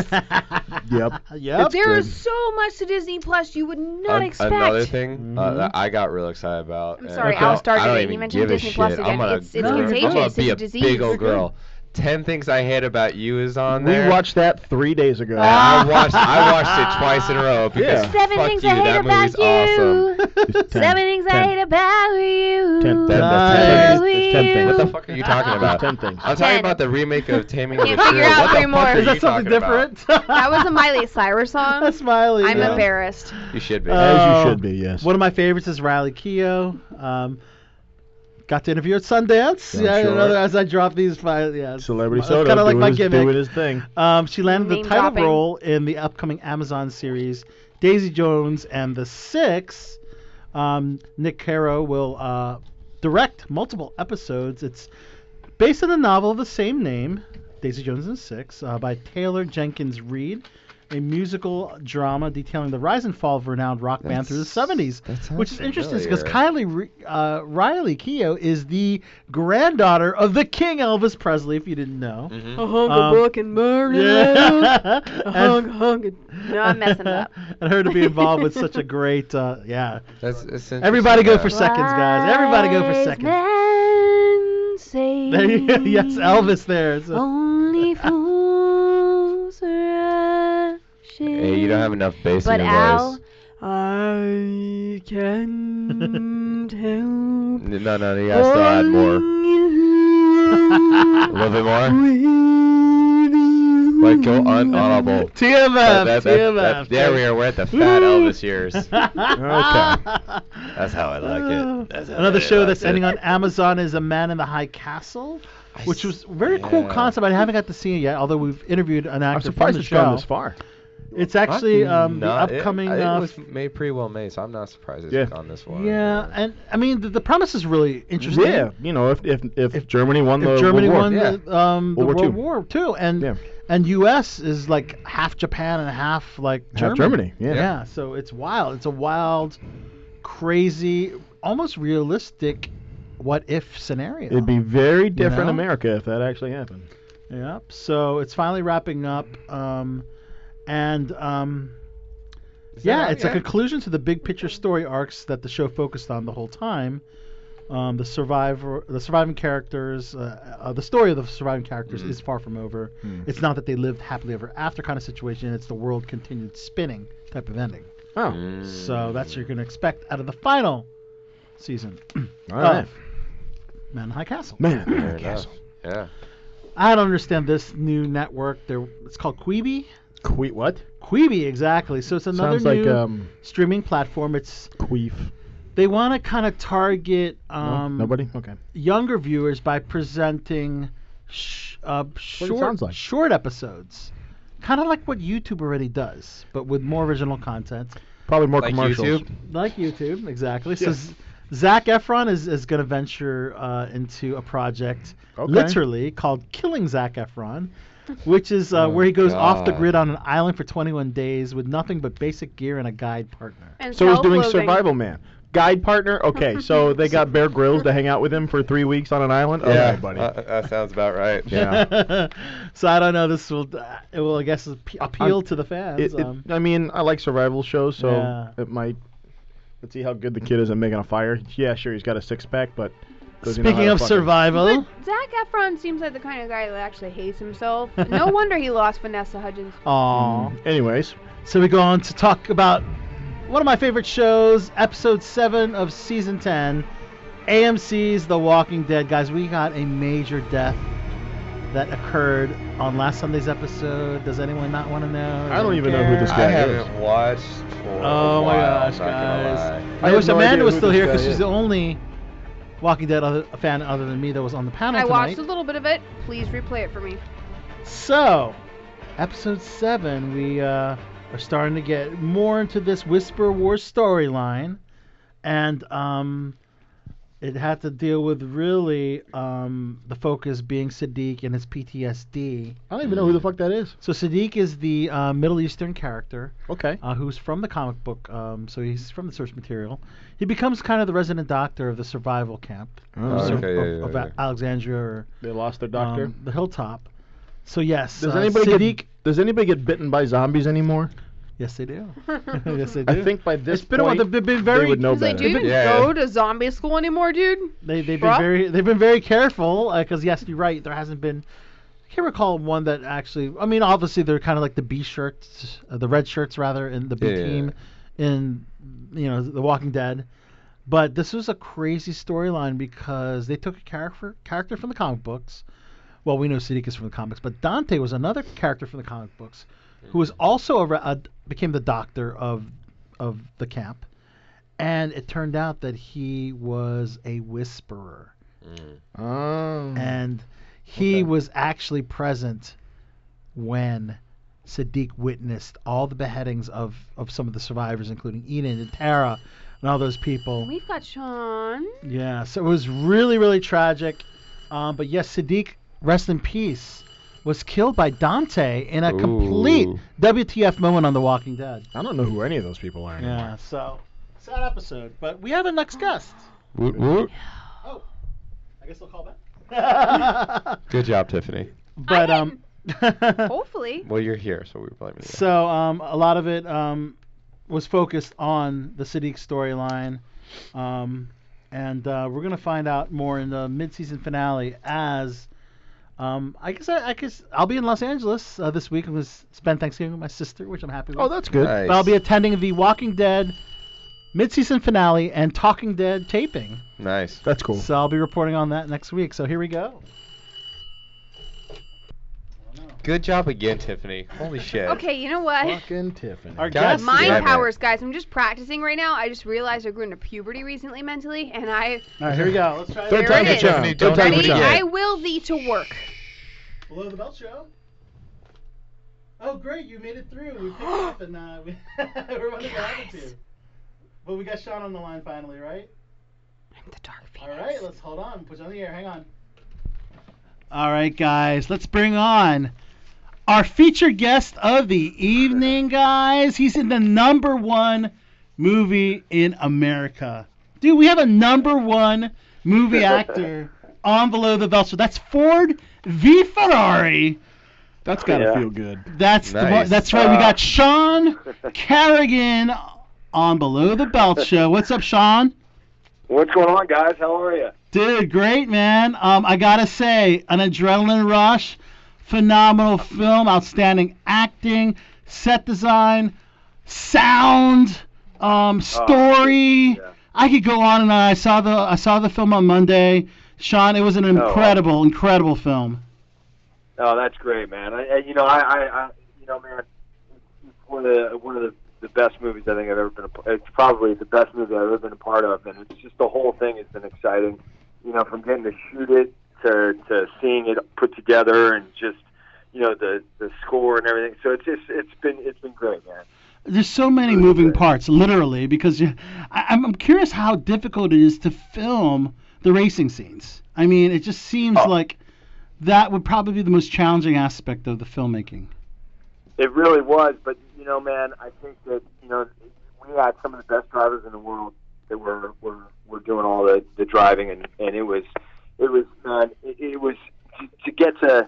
Q: Gargoyles.
H: Yep.
J: Yep.
Q: there
J: It's
Q: is
J: good.
Q: so much to Disney Plus you would not
J: An-
Q: expect.
J: Another thing
H: Mm-hmm.
J: uh, that I got real excited about.
Q: I'm
J: and
Q: sorry,
J: I
Q: Okay. Al
J: don't-
Q: started
J: I don't
Q: it. You
J: even
Q: mentioned
J: give a
Q: Disney Plus
J: shit.
Q: again.
J: I'm gonna,
Q: It's- it's
J: girl. I'm
Q: contagious.
J: gonna
Q: It's
J: be
Q: a
J: a
Q: disease.
J: big
Q: You're
J: old
Q: good.
J: girl. Ten things I hate about you is on
H: We
J: there.
H: watched that three days ago.
J: I watched I watched it twice in a row because
H: Yeah.
Q: Seven
J: fuck
Q: things
J: you,
Q: I hate
J: that
Q: about
J: movie's awesome.
Q: Seven things I hate about you.
J: Ten,
Q: ten,
J: ten,
Q: ten, ten
J: What the fuck are you talking about?
H: Ten things.
J: I'm talking about the remake of Taming of the
Q: Can't
J: Shrew.
Q: uh, figure out
J: What the
Q: three
J: fuck
Q: more.
J: are
Q: Is that
J: you
Q: something
J: talking about?
Q: that was a Miley Cyrus song. That's
G: Miley.
Q: I'm
G: yeah.
Q: embarrassed.
J: You should be.
G: Uh,
J: As you
H: should be, yes.
G: One of my favorites is Riley Keough. Um, got to interview at Sundance.
H: I'm
G: yeah,
H: sure.
G: another as I drop these five. Yeah,
H: Celebrity
G: it's
H: Soto
G: kinda like
H: doing
G: my
H: his-
G: gimmick.
H: doing his thing.
G: Um, she landed
H: Name
G: the title
H: dropping.
G: role in the upcoming Amazon series Daisy Jones and the Six. Um, Nick Caro will uh, direct multiple episodes. It's based on the novel of the same name, Daisy Jones and the Six, uh, by Taylor Jenkins Reid, a musical drama detailing the rise and fall of renowned rock band through the 70s, which is interesting because
H: familiar.
G: Kylie Re- uh, Riley Keough is the granddaughter of the King Elvis Presley, if you didn't know.
I: Mm-hmm.
Q: I
H: Uh-huh,
Q: hung
G: Um,
Q: a book in Maryland.
G: yeah.
Q: I hung,
G: And-
Q: hung. a- No, I'm messing it up.
G: and her to be involved with such a great, uh, yeah.
J: That's, it's
G: Everybody
J: interesting
G: go
J: that-
G: for seconds, guys. Everybody go for
Q: Wise
G: seconds.
Q: men say
G: There you go. Yes, Elvis there. So-
Q: Only fools rush
J: Hey, you don't have enough bass
Q: But
J: in your
Q: Al,
J: voice.
Q: I can't help
J: No, no, you gotta still add more. A little bit more. Like go unaudible.
G: TMF, TMF.
J: there we are. We're at the fat Elvis years.
G: Okay.
J: That's how I
Q: Oh,
J: like it. That's how
G: Another
J: I
G: show
J: like
G: that's
J: it.
G: ending on Amazon is A Man in the High Castle, which was a very cool
H: yeah.
G: concept. I haven't got to see it yet, although we've interviewed an actor from
H: surprised
G: the
H: it's
G: show.
H: gone this far.
G: It's actually
J: I'm
G: um, the
J: not-
G: upcoming.
J: It, it
G: uh,
J: was made pretty well made, so I'm not surprised it's gone this far.
G: yeah, and I mean the, the premise is really interesting.
H: Yeah, you know, if if if, Germany won the
G: if Germany
H: World
G: won
H: War,
G: the, um, the
H: World
G: World
H: War
G: War Two, and and U.S. is like half Japan and half like
H: Half
G: Germany.
H: Germany, yeah.
G: yeah. So it's wild. It's a wild, crazy, almost realistic, what if scenario.
H: it'd be very different
G: know?
H: America if that actually happened.
G: Yep. So it's finally wrapping up, um, and um,
H: that
G: yeah,
H: out
G: it's a
H: yet?
G: conclusion to the big picture story arcs that the show focused on the whole time. Um, the survivor, the surviving characters, uh, uh, the story of the surviving characters
H: Mhm.
G: is far from over.
H: Hmm.
G: It's not that they lived happily ever after kind of situation. It's the world continued spinning type of ending.
H: Oh.
J: Hmm.
G: So that's what you're gonna expect out of the final season.
H: All right.
G: of Man in High Castle.
H: Man in the
J: Fair enough. Yeah.
G: I don't understand this new network. They're, it's called Quibi.
H: Queef what?
G: Quibi, exactly. So it's another
H: Sounds like,
G: new
H: um,
G: streaming platform. It's
H: Queef.
G: they want to kind of target um,
H: nobody? Okay.
G: younger viewers by presenting sh- uh,
H: it
G: short
H: sounds like.
G: short episodes, kind of like what YouTube already does, but with more original content.
H: Probably more commercials.
G: Like YouTube, exactly.
H: Yeah.
G: So Z- Zach Efron is, is going to venture uh, into a project,
H: Okay.
G: literally, called Killing Zach Efron, which is uh, where he goes off the
H: God.
G: grid on an island for 21 days with nothing but basic gear and a guide partner.
Q: And
H: So he's doing
Q: self-loathing.
H: Survival Man. Guide partner? Okay, so they got Bear Grylls to hang out with him for three weeks on an island?
J: yeah,
H: Okay, buddy.
J: uh, that sounds about right.
G: so I don't know. This will, uh, it will, I guess, ap- appeal
H: I'm-
G: to the fans.
H: It- it-
G: um,
H: I mean, I like survival shows, so
G: Yeah.
H: it might. Let's see how good the kid is at making a fire. Yeah, sure, he's got a six pack, but. does he know how
G: Speaking
H: to
G: of
H: fucking-
G: survival,
Q: Zach Efron seems like the kind of guy that actually hates himself. No wonder he lost Vanessa Hudgens.
G: Aw.
H: Anyways.
G: Hmm. So we go on to talk about one of my favorite shows, episode 7 of season 10, AMC's The Walking Dead. Guys, we got a major death that occurred on last Sunday's episode. Does anyone not want to know?
H: I don't even know who this
J: I
H: guy is.
J: haven't watched for a
G: Oh my
J: while,
G: gosh,
J: I'm not gonna lie.
G: guys. I,
H: I
G: wish
H: have no
G: Amanda
H: idea
G: was
H: who
G: still
H: this
G: here
H: guy
G: because she's
H: is.
G: the only Walking Dead other, fan other than me that was on the panel
Q: I
G: tonight.
Q: watched a little bit of it. Please replay it for me.
G: So, episode seven, we uh, are starting to get more into this Whisper War storyline, and um, it had to deal with really um, the focus being Sadiq and his PTSD.
H: I don't even know who the fuck that is.
G: So Sadiq is the uh, Middle Eastern character.
H: Okay.
G: Uh, who's from the comic book, um, so he's from the source material. He becomes kind of the resident doctor of the survival camp
H: Oh,
G: of, sur-
H: okay, yeah,
G: of-
H: yeah,
G: of
H: yeah.
G: Alexandria or
H: They lost their doctor.
G: um, the hilltop. So yes,
H: does
G: uh,
H: anybody
G: Sadiq-
H: get does anybody get bitten by zombies anymore?
G: Yes, they do. yes, they do.
H: I think by this
G: it's been a while.
H: point,
G: They've been- been
H: they
G: very.
H: would know It's like, better.
G: they've
H: do you
G: been-
H: even Yeah.
Q: Go to zombie school anymore, dude?
G: They they've
Q: Bruh.
G: been very they've been very careful because yes, you're right. There hasn't been. I can't recall one that actually. I mean, obviously they're kind of like the B shirts, uh, the red shirts rather, in the B
S: Yeah.
G: team, in you know The Walking Dead. But this was a crazy storyline because they took a character character from the comic books. Well, we know Sadiq is from the comics, but Dante was another character from the comic books, who was also a, re- a became the doctor of of the camp, and it turned out that he was a whisperer.
H: Oh.
G: And he was actually present when Sadiq witnessed all the beheadings of, of some of the survivors, including Enid and Tara and all those people.
Q: We've got Sean.
G: Yeah, so it was really, really tragic. Um, but yes, Sadiq, rest in peace, was killed by Dante in a complete
H: Ooh.
G: WTF moment on The Walking Dead.
H: I don't know who any of those people are. anymore.
G: Yeah, so sad episode. But we have a next guest.
J: Woot woot.
G: Oh, I guess they'll call back.
J: Good job, Tiffany.
G: but um,
Q: hopefully.
J: Well, you're here, so we were blaming you.
G: So um, a lot of it um, was focused on the Sadiq storyline, um, and uh, we're gonna find out more in the mid-season finale. As um, I guess I, I guess I'll be in Los Angeles uh, this week. I'm gonna s- spend Thanksgiving with my sister, which I'm happy with.
H: Oh, that's good.
G: But I'll be attending the Walking Dead mid-season finale and Talking Dead taping.
J: Nice.
H: That's cool.
G: So I'll be reporting on that next week. So here we go.
J: Good job again, Tiffany. Holy shit.
Q: Okay, you know what?
H: Fucking Tiffany.
G: Our
J: God
G: guest
J: damn
Q: Mind
J: it.
Q: powers, guys. I'm just practicing right now. I just realized I grew into puberty recently mentally, and I.
G: All right, here we go. Let's try
H: Third
G: it.
H: time's a charm. Third time's a
Q: Ready?
H: charm.
Q: I will thee to work.
G: Below the belt show. Oh, great! You made it through. We picked up and uh, we, we're running behind you. But we got Sean on the line finally, right? I'm the dark All right, let's hold on. Put you on the air. Hang on. All right, guys, let's bring on our featured guest of the evening, guys. He's in the number one movie in America. Dude, we have a number one movie actor on Below the Belt. So that's Ford v Ferrari.
H: That's gotta
G: Yeah.
H: feel good.
G: That's the one,
H: Nice.
G: that's right. we
H: Ah.
G: got Sean Carrigan on Below the Belt show. What's up, Sean?
T: What's going on, guys? How are you?
G: Dude, great man. Um, I gotta say, an adrenaline rush, phenomenal film, outstanding acting, set design, sound, um, story. I could go on and on. I saw the I saw the film on Monday. Sean, it was an
T: wow.
G: incredible, incredible film.
T: Oh, that's great, man. I, I, you know, I, I, I, you know, man, it's one of the one of the, the best movies I think I've ever been. A, par- it's probably the best movie I've ever been a part of, and it's just the whole thing has been exciting. You know, from getting to shoot it to to seeing it put together, and just you know the the score and everything. So it's just it's been it's been great, man.
G: There's so many moving parts, literally, because you, I, I'm I'm curious how difficult it is to film the racing scenes. I mean, it just seems like that would probably be the most challenging aspect of the filmmaking.
T: It really was, but you know, man, I think that you know we had some of the best drivers in the world that were were, were doing all the, the driving, and, and it was it was uh, it, it was to, to get to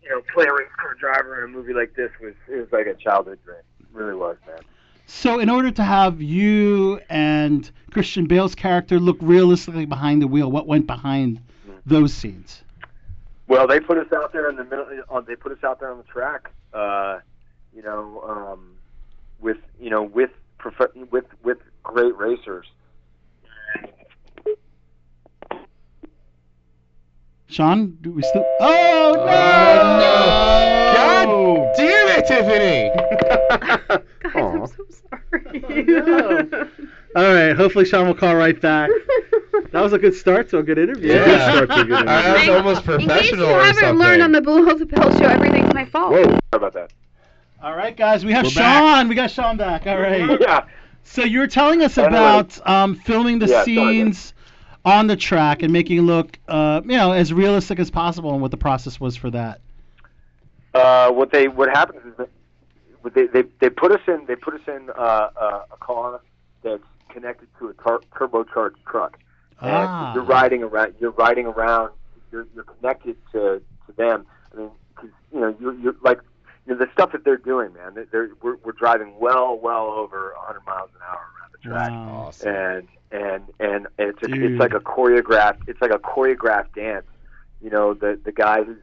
T: you know play a race car driver in a movie like this was it was like a childhood dream. It really was, man.
G: So, in order to have you and Christian Bale's character look realistically behind the wheel, what went behind those scenes?
T: Well, they put us out there in the middle. On, they put us out there on the track. Uh, you know, um, with you know with prof- with with great racers.
G: Sean, do we still? Oh no! God
J: damn it, Tiffany!
G: All right. Hopefully, Sean will call right back. That was a good start to a good interview.
J: Yeah. Good start to a good
G: That
J: interview. almost
Q: In case you haven't learned on the Below the Belt show, everything's my fault.
T: Whoa, sorry about that.
G: All right, guys, we have
T: We're
G: Sean.
T: back.
G: We got Sean back. All right.
T: Yeah.
G: So you were telling us
T: Anyway.
G: about um, filming the
T: Yeah, sorry,
G: scenes on the track and making it look, uh, you know, as realistic as possible, and what the process was for that.
T: Uh, what they what happens is that what they, they they put us in they put us in uh, uh, a car that's connected to a tar- turbocharged truck, and
U: Ah.
T: you're riding around you're riding around you're, you're connected to to them. I mean, 'cause, you know you you're like you know, the stuff that they're doing, man. They're, they're we're, we're driving well well over 100 miles an hour around the track, and and and it's a,
U: Dude.
T: it's like a choreographed it's like a choreographed dance. You know the the guy who's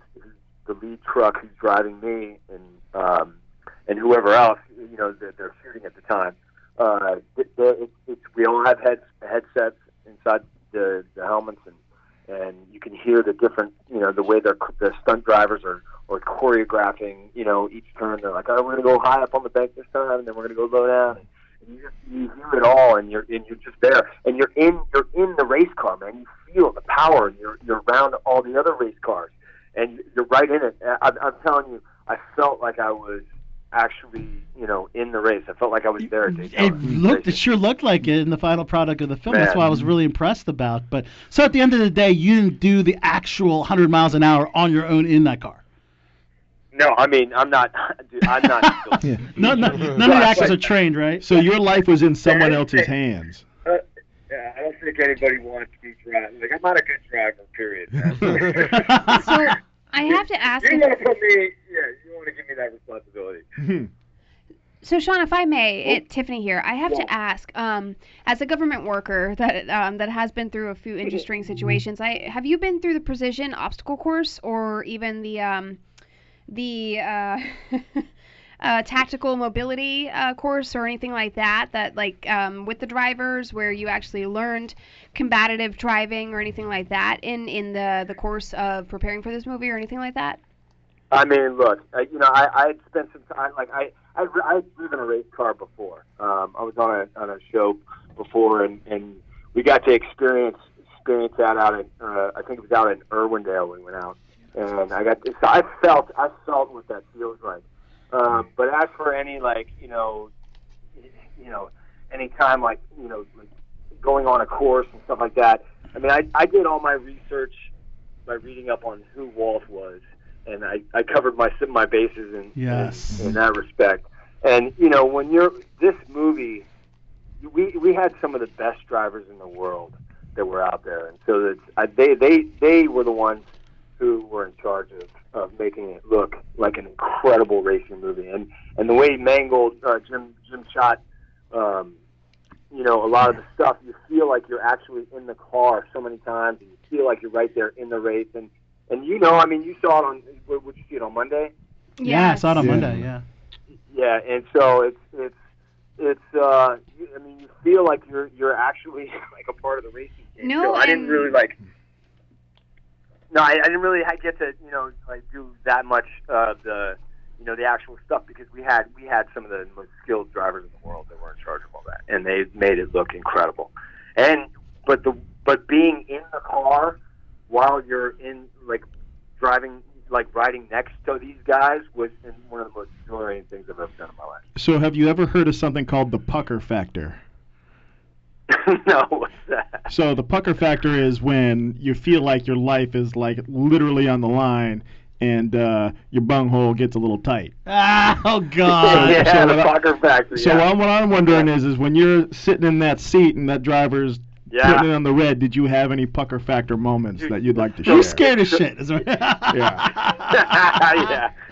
T: the lead truck who's driving me and um, and whoever else you know that they're shooting at the time. Uh, it, it, it's, we all have heads, headsets inside the, the helmets, and and you can hear the different you know the way their the stunt drivers are or choreographing. You know each turn they're like, oh, we're gonna go high up on the bank this time, and then we're gonna go low down. And you just you hear it all, and you're and you're just there, and you're in you're in the race car, man. You feel the power, and you're you're around all the other race cars and you're right in it. I, I'm telling you, I felt like I was actually, you know, in the race. I felt like I was there. At Daytona.
G: It looked, it sure looked like it in the final product of the film. That's
T: Man.
G: what I was really impressed about. But so at the end of the day, you didn't do the actual 100 miles an hour on your own in that car.
T: No, I mean, I'm not. Dude, I'm not.
G: None, none, none of the actors are trained, right?
H: So your life was in someone else's hands.
T: Uh, yeah, I don't think anybody wants me driving. Like, I'm not a good driver. Period.
V: So I have to ask.
T: you
V: if-
T: want to put me? Yeah, you want to give me that responsibility.
V: So, Sean, if I may,
T: Oh.
V: it, Tiffany here, I have to ask, um, as a government worker that um, that has been through a
T: Mm-hmm.
V: few interesting situations, I have you been through the precision obstacle course or even the um, the uh, uh, tactical mobility uh, course or anything like that? That like um, with the drivers, where you actually learned combative driving or anything like that in in the the course of preparing for this movie or anything like that?
T: I mean, look, uh, you know, I I had spent some time like I I I had driven a race car before. Um, I was on a on a show before, and and we got to experience experience that out in uh, I think it was out in Irwindale we went out, and I got so I felt I felt what that feels like. Um, but as for any like you know, you know, any time like you know like going on a course and stuff like that. I mean, I I did all my research by reading up on who Walt was, and I I covered my my bases in
G: Yes.
T: in that respect. And you know, when you're this movie, we we had some of the best drivers in the world that were out there, and so that I, they they they were the ones who were in charge of, of making it look like an incredible racing movie. And and the way Mangold uh, Jim Jim shot, um, you know, a lot of the stuff, you feel like you're actually in the car so many times, and you feel like you're right there in the race. And and you know, I mean, you saw it on what would you see it on Monday?
G: Yeah, I saw it on
H: Yeah.
G: Monday. Yeah.
T: Yeah, and so it's it's it's uh, you, I mean, you feel like you're you're actually like a part of the racing team.
V: No,
T: so I didn't
V: and-
T: really like. No, I, I didn't really ha- get to you know like do that much of the you know the actual stuff because we had we had some of the most skilled drivers in the world that were in charge of all that, and they made it look incredible. And but the but being in the car while you're in like driving like riding next to these guys was in one of the most exhilarating things I've ever done in my life.
H: So have you ever heard of something called the pucker factor?
T: no, what's that?
H: So the pucker factor is when you feel like your life is like literally on the line and uh, your bunghole gets a little tight.
G: Ah, oh
H: God.
T: yeah,
H: So
T: the
H: what I-
T: Fokker factory.
H: So
T: yeah.
H: I'm, what I'm wondering is, is when you're sitting in that seat and that driver's
T: Yeah.
H: putting it on the red, did you have any pucker factor moments that you'd like to share?
G: You're scared as shit. Is what...
H: yeah.
T: yeah.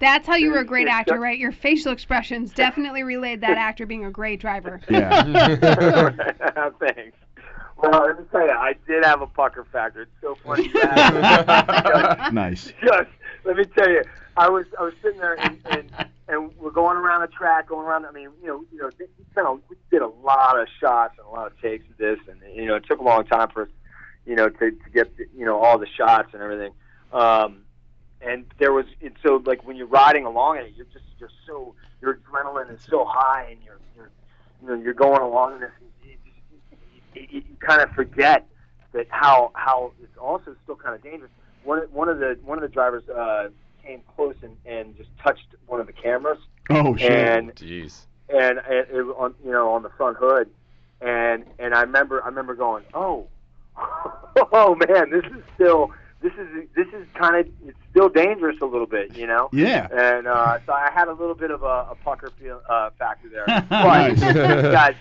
V: That's how you were a great actor, right? Your facial expressions definitely relayed that actor being a great driver.
T: Thanks. Well, let me tell you, I did have a pucker factor. It's so funny. you asked.
H: nice.
T: Yes. Let me tell you, I was I was sitting there and and, and we're going around the track, going around. I mean, you know, you know, we kind of we did a lot of shots and a lot of takes of this, and you know, it took a long time for us, you know, to, to get you know all the shots and everything. Um, and there was and so like when you're riding along it, you're just you're so your adrenaline is so high, and you're you're you know you're going along this, you, you, you kind of forget that how how it's also still kind of dangerous. One of- one of the one of the drivers uh, came close and, and just touched one of the cameras
H: Oh shit.
T: And-
S: Jeez.
T: and, and it, on you know on the front hood, and and I remember I remember going oh oh man, this is still this is this is kind of it's still dangerous a little bit, you know.
G: Yeah.
T: And uh, so I had a little bit of a, a pucker feel, uh, factor there. But
G: Nice.
T: these guys,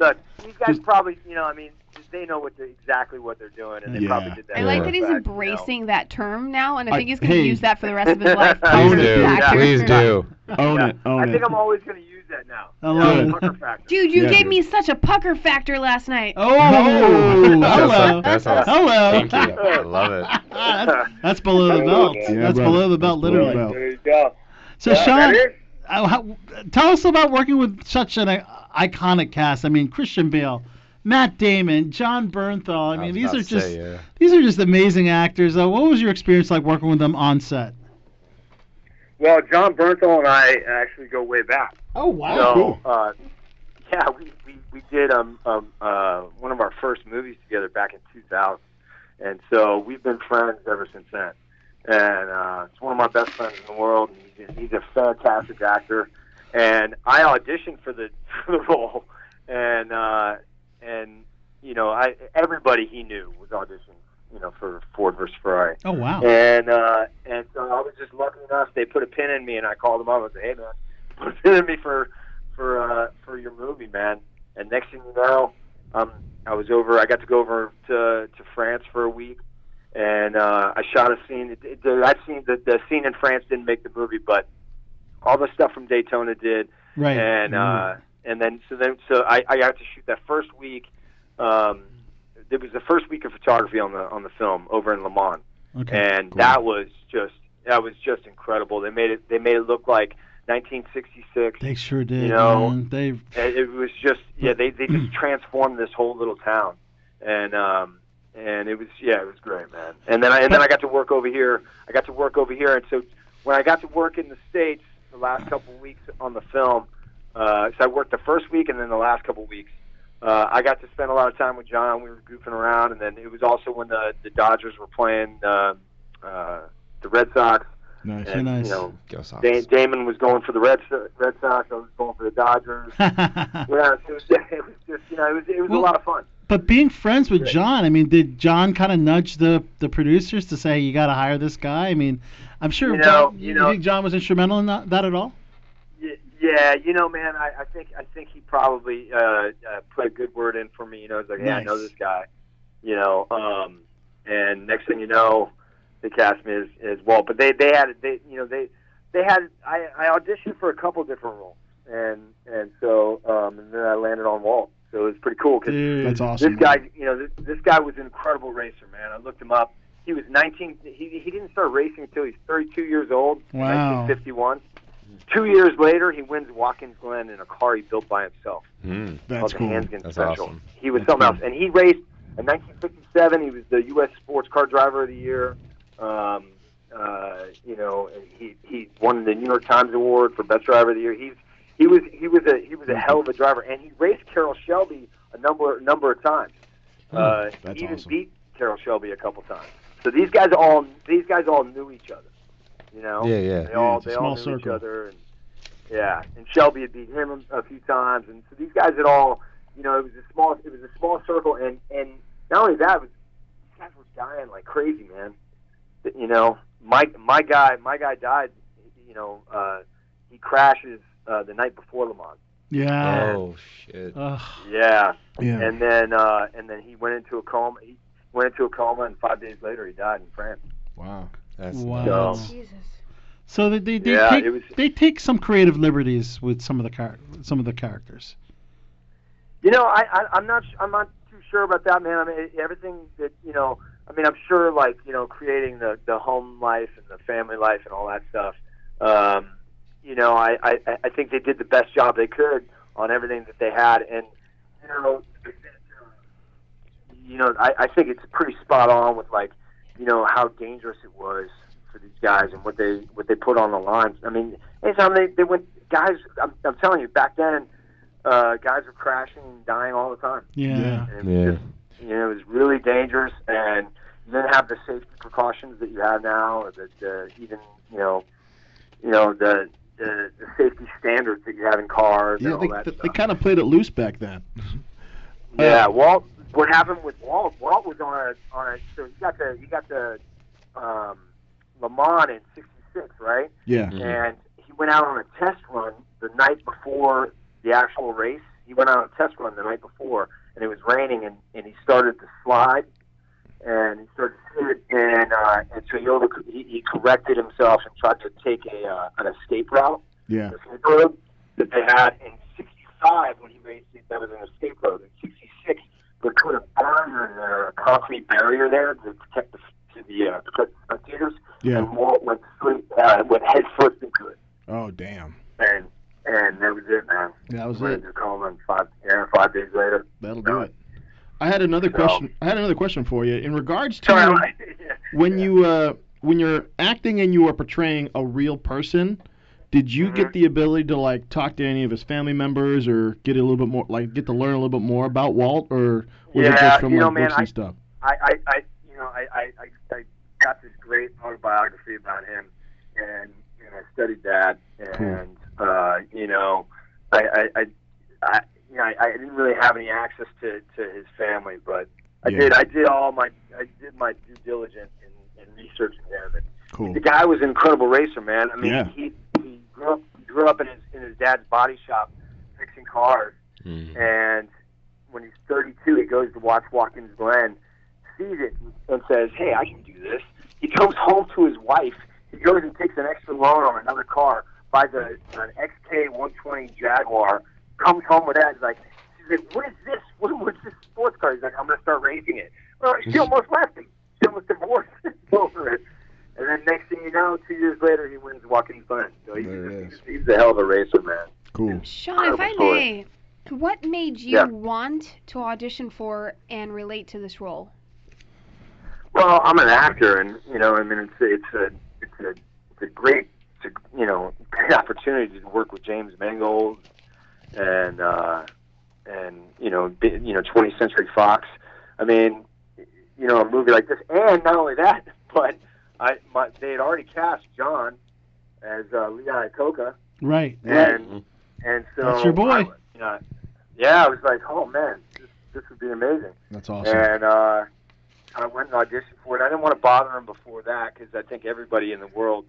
T: look, these guys probably, you know, I mean, they know what they, exactly what they're doing, and they
G: Yeah.
T: probably did that.
Q: I like that he's
T: back.
Q: embracing that term now, and I
T: I-
Q: think he's going to
T: hey.
Q: use that for the rest of his life.
T: Own it.
Q: Factor.
T: Please do.
G: Own it. Own
T: I
G: it.
T: think I'm always going to use that now.
G: I love
T: Yeah,
G: it.
T: Pucker factor.
Q: Dude, you
G: Yeah.
Q: gave me such a pucker factor last night.
G: Oh, hello.
S: That's awesome.
G: Hello.
S: Thank you. I love it.
G: That's below the belt. That's below the belt, literally.
T: There you go.
G: So,
T: Yeah,
G: Sean,
T: that is-
G: uh, how, tell us about working with such an uh, iconic cast. I mean, Christian Bale, Matt Damon, John Bernthal. I mean, these
S: about
G: are
S: to say,
G: just
S: yeah.
G: these are just amazing actors. Uh, what was your experience like working with them on set?
T: Well, John Bernthal and I actually go way back.
G: Oh wow!
T: So,
G: Cool.
T: uh, yeah, we, we, we did um, um, uh, one of our first movies together back in 2000, and so we've been friends ever since then. And uh, it's one of my best friends in the world. And he's, a, he's a fantastic actor, and I auditioned for the for the role, and uh, and you know, I everybody he knew was auditioning, you know, for Ford versus Ferrari.
G: Oh wow!
T: And uh, and so I was just lucky enough. They put a pin in me, and I called them up. and said, "Hey, man, put a pin in me for for uh, for your movie, man." And next thing you know, um, I was over. I got to go over to to France for a week, and uh, I shot a scene. It, it, that scene, the, the scene in France, didn't make the movie, but all the stuff from Daytona did
G: Right.
T: and uh, and then so then so I, I got to shoot that first week. Um, it was the first week of photography on the on the film over in Le Mans, and that was just that was just incredible. They made it they made it look like 1966.
G: They sure did.
T: know,
G: man. They
T: It it was just yeah they they just transformed this whole little town, and um and it was yeah it was great man. And then I and then I got to work over here. I got to work over here, and so when I got to work in the states the last couple of weeks on the film, uh, so I worked the first week and then the last couple of weeks. Uh, I got to spend a lot of time with John. We were goofing around, and then it was also when the the Dodgers were playing uh, uh, the Red Sox.
G: Nice.
T: And,
G: nice.
T: you know,
S: Go Sox.
T: Da- Damon was going for the Red So- Red Sox. I was going for the Dodgers. yeah, it was, it was just you know it was it was a lot of fun.
G: But being friends with John, I mean, did John kind of nudge the, the producers to say you got to hire this guy? I mean, I'm sure.
T: You know,
G: John,
T: you know-
G: think John was instrumental in that, that at all?
T: Y- Yeah, you know, man, I, I think I think he probably uh, uh, put a good word in for me. You know, it's like, yeah, I know
G: Nice.
T: this guy. You know, um, and next thing you know, they cast me as, as Walt. But they they had they you know they they had I, I auditioned for a couple different roles, and and so um, and then I landed on Walt. So it was pretty cool because
H: That's awesome.
T: this guy, you know, this, this guy was an incredible racer, man. I looked him up. He was 19. He, he didn't start racing until he's 32 years old.
G: Wow.
T: 1951. Two years later, he wins Watkins Glen in a car he built by himself.
G: That's
C: Mm-hmm.
T: called
G: cool.
T: The Hansgen
G: That's
T: Special.
G: awesome.
T: He was something else, and he raced in 1957. He was the U.S. Sports Car Driver of the Year. Um, uh, you know, and he he won the New York Times Award for Best Driver of the Year. He's he was he was a he was a hell of a driver, and he raced Carroll Shelby a number number of times. Uh,
H: That's
T: he even
H: awesome.
T: beat Carroll Shelby a couple times. So these guys all these guys all knew each other. You know,
S: Yeah, yeah.
T: They
S: Yeah,
T: all
S: it's a
T: they all
S: small
T: knew each
S: circle.
T: other, and yeah, and Shelby had beat him a few times, and so these guys had all, you know, it was a small it was a small circle, and and not only that, it was, these guys were dying like crazy, man. That, You know, my my guy my guy died. You know, uh, he crashes uh, the night before Le Mans.
G: Yeah.
W: Ah.
S: Oh shit.
T: Yeah.
G: Yeah.
T: And then uh, and then he went into a coma. He went into a coma, and five days later he died in France.
S: Wow.
G: wow. So they they, they
T: Yeah,
G: take
T: it was-
G: they take some creative liberties with some of the char- some of the characters.
T: You know, I, I I'm not su- I'm not too sure about that, man. I mean, it- everything that you know. I mean, I'm sure like you know, creating the the home life and the family life and all that stuff. Um, you know, I, I I think they did the best job they could on everything that they had, and you know, you know, I, I think it's pretty spot on with like you know how dangerous it was for these guys and what they what they put on the line. I mean, anytime they they went, guys, I'm, I'm telling you, back then, uh, guys were crashing and dying all the time.
G: Yeah.
S: Yeah.
T: You know, it was really dangerous, and you didn't have the safety precautions that you have now, or the, the even you know, you know the, the the safety standards that you have in cars and
H: Yeah,
T: all
H: they,
T: that.
H: they kind of played it loose back then.
T: yeah, Walt what happened with Walt? Walt was on a on a so he got the he got the um, Le Mans in '66, right?
C: Yeah.
T: And he went out on a test run the night before the actual race. He went out on a test run the night before, and it was raining, and, and he started to slide, and he started to slip, and uh, and so Yoda he, he corrected himself and tried to take a uh, an escape route
C: Yeah.
T: escape road that they had in '65 when he raced. it, That was an escape road. In '66, they put a barrier there, a concrete barrier there to protect the to the uh, protect the spectators.
C: Yeah.
T: And Walt went straight, uh, went head first into it,
C: Oh damn.
T: and and that was it, man.
H: That was
T: Went
H: it.
T: into coma and five, yeah, five days later.
H: That'll do it. I had another
T: So-
H: question. I had another question for you in regards to
T: Sorry, I-
H: when you uh, when you're acting and you are portraying a real person. Did you
T: Mm-hmm.
H: get the ability to like talk to any of his family members or get a little bit more like get to learn a little bit more about Walt or was it
T: Yeah,
H: just from
T: you know,
H: like
T: man,
H: books and
T: I-
H: stuff?
T: I, I, I you know, I, I, I, I got this great autobiography about him, and and I studied that, and uh, you know, I, I, I, I you know, I, I didn't really have any access to, to his family, but I
B: Yeah.
T: did, I did all my, I did my due diligence in, in researching him, and
C: Cool.
T: the guy was an incredible racer, man. I mean,
C: Yeah.
T: he, he grew up, he grew up in his, in his dad's body shop fixing cars, and when he's 32, he goes to watch Watkins Glen, sees it, and says, "Hey, I can do this." He comes home to his wife. He goes and takes an extra loan on another car, buys a, an XK120 Jaguar, comes home with that. He's like, she's like, "What is this? What, what's this sports car?" He's like, "I'm gonna start racing it." Well, she almost left him. She almost divorced him over it. And then next thing you know, two years later, he wins Watkins Glen. So he's, just, he's a hell of a racer, man.
C: Cool.
I: Sean, if I
T: Incredible
I: may, what made you
T: Yeah.
I: want to audition for and relate to this role?
T: Well, I'm an actor, and you know, I mean, it's it's a it's a it's a great it's a, you know great opportunity to work with James Mangold and uh, and you know bi- you know 20th Century Fox. I mean, you know, a movie like this, and not only that, but I my, they had already cast John as uh, Lee Iacocca,
H: Right.
T: and and so
H: That's your boy.
T: you know, yeah, I was like, oh man, this, this would be amazing.
H: That's awesome.
T: And uh, I went and auditioned for it. I didn't want to bother him before that because I think everybody in the world,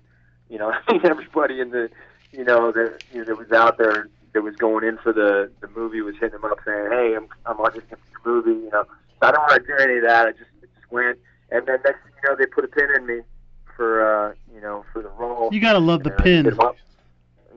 T: you know, I think everybody in the, you know, that you know, that was out there that was going in for the the movie was hitting him up saying, "Hey, I'm I'm auditioning for your movie," you know. So I don't want to do any of that. I just I just went, and then next thing you know, they put a pin in me for uh, you know for the role.
H: You gotta love the pin.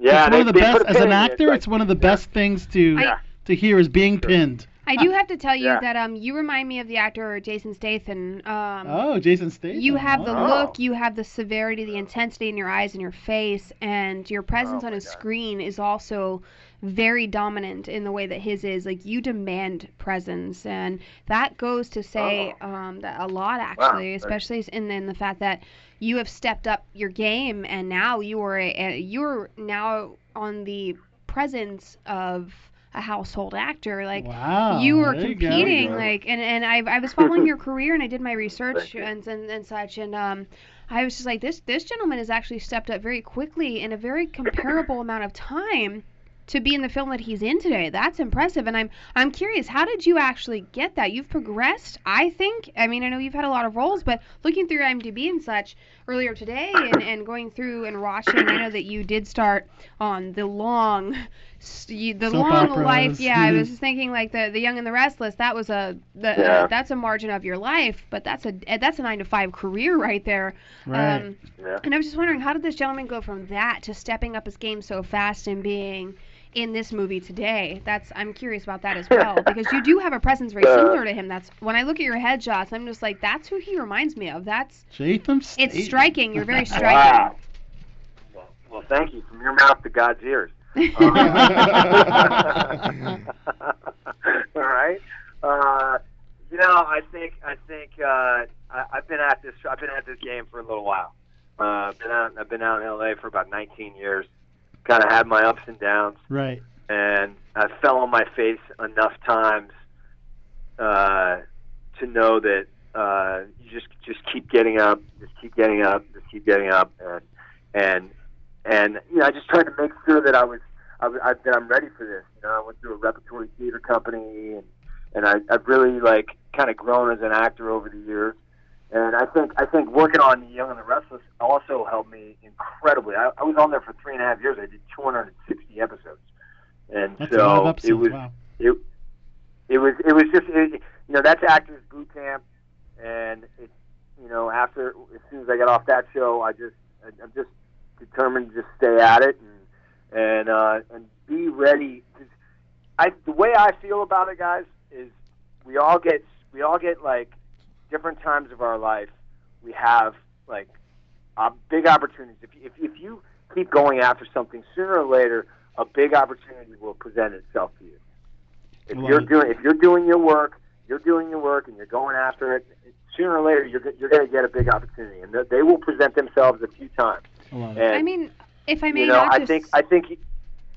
T: Yeah,
H: it's
T: they-
H: one of the
T: they
H: best
T: put a
H: as
T: pin
H: an
T: in me. It's
H: actor.
T: like-
H: It's one of the best things to
I: I-
H: to hear is being pinned.
I: I do have to tell you
H: Yeah.
I: that um, you remind me of the actor Jason Statham. Um,
H: Oh, Jason Statham.
I: You have the
H: Oh.
I: look, you have the severity, the intensity in your eyes and your face, and your presence on a screen is also very dominant in the way that his is. Like you demand presence, and that goes to say um, that a lot actually,
D: thanks.
I: especially in, in the fact that you have stepped up your game, and now you are a, a, you're now on the presence of a household actor. Like
H: Wow,
I: you were
H: there you go.
I: competing,
H: There you go.
I: like and and I, I was following your career and I did my research and, and and such and um I was just like this this gentleman has actually stepped up very quickly in a very comparable amount of time to be in the film that he's in today. That's impressive and I'm I'm curious how did you actually get that? You've progressed, I think. I mean, I know you've had a lot of roles, but looking through IMDb and such earlier today and and going through and watching, I know that you did start on the long s- you- the
D: Soap
I: long
D: operas,
I: life. Yeah, I
D: mhm.
I: was just thinking like the the young and the restless that was a the,
D: Yeah.
I: uh, that's a margin of your life but that's a eh, that's a nine to five career right there
D: Right.
I: um, and i was just wondering how did this gentleman go from that to stepping up his game so fast and being in this movie today that's i'm curious about that as well because you do have a presence very
H: Uh.
I: similar to him that's when i look at your headshots i'm just like that's who he reminds me of that's
H: Jatham
I: it's striking you're very striking
T: Wow. Well, well, thank you. From your mouth to God's ears. Uh, Um, all right. Uh, you know, I think I think uh, I, I've been at this I've been at this game for a little while. Uh, I've been out I've been out in LA for about 19 years. Kind of had my ups and downs,
H: Right.
T: and I fell on my face enough times uh, to know that uh, you just just keep getting up, just keep getting up, just keep getting up, and and and you know I just tried to make sure that I was I, was- I that I'm ready for this. You know, I went through a repertory theater company and and I, I've really like kind of grown as an actor over the years. And I think I think working on The Young and the Restless also helped me incredibly. I, I was on there for three and a half years. I did 260 episodes, and
G: That's a lot of
T: so
G: episodes.
T: it was
G: wow.
T: it it was it was just it, you know that's actors boot camp, and it you know after as soon as I got off that show, I just I, I'm just determined to just stay at it and and uh, and be ready. 'Cause I the way I feel about it, guys, is we all get we all get like different times of our life. We have like uh, big opportunities. If you, if if you keep going after something, sooner or later, a big opportunity will present itself to you. If
C: Right.
T: you're doing if you're doing your work, you're doing your work, and you're going after it. Sooner or later, you're go- you're going to get a big opportunity, and th- they will present themselves a few times. And
I: I mean, if I may
T: you know,
I: not
T: I
I: just
T: think I think you-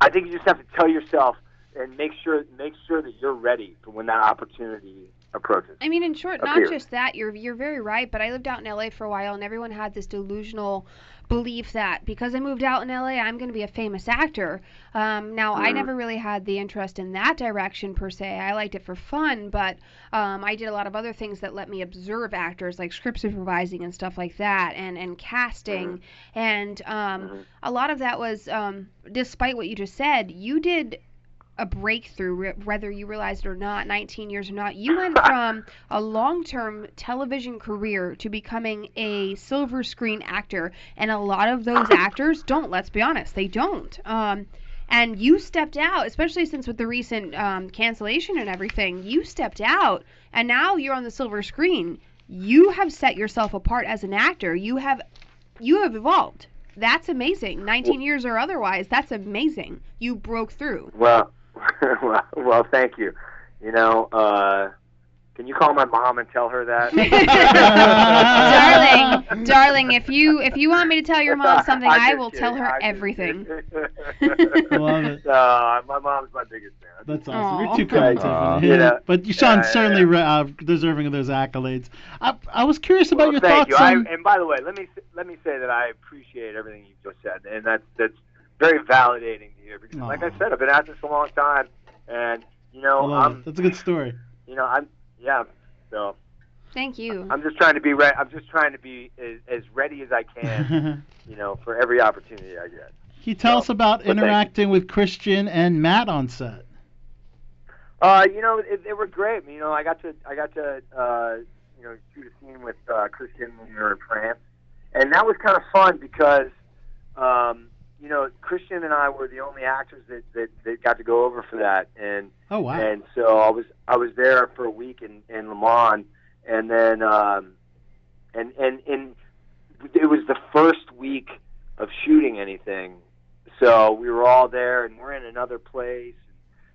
T: I think you just have to tell yourself and make sure make sure that you're ready for when that opportunity approaches.
I: I mean, in short, not
T: appears.
I: just that. You're you're very right. But I lived out in LA for a while, and everyone had this delusional belief that because I moved out in LA, I'm going to be a famous actor. Um, now, I
D: Mhm.
I: never really had the interest in that direction per se. I liked it for fun, but um, I did a lot of other things that let me observe actors, like script supervising and stuff like that, and and casting. And um, a lot of that was, um, despite what you just said, you did a breakthrough, re- whether you realized it or not, 19 years or not. You went from a long term television career to becoming a silver screen actor. And a lot of those actors don't, let's be honest, they don't. Um, and you stepped out, especially since with the recent um, cancellation and everything, you stepped out and now you're on the silver screen. You have set yourself apart as an actor. You have you have evolved. That's amazing. 19 years or otherwise, that's amazing. You broke through.
T: Well, well, well, thank you. You know, uh, can you call my mom and tell her that?
I: darling, darling, if you if you want me to tell your mom something,
T: I'm
I: I
T: just
I: will
T: kidding.
I: tell her
T: I'm just
I: everything.
G: Love it.
T: Uh, my mom's my biggest fan.
G: That's awesome. You're
T: Aw.
G: too kind,
T: Aw.
G: Tiffany.
T: You know,
G: but you, Sean,
T: yeah, yeah,
G: certainly re- uh, deserving of those accolades. I, I was curious about your
T: Thank
G: thoughts
T: you. I,
G: on.
T: and by the way, let me let me say that I appreciate everything you just said, and that's that's very validating to hear. Because, like I said, I've been at this a long time, and you
G: I
T: know,
G: love
T: I'm
G: it. That's a good story.
T: you know, I'm yeah. So
I: Thank you.
T: I'm just trying to be re- I'm just trying to be as, as ready as I can, you know, for every opportunity I get.
G: Can you tell us about
T: thank you.
G: interacting with Christian and Matt on set?
T: Uh, you know, it, they were great. You know, I got to I got to uh, you know shoot a scene with uh, Christian when we were in France, and that was kind of fun because um, you know Christian and I were the only actors that, that that got to go over for that, and
G: Oh wow.
T: and so I was I was there for a week in in Le Mans, and then um, and and and it was the first week of shooting anything, so we were all there, and we're in another place.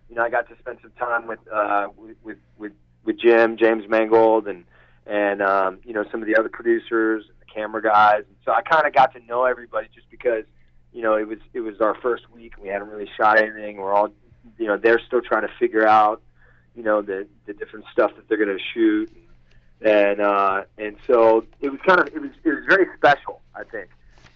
T: You know, I got to spend some time with uh, with with with, with Jim James Mangold and and um, you know some of the other producers and the camera guys. So I kind of got to know everybody just because you know it was it was our first week. We hadn't really shot anything. We're all you know they're still trying to figure out you know the the different stuff that they're going to shoot and uh, and so it was kind of it was it was very special I think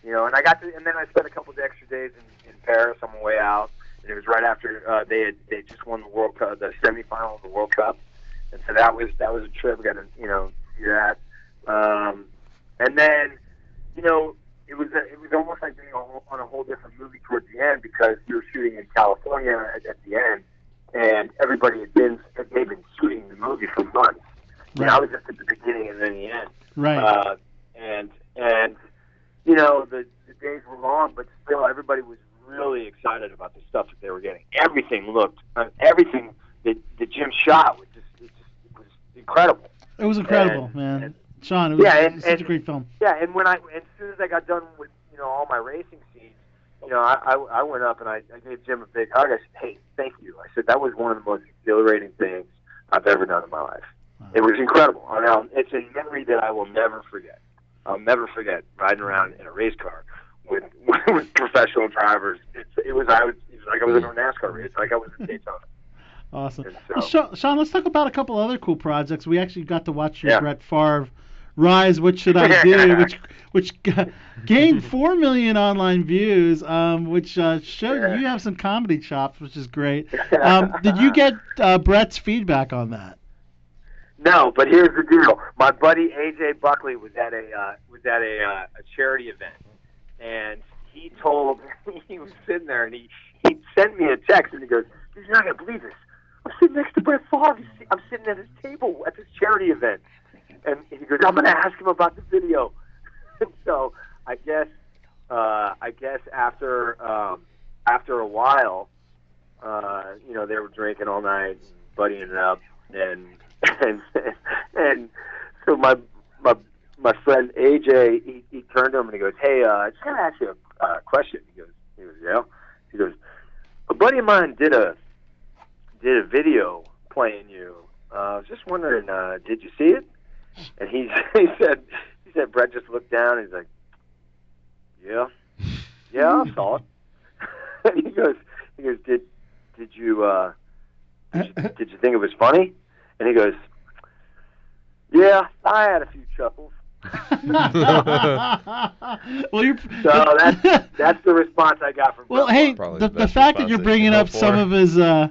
T: you know and I got to and then I spent a couple of extra days in, in Paris on my way out and it was right after uh, they had they just won the World Cup the semifinal of the World Cup and so that was that was a trip got to you know see that um, and then you know it was a, it was almost like being on on a whole different movie towards the end because you were shooting in California at, at the end and everybody had been they'd been shooting the movie for months. You know, I was just at the beginning and then the end.
G: Right.
T: Uh, and and you know the, the days were long, but still everybody was really excited about the stuff that they were getting. Everything looked uh, everything that, that Jim shot was just it just it was incredible.
G: It was incredible, man. Sean, it was
T: Yeah, and-
G: such
T: and-
G: a great film.
T: Yeah, and when I as soon as I got done with you know all my racing scenes, you know I I, I went up and I, I gave Jim a big hug. I said, "Hey, thank you." I said that was one of the most exhilarating things I've ever done in my life. It was incredible. I know, it's a memory that I will never forget. I'll never forget riding around in a race car with with professional drivers. It's, it was I was it was like I was in a NASCAR race, like I was in Daytona.
G: Awesome. Well, Sean, Sean, let's talk about a couple other cool projects. We actually got to watch your
T: Yeah.
G: Brett Favre Rise, what should I do? Which which g- gained four million online views, um, which uh, showed you have some comedy chops, which is great. Um, did you get uh, Brett's feedback on that?
T: No, but here's the deal. My buddy AJ Buckley was at a uh, was at a, uh, a charity event, and he told he was sitting there and he he sent me a text and he goes, "You're not gonna believe this. I'm sitting next to Brett Favre. He's si- I'm sitting at his table at this charity event." And he goes, "I'm gonna ask him about the video." And so I guess uh, I guess after um, after a while, uh, you know, they were drinking all night, buddying it up, and and and so my my my friend AJ, he, he turned to him and he goes, "Hey, uh, I just gotta ask you a uh, question." He goes, "He goes, yeah." He goes, "A buddy of mine did a did a video playing you. Uh, I was just wondering, uh, did you see it?" And he he said he said Brett just looked down. and He's like, "Yeah, yeah, I saw it." and he goes, he goes, "Did did you uh, did you, did you think it was funny?" And he goes, "Yeah, I had a few chuckles."
G: well, you're
T: so that's that's the response I got from.
G: Well, hey, the, the fact that you're bringing up some of his uh,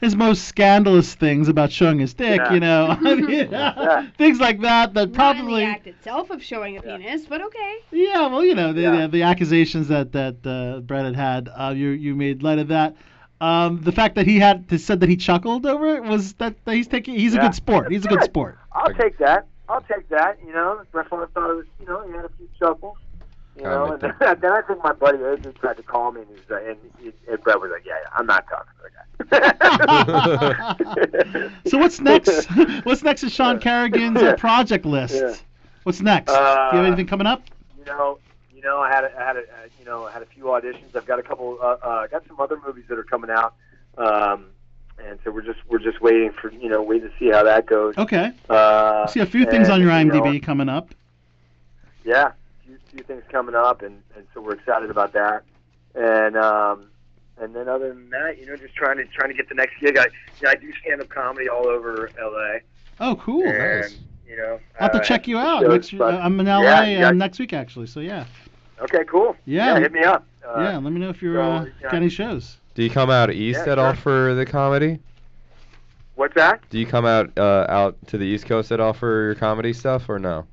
G: his most scandalous things about showing his dick,
Q: Yeah.
G: you know, I mean,
Q: Yeah.
G: things like that, that probably,
Q: the act itself of showing a penis, but okay.
G: yeah, well, you know, the, the, the accusations that that uh, Brett had had, uh, you you made light of that. Um, the fact that he had to, said that he chuckled over it was that, that he's taking he's a
T: Yeah.
G: good sport. He's a good sport.
T: I'll take that. I'll take that. You know, Brett Favre thought it was. You know, he had a few chuckles. You
G: Kinda
T: know, and
G: like
T: then, then I think my buddy Adrian tried to call me, and, he's like, and, he- and Brett was like, "Yeah, yeah I'm not talking to
G: So what's next? what's next is Sean Carrigan's uh, project list.
T: Yeah.
G: What's next? Do you have
T: Uh,
G: anything coming up?
T: you know, you know, I had, a, I had, a, uh, you know, I had a few auditions. I've got a couple, uh, uh, I got some other movies that are coming out, um, and so we're just, we're just waiting for, you know, waiting to see how that goes.
G: Okay.
T: Uh,
G: See a few things on your
T: and, you know,
G: IMDb coming up.
T: yeah, few, few things coming up, and, and so we're excited about that. And um, and then other than that, you know, just trying to trying to get the next gig. I, you know, I do stand up comedy all over LA.
G: Oh, cool.
T: and,
G: Nice.
T: You know,
G: I'll have
T: uh,
G: to check you out.
T: shows,
G: Next, uh,
T: but-
G: I'm in
T: Yeah,
G: LA
T: you
G: um,
T: got-
G: next week actually, so yeah.
T: okay, cool.
G: Yeah.
T: hit me up. Uh,
G: yeah, let me know if you're
T: so,
G: uh,
T: yeah.
G: got any shows.
J: Do you come out east
T: Yeah,
J: at all for the comedy?
T: What's that?
J: Do you come out uh, out to the East Coast at all for your comedy stuff or no?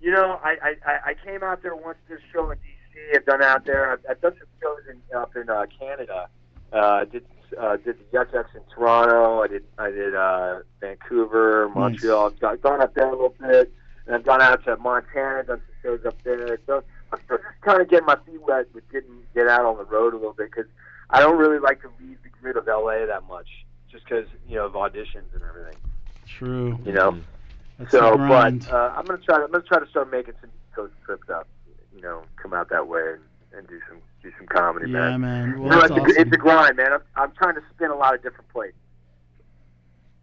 T: You know, I, I- I, I came out there once to this show in D.C. I've done out there. I've, I've done some shows in, up in uh, Canada. Uh, did uh, did the Yuck Yucks in Toronto. I did I did uh, Vancouver, Montreal. I've gone- gone up there a little bit, and I've gone out to Montana. Done some shows up there. So I'm still just kind of getting my feet wet with getting get out on the road a little bit because I don't really like to leave the grid of L.A. that much, just because you know of auditions and everything.
G: True. Mm.
T: You know.
G: That's
T: So,
G: the grind.
T: but uh, I'm gonna try. I'm gonna try to start making some East Coast trips up. You know, come out that way and, and do some do some comedy,
G: yeah,
T: man.
G: man. Well,
T: You know,
G: that's
T: it's,
G: awesome.
T: a, it's a grind, man. I'm, I'm trying to spin a lot of different places.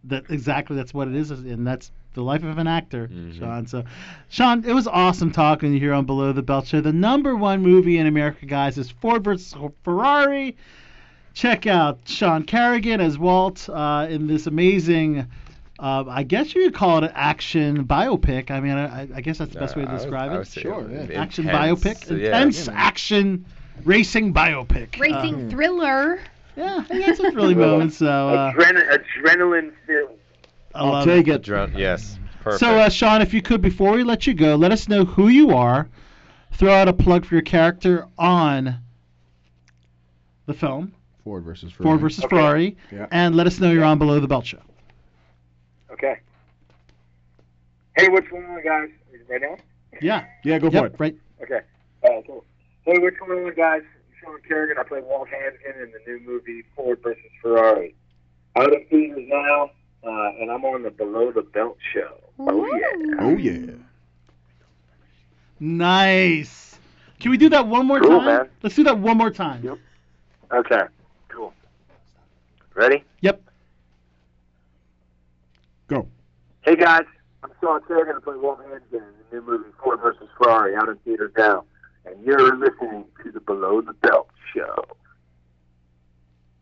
G: that exactly that's what it is, and that's the life of an actor,
J: Mm-hmm.
G: Sean. So, Sean, it was awesome talking to you here on Below the Belt Show. The number one movie in America, guys, is Ford versus Ferrari. Check out Sean Carrigan as Walt uh, in this amazing. Uh, I guess you could call it an action biopic. I mean, I, I- I guess that's the best way to
J: Uh, I would-
G: describe
J: I
G: it.
J: would say
G: sure,
J: it-
G: yeah. action
J: intense,
G: biopic,
J: yeah.
G: intense
J: Yeah, man.
G: action racing biopic.
Q: Racing
G: Uh,
Q: thriller.
G: Yeah, that's a thrilling moment. So uh,
T: Adren- adrenaline filled.
G: I love it.
J: Drunk, yes. Perfect.
G: So, uh, Sean, if you could, before we let you go, let us know who you are. Throw out a plug for your character on the film
H: Ford versus Ferrari.
G: Ford versus Ferrari, and let us know you're on Below the Belt Show.
T: Okay. Hey, what's going on, guys? Is it Right now?
G: Yeah.
H: Yeah, go
G: Yep,
H: for it.
G: Right.
T: Okay. Uh, cool. Hey, what's going on, guys? Sean Kerrigan. I play Walt Hansen in the new movie Ford versus Ferrari. Out of theaters now, uh, and I'm on the Below the Belt show. Oh yeah.
H: Oh yeah.
G: Nice. Can we do that one more
T: Cool,
G: time?
T: man.
G: Let's do that one more time.
T: Okay. Cool. Ready?
G: Yep.
H: Go.
T: Hey guys, I'm Sean Kerrigan. I play Walt Hansen in the new movie Ford versus Ferrari out in theaters now, and you're listening to the Below the Belt show.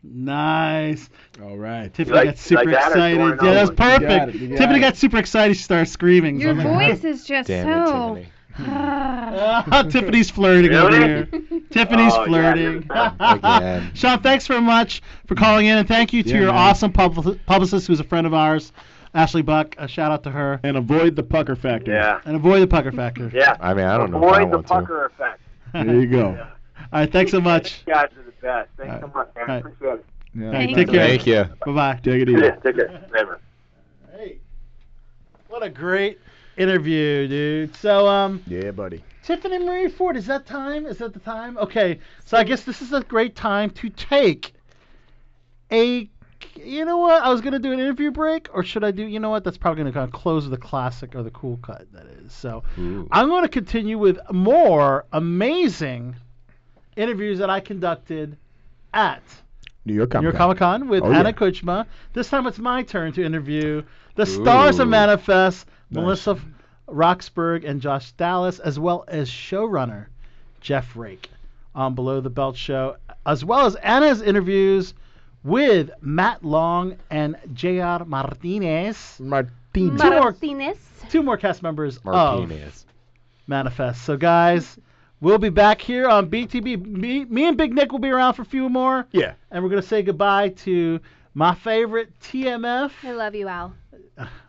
G: Nice.
H: All right.
G: Tiffany got super excited. yeah, that was perfect. Tiffany got super excited. She started screaming.
Q: Your
G: So I'm like,
Q: voice is just
G: Damn
Q: so.
G: "Ah, Tiffany's flirting over here. Tiffany's
Q: Oh, yeah,
G: flirting. Sean, thanks very much for calling in, and thank you to
H: Yeah,
G: your
H: man.
G: awesome publi- publicist, who's a friend of ours, Ashley Buck. A shout out to her.
H: And avoid the pucker factor.
G: Yeah. And avoid the pucker factor.
T: Yeah.
H: I mean, I don't know if I
T: Avoid the
H: want to.
T: pucker effect.
H: There you go.
G: All right, thanks so much.
T: You guys are the best. Thanks so much, man.
G: All right.
T: Appreciate it.
G: All
H: Thank
G: right,
H: you.
G: take care.
H: Thank you.
G: Bye bye.
H: Take it
T: Yeah,
H: easy.
T: take care. Never.
G: What a great interview, dude. So, um,
H: Yeah, buddy.
G: Tiffany Marie Ford, is that time? Is that the time? Okay, so I guess this is a great time to take a. You know what? I was gonna do an interview break, or should I do? You know what? That's probably gonna kind of close with the classic or the cool cut. That is. So I'm gonna continue with more amazing interviews that I conducted at
H: New York
G: New
H: Comic
G: York Comic Con with
H: Oh,
G: Anna
H: yeah.
G: Kuchma. This time it's my turn to interview the stars of
H: Ooh.
G: Manifest, Melissa F- Roxburgh and Josh Dallas, as well as showrunner Jeff Rake on Below the Belt Show, as well as Anna's interviews with Matt Long and J.R. Martinez. Martinez. Two more, two more cast members
J: Martinez.
G: of Manifest. So, guys, we'll be back here on BTB. Me, me and Big Nick will be around for a few more.
H: Yeah.
G: And we're going to say goodbye to my favorite TMF.
I: I love you, Al.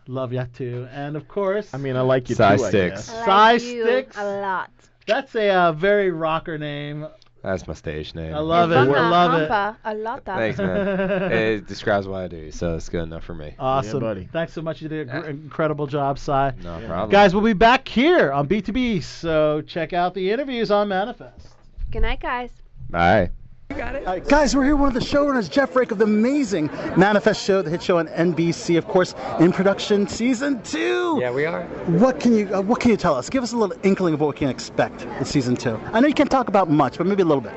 G: Love ya too. And of course, I
H: mean, I like you
J: Size
H: too. I
J: sticks.
H: guess.
G: Size Sticks.
I: a lot.
G: That's a uh, very rocker name.
J: That's my stage name.
G: I love it. I love it.
I: A lot.
J: Thanks, man. it describes what I do, so it's good enough for me.
G: Awesome. Thanks so much. You did an incredible job, Cy.
J: No problem.
G: Guys, we'll be back here on B2B, so check out the interviews on Manifest.
I: Good night, guys.
J: Bye.
G: Uh, guys, we're here with one of the showrunners, Jeff Rake of the amazing Manifest show, the hit show on NBC, of course, in production season two.
U: Yeah, we are.
G: What can you uh, What can you tell us? Give us a little inkling of what we can expect in season two. I know you can't talk about much, but maybe a little bit.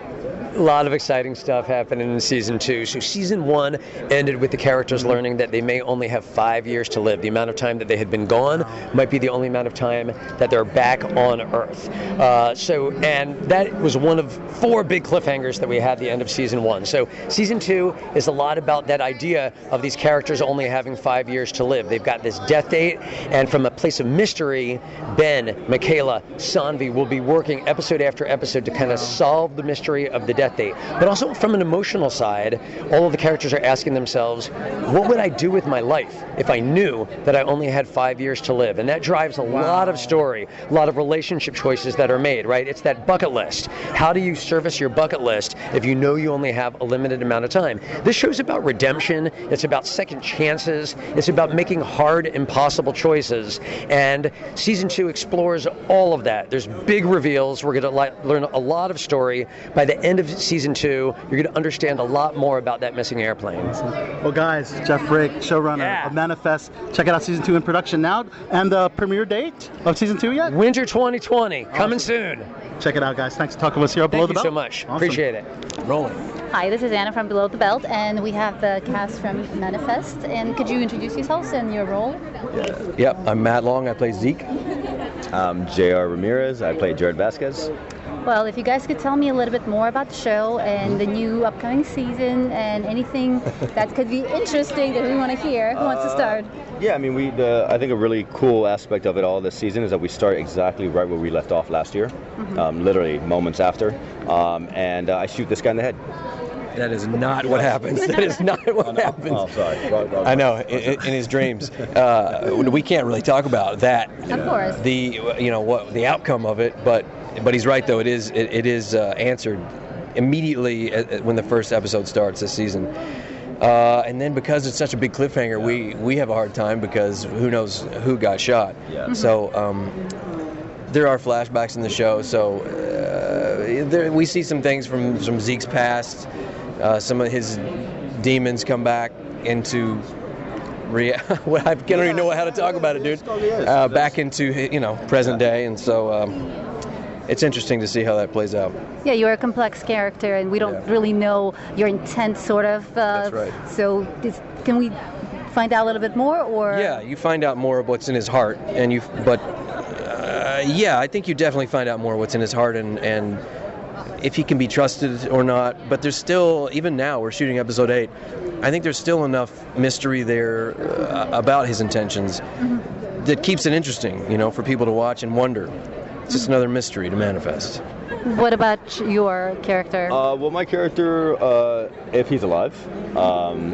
U: A lot of exciting stuff happening in season two. So, season one ended with the characters learning that they may only have five years to live. The amount of time that they had been gone might be the only amount of time that they're back on Earth. Uh, so, and that was one of four big cliffhangers that we had at the end of season one. So, season two is a lot about that idea of these characters only having five years to live. They've got this death date, and from a place of mystery, Ben, Michaela, Sanvi will be working episode after episode to kind of solve the mystery of the death date. But also from an emotional side, all of the characters are asking themselves, what would I do with my life if I knew that I only had five years to live? And that drives a lot of story, a lot of relationship choices that are made, right? It's that bucket list. How do you service your bucket list if you know you only have a limited amount of time? This show's about redemption, it's about second chances, it's about making hard, impossible choices. And season two explores all of that. There's big reveals. We're going to li- learn a lot of story. By the end of season two, you're going to understand a lot more about that missing airplane.
G: Well, guys, Jeff Rake, showrunner of Manifest. Check it out, season two in production now. And the premiere date of season two yet?
U: Winter 2020, coming soon.
G: Check it out, guys. Thanks for talking with us here. on Below
U: Thank
G: the
U: you
G: Belt.
U: so much. Appreciate it. Rolling.
L: Hi, this is Anna from Below the Belt, and we have the cast from Manifest. And could you introduce yourselves and your role?
A: Yep, I'm Matt Long. I play Zeke.
B: I'm J.R. Ramirez. I play Jared Vasquez.
L: Well, if you guys could tell me a little bit more about the show and the new upcoming season and anything that could be interesting that we want to hear, who wants to
B: Uh,
L: start?
B: Yeah, I mean, we. The, I think a really cool aspect of it all this season is that we start exactly right where we left off last year, um, literally moments after, um, and uh, I shoot this guy in the head.
A: That is not what happens. That is not what happens.
B: Oh, sorry.
A: I know. In, in his dreams, uh, we can't really talk about that.
L: Of course.
A: The you know what the outcome of it, but but he's right though. It is it, it is uh, answered immediately at, at- when the first episode starts this season. Uh, and then because it's such a big cliffhanger, we we have a hard time because who knows who got shot.
B: Yeah.
A: So um, there are flashbacks in the show, so uh, there, we see some things from, from Zeke's past. Uh, some of his demons come back into rea- well, I can't even know how to talk about it, dude. Uh, back into hi- you know present day, and so um, it's interesting to see how that plays out.
L: Yeah, you're a complex character, and we don't really know your intent, sort of. Uh, That's
A: right.
L: So, is, can we find out a little bit more, or
A: Yeah, you find out more of what's in his heart, and you. But uh, yeah, I think you definitely find out more what's in his heart, and and if he can be trusted or not. But there's still, even now, we're shooting episode eight. I think there's still enough mystery there uh, about his intentions that keeps it interesting, you know, for people to watch and wonder. It's just another mystery to manifest.
L: What about your character?
B: Uh, well, my character, uh, if he's alive, um,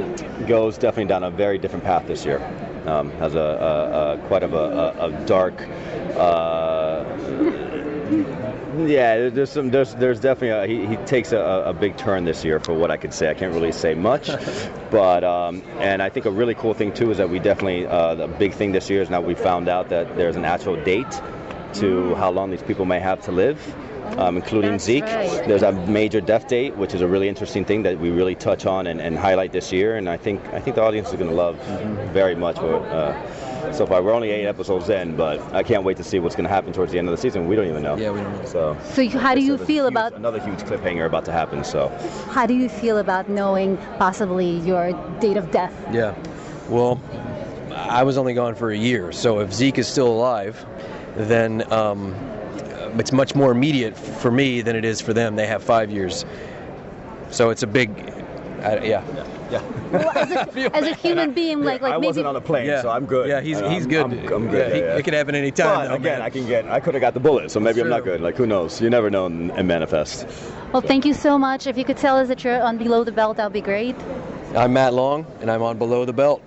B: goes definitely down a very different path this year. Um, has a, a, a quite of a, a, a dark. Uh, yeah, there's some. There's there's definitely a, he, he takes a, a big turn this year for what I can say. I can't really say much, but um, and I think a really cool thing too is that we definitely uh, the big thing this year is now we found out that there's an actual date to how long these people may have to live. Um, including
G: That's
B: Zeke.
G: right.
B: There's a major death date, which is a really interesting thing that we really touch on and, and highlight this year. And I think I think the audience is going to love very much. What, uh, so far, we're only eight episodes in, but I can't wait to see what's going to happen towards the end of the season. We don't even know. Yeah, we don't know. So,
L: So you- how do
B: So
L: you
B: there's
L: feel
B: huge-
L: about
B: another huge cliffhanger about to happen? So
L: how do you feel about knowing possibly your date of death?
A: Yeah. Well, I was only gone for a year, so if Zeke is still alive, then um, it's much more immediate for me than it is for them. They have five years, so it's a big, I, yeah.
L: As a human being, like like maybe
B: plane,
A: Yeah.
B: so I'm good.
A: Yeah, he's
B: I'm-
A: he's good.
B: I'm- I'm good,
A: he-
B: yeah, yeah.
A: It could happen any time.
B: But
A: though,
B: again,
A: man.
B: I can get. I could have got the bullet, so maybe I'm not good. Like who knows? You never know in, in manifest.
L: Well, thank you so much. If you could tell us that you're on Below the Belt, that would be great.
A: I'm Matt Long, and I'm on Below the Belt.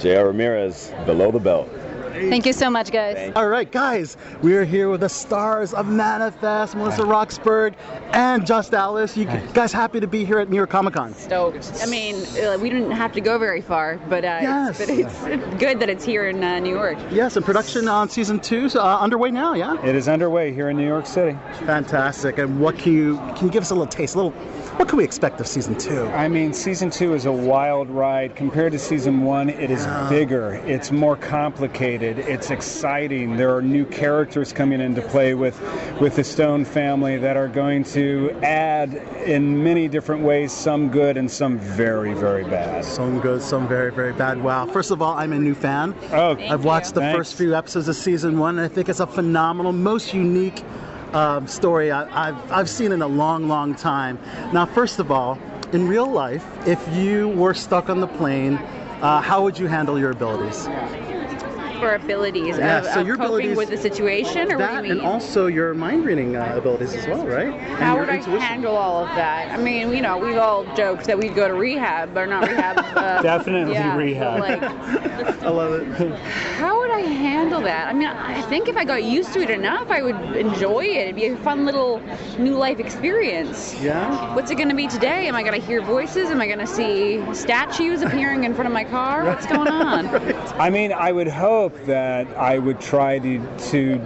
B: J.R. Ramirez, Below the Belt.
L: Thank you so much, guys.
G: All right, guys, we are here with the stars of Manifest, Melissa Roxburgh, and Just Alice. You guys happy to be here at New York Comic Con?
X: stoked. I mean, uh, we didn't have to go very far, but, uh,
G: Yes.
X: it's, but it's good that it's here in uh, New York.
G: Yes, and production on season two is uh, underway now. Yeah, it is underway here in New York City. Fantastic. And what can you can you give us a little taste? A little. What can we expect of season two?
W: I mean, season two is a wild ride. Compared to season one, it is bigger, it's more complicated, it's exciting. There are new characters coming into play with, with the Stone family that are going to add in many different ways, some good and some very, very bad.
G: Some good, some very, very bad. Wow. First of all, I'm a new fan. Oh, I've watched the first few episodes of season one, and I think it's a phenomenal, most unique um, story I, I've, I've seen in a long, long time. Now, first of all, in real life, if you were stuck on the plane, uh, how would you handle your abilities?
X: For abilities,
G: Yeah,
X: of,
G: so
X: of
G: your
X: coping
G: abilities-
X: with the situation, or
G: that,
X: what do you
G: and
X: mean?
G: also your mind reading uh, abilities as well, right? And
X: How
G: your
X: would I
G: intuition.
X: handle all of that? I mean, you know, we've all joked that we'd go to rehab, but not rehab. Uh,
G: Definitely
X: yeah,
G: rehab.
X: Like,
G: I love it.
X: how would I handle that? I mean, I think if I got used to it enough, I would enjoy it. It'd be a fun little new life experience.
G: Yeah.
X: What's it going to be today? Am I going to hear voices? Am I going to see statues appearing in front of my car? What's going on?
W: I mean, I would hope that I would try to, to,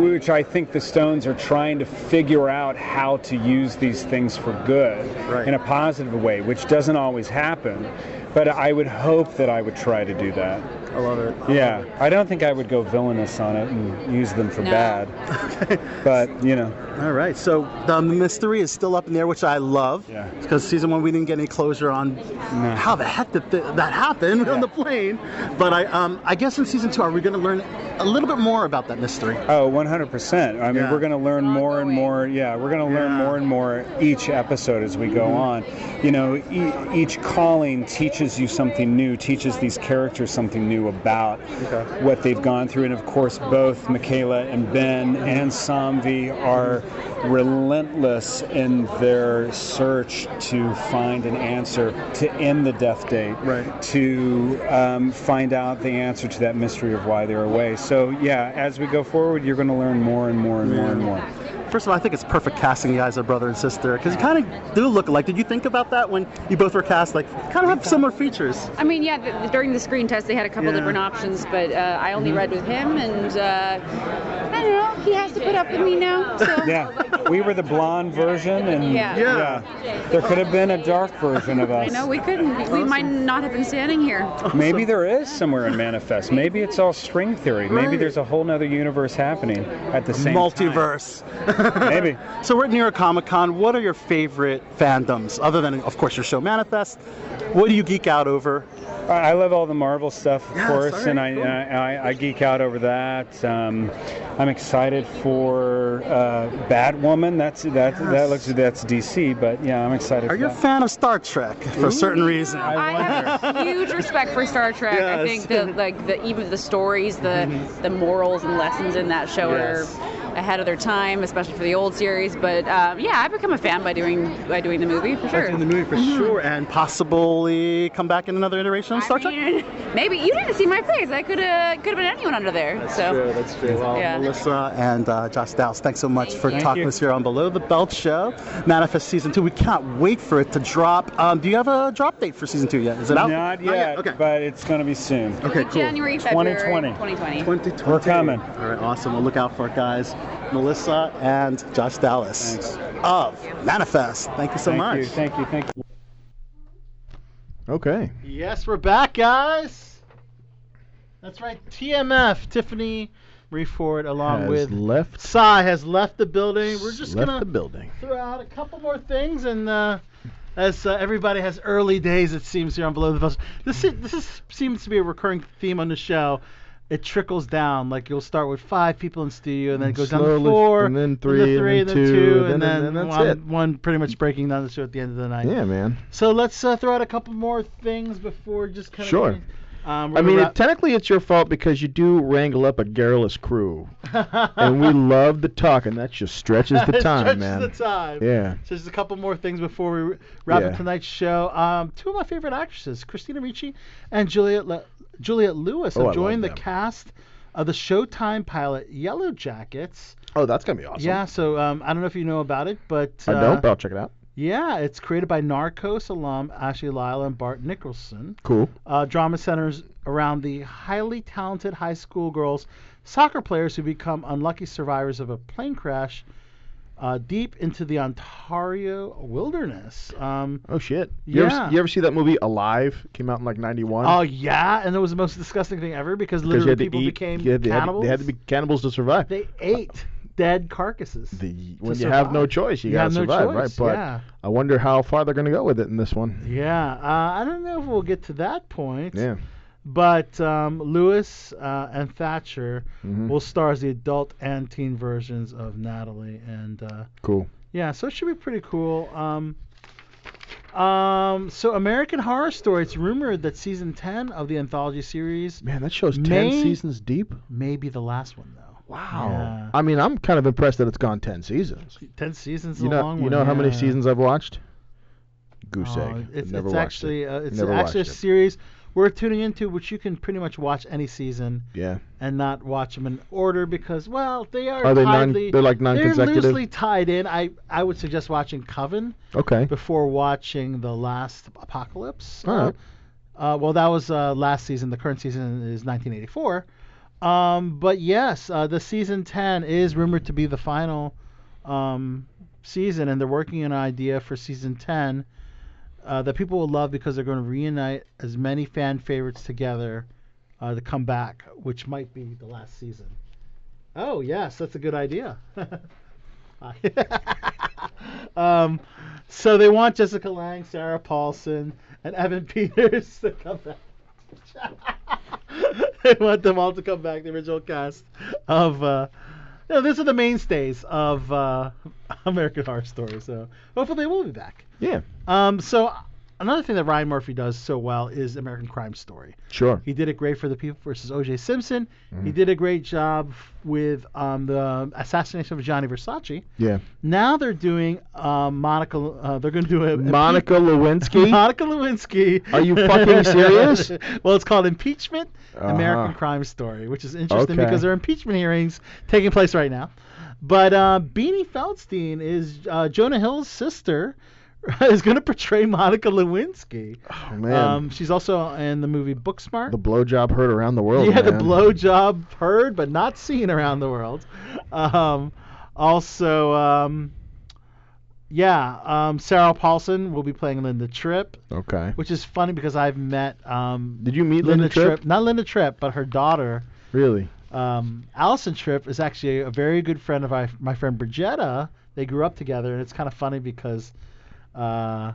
W: which I think the Stones are trying to figure out how to use these things for good in a positive way, which doesn't always happen. But I would hope that I would try to do that.
G: I love it.
W: yeah, I don't think I would go villainous on it and use them for
G: No.
W: bad. but you know.
G: All right, so the mystery is still up in the air, which I love. Yeah. Because season one, we didn't get any closure on how the heck did th- that happen on the plane. But I, um, I guess in season two, are we going to learn a little bit more about that mystery?
W: Oh, 100%. I mean,
G: Yeah.
W: we're going to learn more and more. Yeah, we're going to learn more and more each episode as we go on. You know, e- each calling teaches you something new, teaches these characters something new about what they've gone through. And of course, both Michaela and Ben and Samvi are relentless in their search to find an answer to end the death date, right. to um, find out the answer to that mystery of why they're away. So, yeah, as we go forward, you're going to learn more and more and more and more.
G: First of all, I think it's perfect casting you guys as brother and sister because you kind of do look alike. Did you think about that when you both were cast? Like, kind of have similar features.
X: I mean, yeah, the, during the screen test, they had a couple
G: Yeah.
X: different options, but uh, I only
G: Mhm.
X: read with him, and uh, I don't know, he has to put up with me now. So.
W: Yeah, we were the blonde version, and
X: Yeah. Yeah.
W: there could have been a dark version of
X: I
W: us.
X: know we couldn't. We might not have been standing here.
W: Maybe there is somewhere in Manifest. Maybe it's all string theory. Maybe there's a whole nother universe happening at the same
G: Multiverse.
W: Maybe.
G: So we're at New York Comic Con. What are your favorite fandoms other than, of course, your show Manifest? What do you geek out over?
W: I I love all the Marvel stuff, of
G: Yes,
W: course,
G: all
W: and uh,
G: right,
W: I, I, I geek out over that. Um, I'm excited for for uh, Batwoman. That's that that looks that's DC, but yeah, I'm
F: Are
W: excited. for
F: you a
W: that.
F: fan of Star Trek for a certain reason?
X: I have a huge respect for Star Trek. I
F: Yes.
X: think the like the even the stories, the the morals and lessons in that show
F: Mm-hmm. Yes.
X: are ahead of their time, especially for the old series. But um, yeah, I've become a fan by doing by doing the movie for sure.
F: In the movie for sure, and possibly come back in another iteration of Star Trek.
X: Maybe you didn't see my face. I could uh, could have been anyone under there. so
F: that's true. Well,
X: Yeah.
F: Melissa and uh, Josh Dowse, thanks so much for
X: you.
F: talking
X: Thank
F: with us here on Below the Belt Show, Manifest Season 2. We cannot wait for it to drop. Um, do you have a drop date for Season 2 yet? Is it out?
W: Not yet, okay. but it's going to be soon.
F: Okay, cool.
X: January, February, 2020.
F: 2020. We're coming. All right, awesome. We'll look out for it, guys. Melissa and Josh Dallas of Manifest. Thank you so
W: Thank
F: much.
W: you, thank you, thank you.
H: Okay.
G: Yes, we're back, guys. That's right. TMF, Tiffany Marie Ford, along
H: Has
G: with
H: left
G: Sai, has left the building. We're just
H: left
G: gonna
H: the building.
G: throw out a couple more things, and uh, as uh, everybody has early days, it seems here on Below the Bus. This is, this is, seems to be a recurring theme on the show. It trickles down. Like you'll start with five people in studio, and then it goes down to
H: Slowly,
G: four,
H: and then three,
G: and then three,
H: and then
G: then
H: two,
G: and,
H: and
G: then,
H: then- and that's
G: one,
H: it.
G: one pretty much breaking down the show at the end of the night.
H: Yeah, man.
G: So let's uh, throw out a couple more things before just kind of.
H: Sure.
G: Um, we're
H: I
G: gonna
H: mean,
G: wrap-
H: it, technically, it's your fault because you do wrangle up a garrulous crew, and we love the talk, and that just stretches the
G: It
H: time,
G: stretches
H: man.
G: the time.
H: Yeah.
G: So just a couple more things before we wrap up
H: Yeah.
G: tonight's show. Um, two of my favorite actresses, Christina Ricci and Juliet Le- Juliet Lewis,
H: Oh, I
G: have
H: love
G: joined the cast of the Showtime pilot Yellow Jackets.
H: Oh, that's gonna be awesome.
G: Yeah. So um, I don't know if you know about it, but
H: I
G: uh,
H: don't, but I'll check it out.
G: Yeah, it's created by Narcos alum Ashley Lyle and Bart Nicholson.
H: Cool.
G: Uh, drama centers around the highly talented high school girls, soccer players who become unlucky survivors of a plane crash uh, deep into the Ontario wilderness. Um,
H: Oh shit. You ever,
G: Yeah.
H: s- you ever see that movie Alive? Came out in like '91.
G: oh yeah, and it was the most disgusting thing ever
H: Because
G: because
H: you
G: literally
H: had to
G: people
H: eat-
G: became
H: you had- they had to-
G: cannibals.
H: They had, to, be cannibals to survive.
G: They ate dead carcasses.
H: The,
G: to
H: when you have no
G: survive.
H: choice, you,
G: You
H: gotta
G: have no
H: survive,
G: choice,
H: right? But
G: yeah.
H: I wonder how far they're gonna go with it in this one.
G: Yeah, uh, I don't know if we'll get to that point.
H: Yeah.
G: But um, Lewis uh, and Thatcher
H: Mhm.
G: will star as the adult and teen versions of Natalie and uh,
H: Cool.
G: yeah, so it should be pretty cool. Um, um, so American Horror Story. It's rumored that season ten of the anthology series.
H: Man, that show's ten
G: May-
H: seasons deep.
G: may be the last one though.
H: Wow. I mean, I'm kind of impressed that it's gone ten seasons.
G: Ten seasons. is
H: You
G: a
H: know,
G: long
H: you
G: one,
H: know how many
G: yeah.
H: seasons I've watched? Goose
G: Oh,
H: egg.
G: It's,
H: Never
G: it's
H: watched
G: actually
H: it.
G: uh, it's
H: Never
G: actually a
H: watched it.
G: series we're tuning into, which you can pretty much watch any season.
H: Yeah.
G: and not watch them in order because well they are
H: Are they non-
G: tidely,
H: they're like non-consecutive?
G: loosely tied in. I I would suggest watching Coven
H: Okay.
G: before watching the last Apocalypse.
H: All right.
G: Uh, well, that was uh, last season. The current season is 1984. Um, but yes, uh, the season 10 is rumored to be the final um, season, and they're working an idea for season 10 uh, that people will love because they're going to reunite as many fan favorites together uh, to come back, which might be the last season. Oh yes, that's a good idea. um, so they want Jessica Lang, Sarah Paulson, and Evan Peters to come back. they want them all to come back, the original cast of. Uh, you know, these are the mainstays of uh, American Horror Story, so hopefully they will be back.
H: Yeah.
G: Um, so another thing that Ryan Murphy does so well is American Crime Story.
H: Sure.
G: He did it great for The People versus O.J. Simpson. He
H: Mhm.
G: did a great job with um, the assassination of Johnny Versace.
H: Yeah.
G: Now they're doing um, Monica. Uh, they're going to do a a
H: Monica Lewinsky.
G: Monica Lewinsky.
H: Are you fucking serious?
G: well, it's called Impeachment:
H: Uh-huh.
G: American Crime Story, which is interesting
H: Okay.
G: because there are impeachment hearings taking place right now. But uh, Beanie Feldstein is uh, Jonah Hill's sister. Is going to portray Monica Lewinsky.
H: Oh man.
G: Um, she's also in the movie Booksmart.
H: the blowjob heard around the world.
G: Yeah, the
H: man.
G: blowjob heard but not seen around the world. Um, also, um, yeah, um, Sarah Paulson will be playing Linda Tripp,
H: Okay.
G: which is funny because I've met. Um,
H: Did you meet Linda Tripp?
G: Not Linda Tripp, but her daughter,
H: Really?
G: um, Allison Tripp, is actually a very good friend of my, my friend Brigetta. They grew up together, and it's kind of funny because. Uh,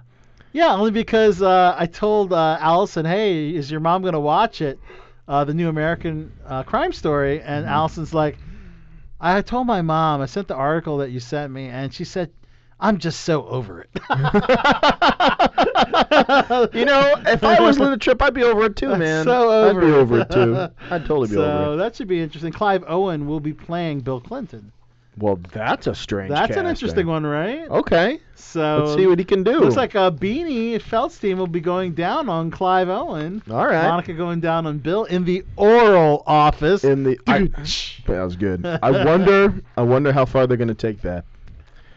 G: yeah, only because uh, I told uh, Allison, "Hey, is your
H: Mm-hmm.
G: mom gonna watch it, uh, the new American uh, Crime Story?" And Allison's like, I told my mom, I sent the article that you sent me, and she said, I'm just so over it.
H: you know, if I was Linda Tripp, I'd be over it too, man.
G: so over
H: I'd be
G: it.
H: over it too. I'd totally be
G: so
H: over it.
G: that should be interesting. Clive Owen will be playing Bill Clinton.
H: Well, that's a strange. eh?
G: That's an
H: casting.
G: interesting one, right?
H: Okay.
G: So
H: Let's see what he can do.
G: Looks like uh, Beanie Feldstein will be going down on Clive Owen.
H: All right.
G: Monica going down on Bill in the oral office.
H: In the I, that was good. I wonder. I wonder how far they're going to take that.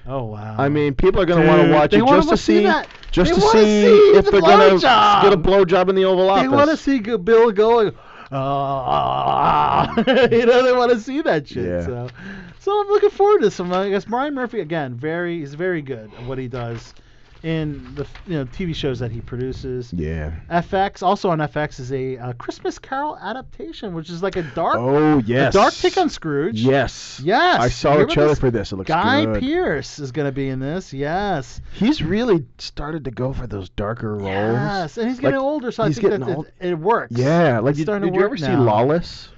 G: Oh wow.
H: I mean, people are going to want to
G: Dude,
H: watch
G: they
H: it
G: wanna
H: just to
G: wa- see
H: see,
G: that.
H: just
G: They
H: to
G: wanna
H: see,
G: see
H: if
G: the
H: they're going to
G: blowjob.
H: get a blowjob in the Oval
G: They
H: Office.
G: want to see G- Bill going. Ah, you know they want to see that shit.
H: Yeah.
G: So, so I'm looking forward to some. I guess Brian Murphy again, very he's very good at what he does in the you know TV shows that he produces.
H: Yeah.
G: FX also on FX is a uh, Christmas Carol adaptation, which is like a dark.
H: Oh yes.
G: A dark take on Scrooge.
H: Yes.
G: Yes.
H: I saw a
G: Remember
H: trailer for this. It looks
G: Guy
H: good.
G: Pierce is going to be in this. Yes.
H: He's really started to go for those darker roles.
G: Yes, and he's getting
H: Like,
G: older, so I
H: he's
G: think
H: getting
G: that
H: old-
G: It, it works.
H: Yeah, like
G: It's
H: did,
G: starting to
H: did you
G: work
H: ever see
G: now.
H: Lawless?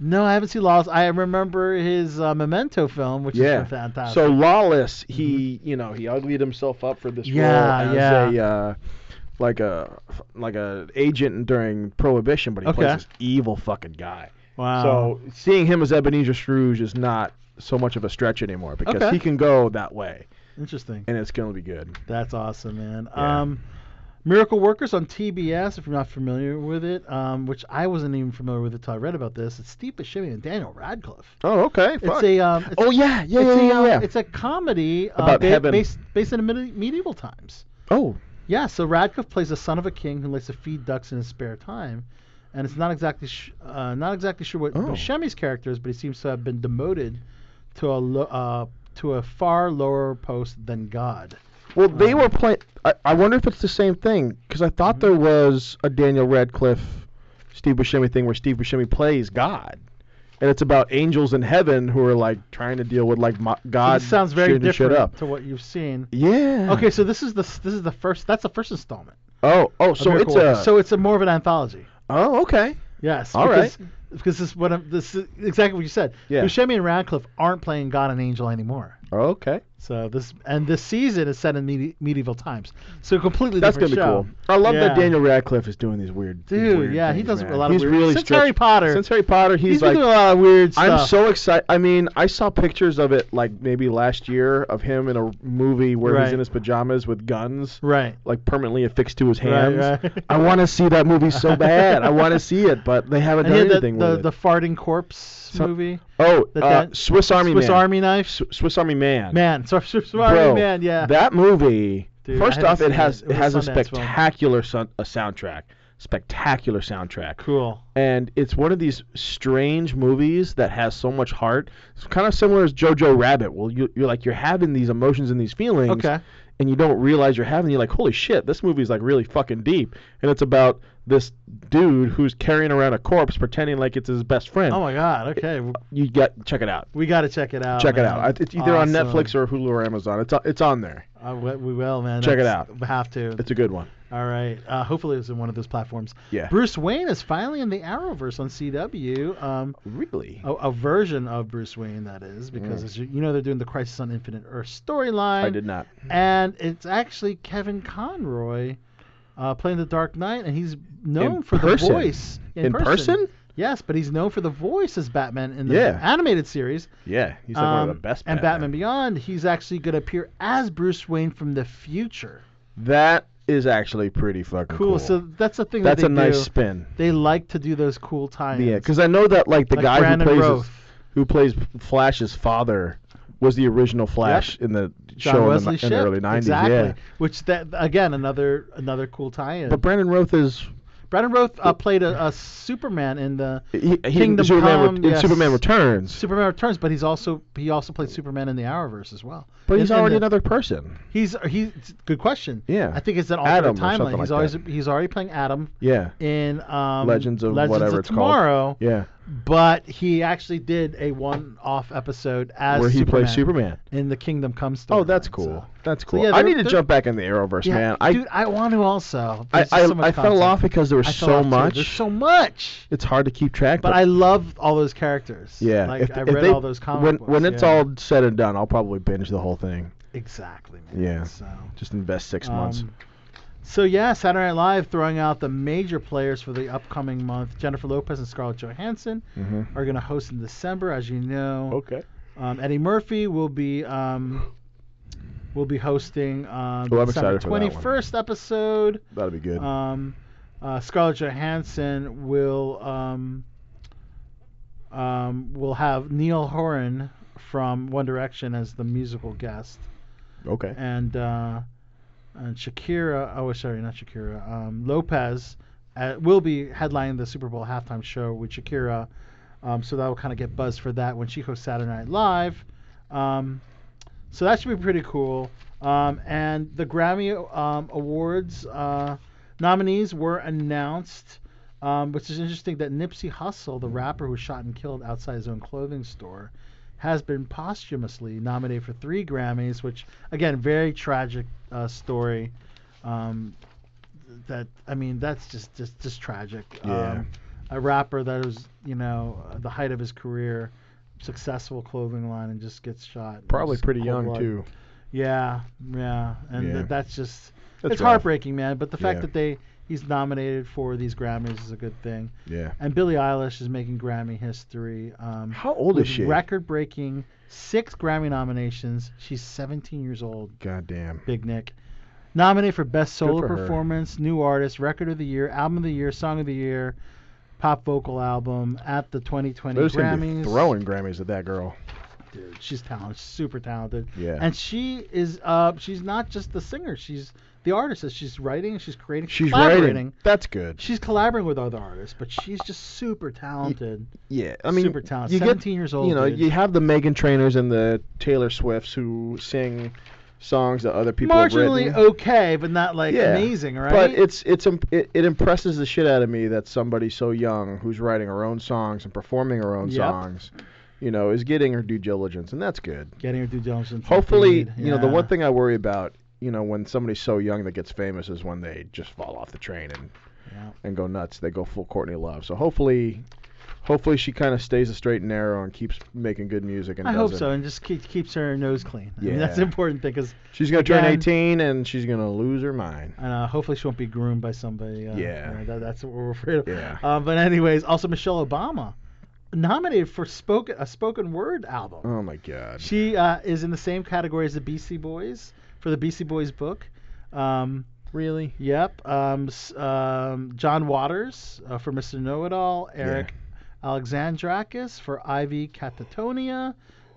G: No, I haven't seen Lost. I remember his uh, Memento film, which
H: yeah.
G: is fantastic.
H: So Lawless, he
G: Mm-hmm.
H: you know he uglied himself up for this
G: Yeah,
H: role as
G: yeah.
H: a uh, like a like a agent during Prohibition, but he plays
G: Okay.
H: this evil fucking guy.
G: Wow.
H: So seeing him as Ebenezer Scrooge is not so much of a stretch anymore because
G: Okay.
H: he can go that way,
G: interesting.
H: and it's gonna be good.
G: That's awesome, man.
H: Yeah.
G: Um, Miracle Workers on TBS, if you're not familiar with it, um, which I wasn't even familiar with until I read about this. It's Steve Buscemi and Daniel Radcliffe.
H: Oh, okay.
G: It's
H: fuck.
G: a um, it's,
H: oh yeah, yeah,
G: it's
H: yeah,
G: a,
H: yeah,
G: um,
H: yeah.
G: It's a comedy uh,
H: About
G: ba-
H: heaven.
G: based based in the medi- medieval times.
H: Oh.
G: Yeah, so Radcliffe plays the son of a king who likes to feed ducks in his spare time, and it's not exactly sh- uh, not exactly sure
H: Oh.
G: what Buscemi's character is, but he seems to have been demoted to a lo- uh, to a far lower post than God.
H: Well, they
G: Um,
H: were playing. I, I wonder if it's the same thing because I thought there
G: Mm-hmm.
H: was a Daniel Radcliffe, Steve Buscemi thing where Steve Buscemi plays God, and it's about angels in heaven who are like trying to deal with like mo- God.
G: this sounds very
H: shooting shit
G: different
H: up.
G: to what you've seen.
H: Yeah.
G: Okay, so this is the s- this is the first that's the first installment.
H: Oh, oh,
G: of
H: so it's
G: Miracle
H: a.
G: Workers. so it's a more of an anthology.
H: Oh, okay.
G: Yes.
H: All
G: because,
H: right.
G: Because this is what I'm, this is exactly what you said.
H: Yeah.
G: Buscemi and Radcliffe aren't playing God and Angel anymore.
H: Okay.
G: So this and this season is set in medi- medieval times. So completely
H: That's gonna
G: different
H: be
G: show.
H: cool. I love
G: Yeah.
H: that Daniel Radcliffe is doing these weird. these
G: Dude,
H: weird
G: yeah, he
H: things,
G: does
H: man.
G: a lot of
H: he's
G: weird-
H: really
G: since
H: stretched-
G: Harry Potter.
H: Since Harry Potter, he's,
G: He's been
H: like
G: doing a lot of weird
H: I'm
G: stuff.
H: so excited. I mean, I saw pictures of it like maybe last year of him in a movie where
G: Right.
H: he's in his pajamas with guns,
G: right?
H: Like permanently affixed to his
G: Right,
H: hands.
G: right.
H: I want to see that movie so bad. I want to see it, but they haven't
G: And he
H: done
G: had the,
H: anything
G: the,
H: with
G: the
H: it.
G: farting corpse
H: So-
G: movie.
H: Oh,
G: that-
H: uh,
G: that-
H: Swiss Army
G: Swiss
H: Man.
G: Army knife.
H: Swiss Army Man.
G: Man, sorry, Swiss Army
H: Bro,
G: Man. Yeah.
H: That movie.
G: Dude, I
H: first
G: haven't
H: off,
G: seen
H: it has
G: it. It
H: it,
G: was
H: has a
G: Sundance film.
H: spectacular sun, a soundtrack. Spectacular soundtrack.
G: Cool.
H: And it's one of these strange movies that has so much heart. It's kind of similar as Jojo Rabbit. Well, you, you're like you're having these emotions and these feelings.
G: Okay.
H: And you don't realize you're having. You're like, holy shit, this movie's like really fucking deep. And it's about this dude who's carrying around a corpse, pretending like it's his best friend.
G: Oh my God. Okay.
H: You got check it out.
G: We got to check it out.
H: check it
G: man.
H: out. I- It's either on
G: Awesome.
H: Netflix or Hulu or Amazon. It's on, it's on there.
G: Uh, we, we will, man.
H: Check it
G: That's-
H: out.
G: We have to.
H: It's a good one.
G: All right. Uh, hopefully, it's in one of those platforms.
H: Yeah.
G: Bruce Wayne is finally in the Arrowverse on CW. Um,
H: really?
G: A, a version of Bruce Wayne that is, because
H: Mm.
G: as you, you know they're doing the Crisis on Infinite Earth storyline.
H: I did not.
G: And it's actually Kevin Conroy uh, playing the Dark Knight, and he's known
H: In
G: for
H: person.
G: the voice
H: In person?
G: Yes, but he's known for the voice as Batman in the
H: Yeah.
G: animated series.
H: Yeah, he's like one of the
G: Um,
H: best.
G: And Batman Beyond, he's actually going to appear as Bruce Wayne from the future.
H: That is actually pretty fucking cool.
G: Cool. So that's the thing.
H: That's
G: that
H: a
G: they
H: nice
G: do.
H: spin.
G: They like to do those cool times.
H: Yeah, because I know that like the
G: Like
H: guy
G: Brandon
H: who plays his-
G: Routh.
H: who plays Flash's father was the original Flash in the
G: John
H: show in
G: Wesley
H: the, in the
G: Shipp,
H: early '90s.
G: Exactly.
H: Yeah,
G: Which that again another another cool tie-in.
H: but Brandon Roth is
G: Brandon Roth uh, played a, a Superman in the
H: he, he
G: Kingdom
H: Superman Re-
G: Come.
H: in
G: yes.
H: Superman Returns,
G: Superman Returns, but he's also he also played Superman in the Arrowverse as well.
H: but
G: In-
H: he's
G: in
H: already
G: the-
H: another person.
G: He's he's good question.
H: Yeah.
G: I think it's an
H: Adam
G: alternate
H: or
G: timeline.
H: something
G: he's
H: like
G: always
H: that.
G: he's already playing Adam
H: Yeah.
G: in um,
H: Legends of
G: Legends
H: whatever
G: of
H: it's
G: Tomorrow.
H: called. Yeah.
G: but he actually did a one-off episode as
H: Where he
G: Superman
H: plays Superman.
G: in the Kingdom Comes.
H: Oh, that's cool. That's cool.
G: yeah,
H: I
G: they're-
H: need to
G: they're-
H: jump back in the Arrowverse,
G: yeah,
H: man. I
G: dude, I want to also.
H: I,
G: There's
H: I,
G: just so much
H: I fell
G: content.
H: off because there was
G: I fell
H: so
G: off, too.
H: much.
G: There's so much.
H: It's hard to keep track.
G: But I love all those characters.
H: yeah.
G: like,
H: if,
G: I
H: if
G: read
H: they-
G: all those comic
H: when,
G: books.
H: When it's
G: yeah.
H: all said and done, I'll probably binge the whole thing.
G: exactly.
H: Yeah. Just invest six
G: Um,
H: months.
G: So yeah, Saturday Night Live throwing out the major players for the upcoming month. Jennifer Lopez and Scarlett Johansson
H: Mhm.
G: are going to host in December, as you know.
H: Okay.
G: Um, Eddie Murphy will be um, will be hosting um,
H: Oh, I'm
G: December
H: excited for that one.
G: 21st episode.
H: That'll be good.
G: Um, uh, Scarlett Johansson will um, um, will have Neil Horan from One Direction as the musical guest.
H: Okay.
G: And uh, and Shakira, oh sorry, not Shakira, um, Lopez uh, will be headlining the Super Bowl halftime show with Shakira. Um, so that will kind of get buzz for that when she hosts Saturday Night Live. Um, so that should be pretty cool. Um, and the Grammy um, Awards uh, nominees were announced, um, which is interesting that Nipsey Hussle, the rapper who was shot and killed outside his own clothing store, has been posthumously nominated for three Grammys, which, again, very tragic uh, story. Um, that I mean, that's just just, just tragic.
H: Yeah.
G: Um, a rapper that was, you know, at the height of his career, successful clothing line, and just gets shot. and
H: Probably
G: just
H: pretty
G: cold
H: young
G: blood.
H: too.
G: Yeah, yeah, and
H: Yeah.
G: Th- that's just
H: That's
G: it's
H: rough.
G: heartbreaking, man. But the fact
H: Yeah.
G: that they he's nominated for these Grammys is a good thing.
H: Yeah.
G: And Billie Eilish is making Grammy history. Um,
H: How old is
G: with
H: she?
G: Record-breaking six Grammy nominations. She's 17 years old.
H: God damn.
G: Big Nick. Nominated for Best
H: Good
G: Solo
H: for her.
G: Performance, New Artist, Record of the Year, Album of the Year, Song of the Year, Pop Vocal Album at the 2020
H: They're just gonna be
G: Grammys.
H: throwing Grammys at that girl.
G: Dude, she's talented, super talented.
H: Yeah.
G: And she is uh she's not just the singer, she's the artist. She's writing, she's creating,
H: She's
G: collaborating.
H: writing. That's good.
G: She's collaborating with other artists, but she's just super talented.
H: Yeah, I mean,
G: super talented.
H: you get-
G: 17 years old.
H: You know,
G: dude.
H: you have the Megan Trainers and the Taylor Swifts who sing songs that other people have
G: marginally
H: written.
G: okay, but not like
H: Yeah,
G: amazing, right?
H: But it's it's imp- it, it impresses the shit out of me that somebody so young who's writing her own songs and performing her own
G: Yep.
H: songs, you know, is getting her due diligence, and that's good.
G: getting her due diligence.
H: Hopefully,
G: indeed,
H: you know, the
G: yeah.
H: one thing I worry about, you know, when somebody's so young that gets famous is when they just fall off the train and
G: Yeah.
H: and go nuts. They go full Courtney Love. So hopefully, hopefully she kind of stays a straight and narrow and keeps making good music. And
G: I hope
H: doesn't-
G: so, and just keep, keeps her nose clean. I mean,
H: Yeah.
G: that's an important thing because
H: She's gonna turn 18 and she's gonna lose her mind.
G: And uh, hopefully she won't be groomed by somebody. Uh,
H: Yeah.
G: you know, that, that's what we're afraid of.
H: Yeah.
G: Uh, but anyways, also Michelle Obama, nominated for spoken a spoken word album.
H: Oh my God.
G: She uh, is in the same category as the BC Boys for the BC Boys book. Um,
H: really?
G: Yep. Um, s- um, John Waters uh, for Mr. Know It All. Eric Alexandrakis for Ivy Catatonia.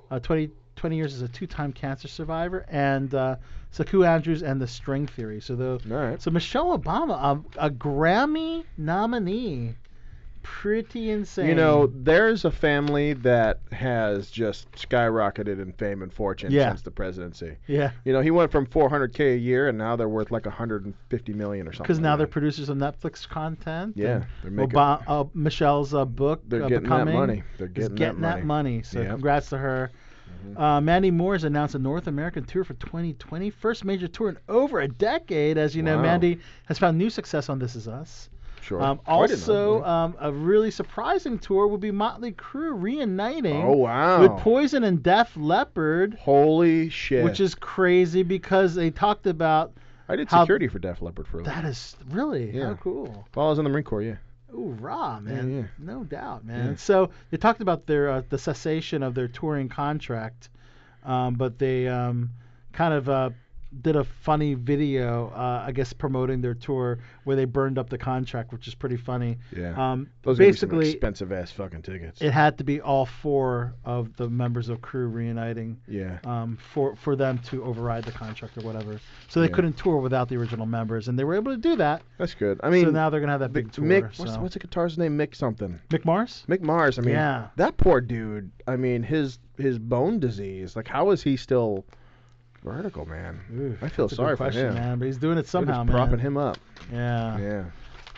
G: Uh, 20, 20 years as a two-time cancer survivor, and uh, Saku Andrews and the String Theory. So the so Michelle Obama, a, a Grammy nominee, pretty insane.
H: You know, there's a family that has just skyrocketed in fame and fortune
G: Yeah.
H: since the presidency.
G: yeah,
H: You know, he went from 400k a year, and now they're worth like 150 million or something.
G: because
H: like
G: now
H: that.
G: they're producers of Netflix content.
H: Yeah,
G: and
H: they're making-
G: Oba- uh, Michelle's uh, book.
H: They're
G: uh,
H: getting that
G: Becoming
H: money. They're
G: is
H: getting that
G: getting
H: money.
G: So
H: Yep. Mm-hmm.
G: congrats to her. Uh, Mandy Moore has announced a North American tour for 2020, first major tour in over a decade. As you know,
H: Wow.
G: Mandy has found new success on This Is Us.
H: Sure.
G: Um,
H: Oh, I didn't know
G: also, um, a really surprising tour will be Motley Crue reuniting.
H: Oh, wow.
G: With Poison and Def Leppard.
H: Holy shit!
G: Which is crazy because they talked about
H: I did
G: how-
H: security for Def Leppard for a
G: that is really
H: Yeah.
G: how cool.
H: while I was in the Marine Corps. Yeah.
G: Ooh, raw man,
H: yeah.
G: no doubt, man.
H: Yeah.
G: So they talked about their uh, the cessation of their touring contract, um, but they um, kind of uh, did a funny video, uh, I guess, promoting their tour where they burned up the contract, which is pretty funny.
H: Yeah.
G: Um,
H: Those are
G: basically,
H: expensive ass fucking tickets.
G: it had to be all four of the members of crew reuniting.
H: Yeah.
G: Um, for for them to override the contract or whatever, so they
H: Yeah.
G: couldn't tour without the original members, and they were able to do that.
H: That's good. I mean,
G: so now they're gonna have that big tour.
H: Mick, what's,
G: so.
H: what's the guitarist name? Mick something.
G: Mick Mars.
H: Mick Mars. I mean,
G: Yeah.
H: that poor dude. I mean, his his bone disease. Like, how is he still vertical, man? I feel
G: That's a good
H: sorry for
G: question,
H: him.
G: man. But he's doing it
H: They're just
G: somehow, man.
H: propping him up.
G: Yeah.
H: Yeah.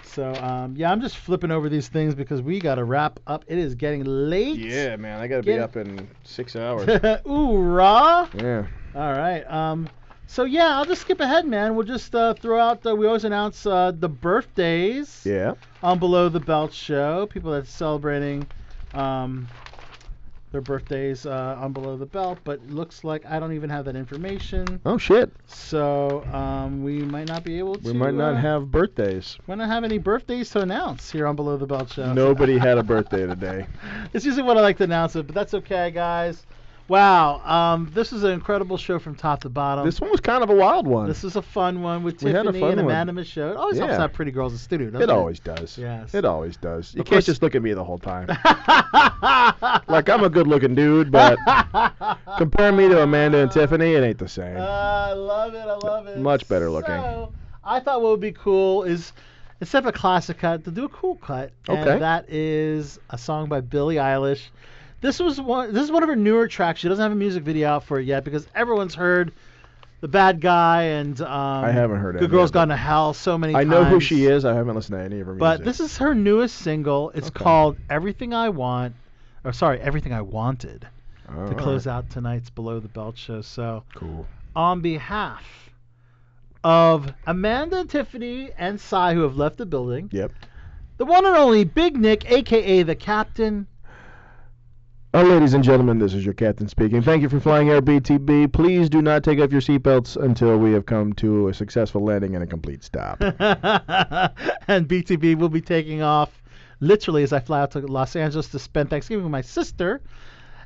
G: So um, yeah, I'm just flipping over these things because we got to wrap up. It is getting late.
H: Yeah, man, I gotta be
G: Get-
H: up in six hours.
G: Ooh, raw.
H: yeah.
G: All right. Um, so yeah, I'll just skip ahead, man. We'll just uh, throw out. The, we always announce uh, the birthdays
H: Yeah.
G: on Below the Belt show. People that's celebrating um, their birthdays uh, on Below the Belt, but looks like I don't even have that information.
H: Oh shit.
G: So um, we might not be able to.
H: We might not
G: uh,
H: have birthdays.
G: We don't have any birthdays to announce here on Below the Belt show.
H: Nobody had a birthday today.
G: It's usually what I like to announce it, but that's okay, guys. Wow, um, this is an incredible show from top to bottom.
H: This one was kind of a wild one.
G: This is a fun one with
H: We had a
G: Tiffany
H: fun
G: and
H: one.
G: Amanda Michaud. It always helps
H: Yeah.
G: have pretty girls in the studio, doesn't
H: It
G: it?
H: always does.
G: Yes.
H: It always does. You
G: Of
H: can't
G: course-
H: just look at me the whole time. like I'm a good-looking dude, but compare me to Amanda and Tiffany, it ain't the same.
G: Uh, I love it. I love it.
H: Much better looking.
G: So, I thought what would be cool is instead of a classic cut, to do a cool cut.
H: Okay.
G: And that is a song by Billie Eilish. This was one. This is one of her newer tracks. She doesn't have a music video out for it yet because everyone's heard the bad guy and um,
H: I haven't heard
G: Good
H: any
G: Girl's
H: of it.
G: Gone to Hell so many.
H: I know who
G: times.
H: she is. I haven't listened to any of her music.
G: But this is her newest single. It's called Everything I Want, or sorry, Everything I Wanted, to
H: Alright.
G: close out tonight's Below the Belt show. So,
H: cool.
G: on behalf of Amanda, Tiffany, and Cy, who have left the building.
H: Yep.
G: The one and only Big Nick, aka the Captain.
H: Oh, ladies and gentlemen, this is your captain speaking. Thank you for flying Air BTB. Please do not take off your seatbelts until we have come to a successful landing and a complete stop.
G: and BTB will be taking off literally as I fly out to Los Angeles to spend Thanksgiving with my sister.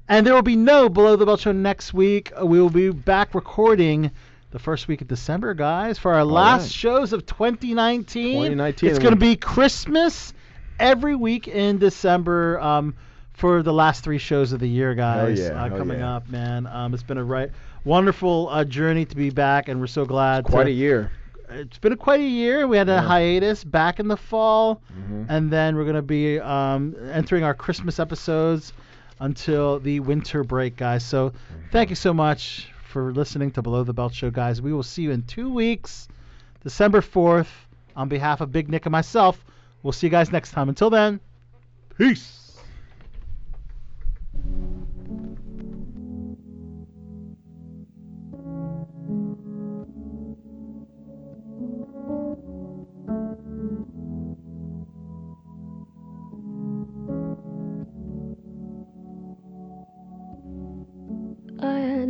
G: And there will be no Below the Belt show next week. We will be back recording the first week of December, guys, for our last
H: right.
G: shows of 2019.
H: 2019.
G: It's going to be Christmas every week in December um, for the last three shows of the year, guys.
H: yeah,
G: uh,
H: hell
G: coming
H: yeah.
G: up, man. Um, it's been a right wonderful uh, journey to be back, and we're so glad.
H: Quite
G: to-
H: a year.
G: it's been quite a year. We had a hiatus back in the fall,
H: Mm-hmm.
G: and then we're gonna be um, entering our Christmas episodes until the winter break, guys. So, thank you so much for listening to Below the Belt Show, guys. We will see you in two weeks, December fourth. On behalf of Big Nick and myself, we'll see you guys next time. Until then, peace.
C: I had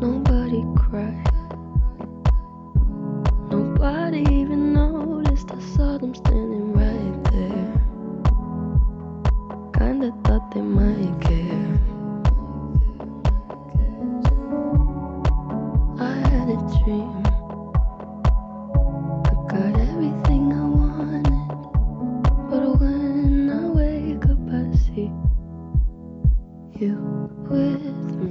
C: Nobody cried. Nobody even noticed. I saw them standing right there. Kinda thought they might care. I had a dream. I got everything I wanted. But when I wake up, I see you with me.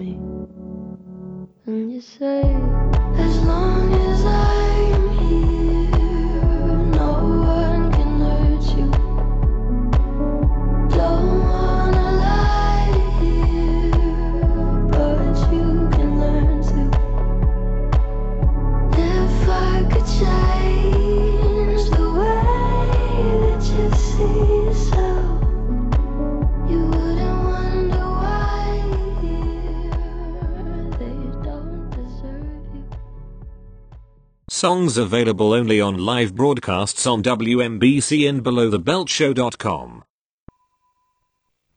C: And you say, as long as I'm here, no one can hurt you. Don't wanna lie here, but you can learn to. If I could change the way that you see yourself, you wouldn't wonder why they don't deserve you.
D: Songs available only on live broadcasts on WMBC and belowthebeltshow.com.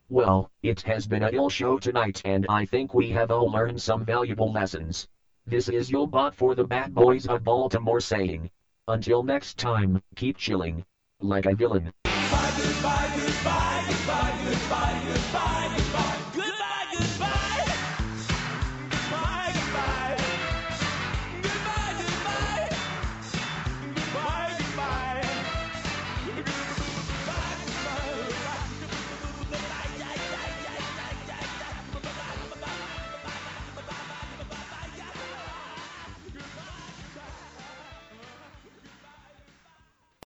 K: Well, it has been a ill show tonight, and I think we have all learned some valuable lessons. This is your bot for the bad boys of Baltimore saying, until next time, keep chilling, like a villain.
Y: Goodbye, goodbye, goodbye, goodbye, goodbye, goodbye, goodbye.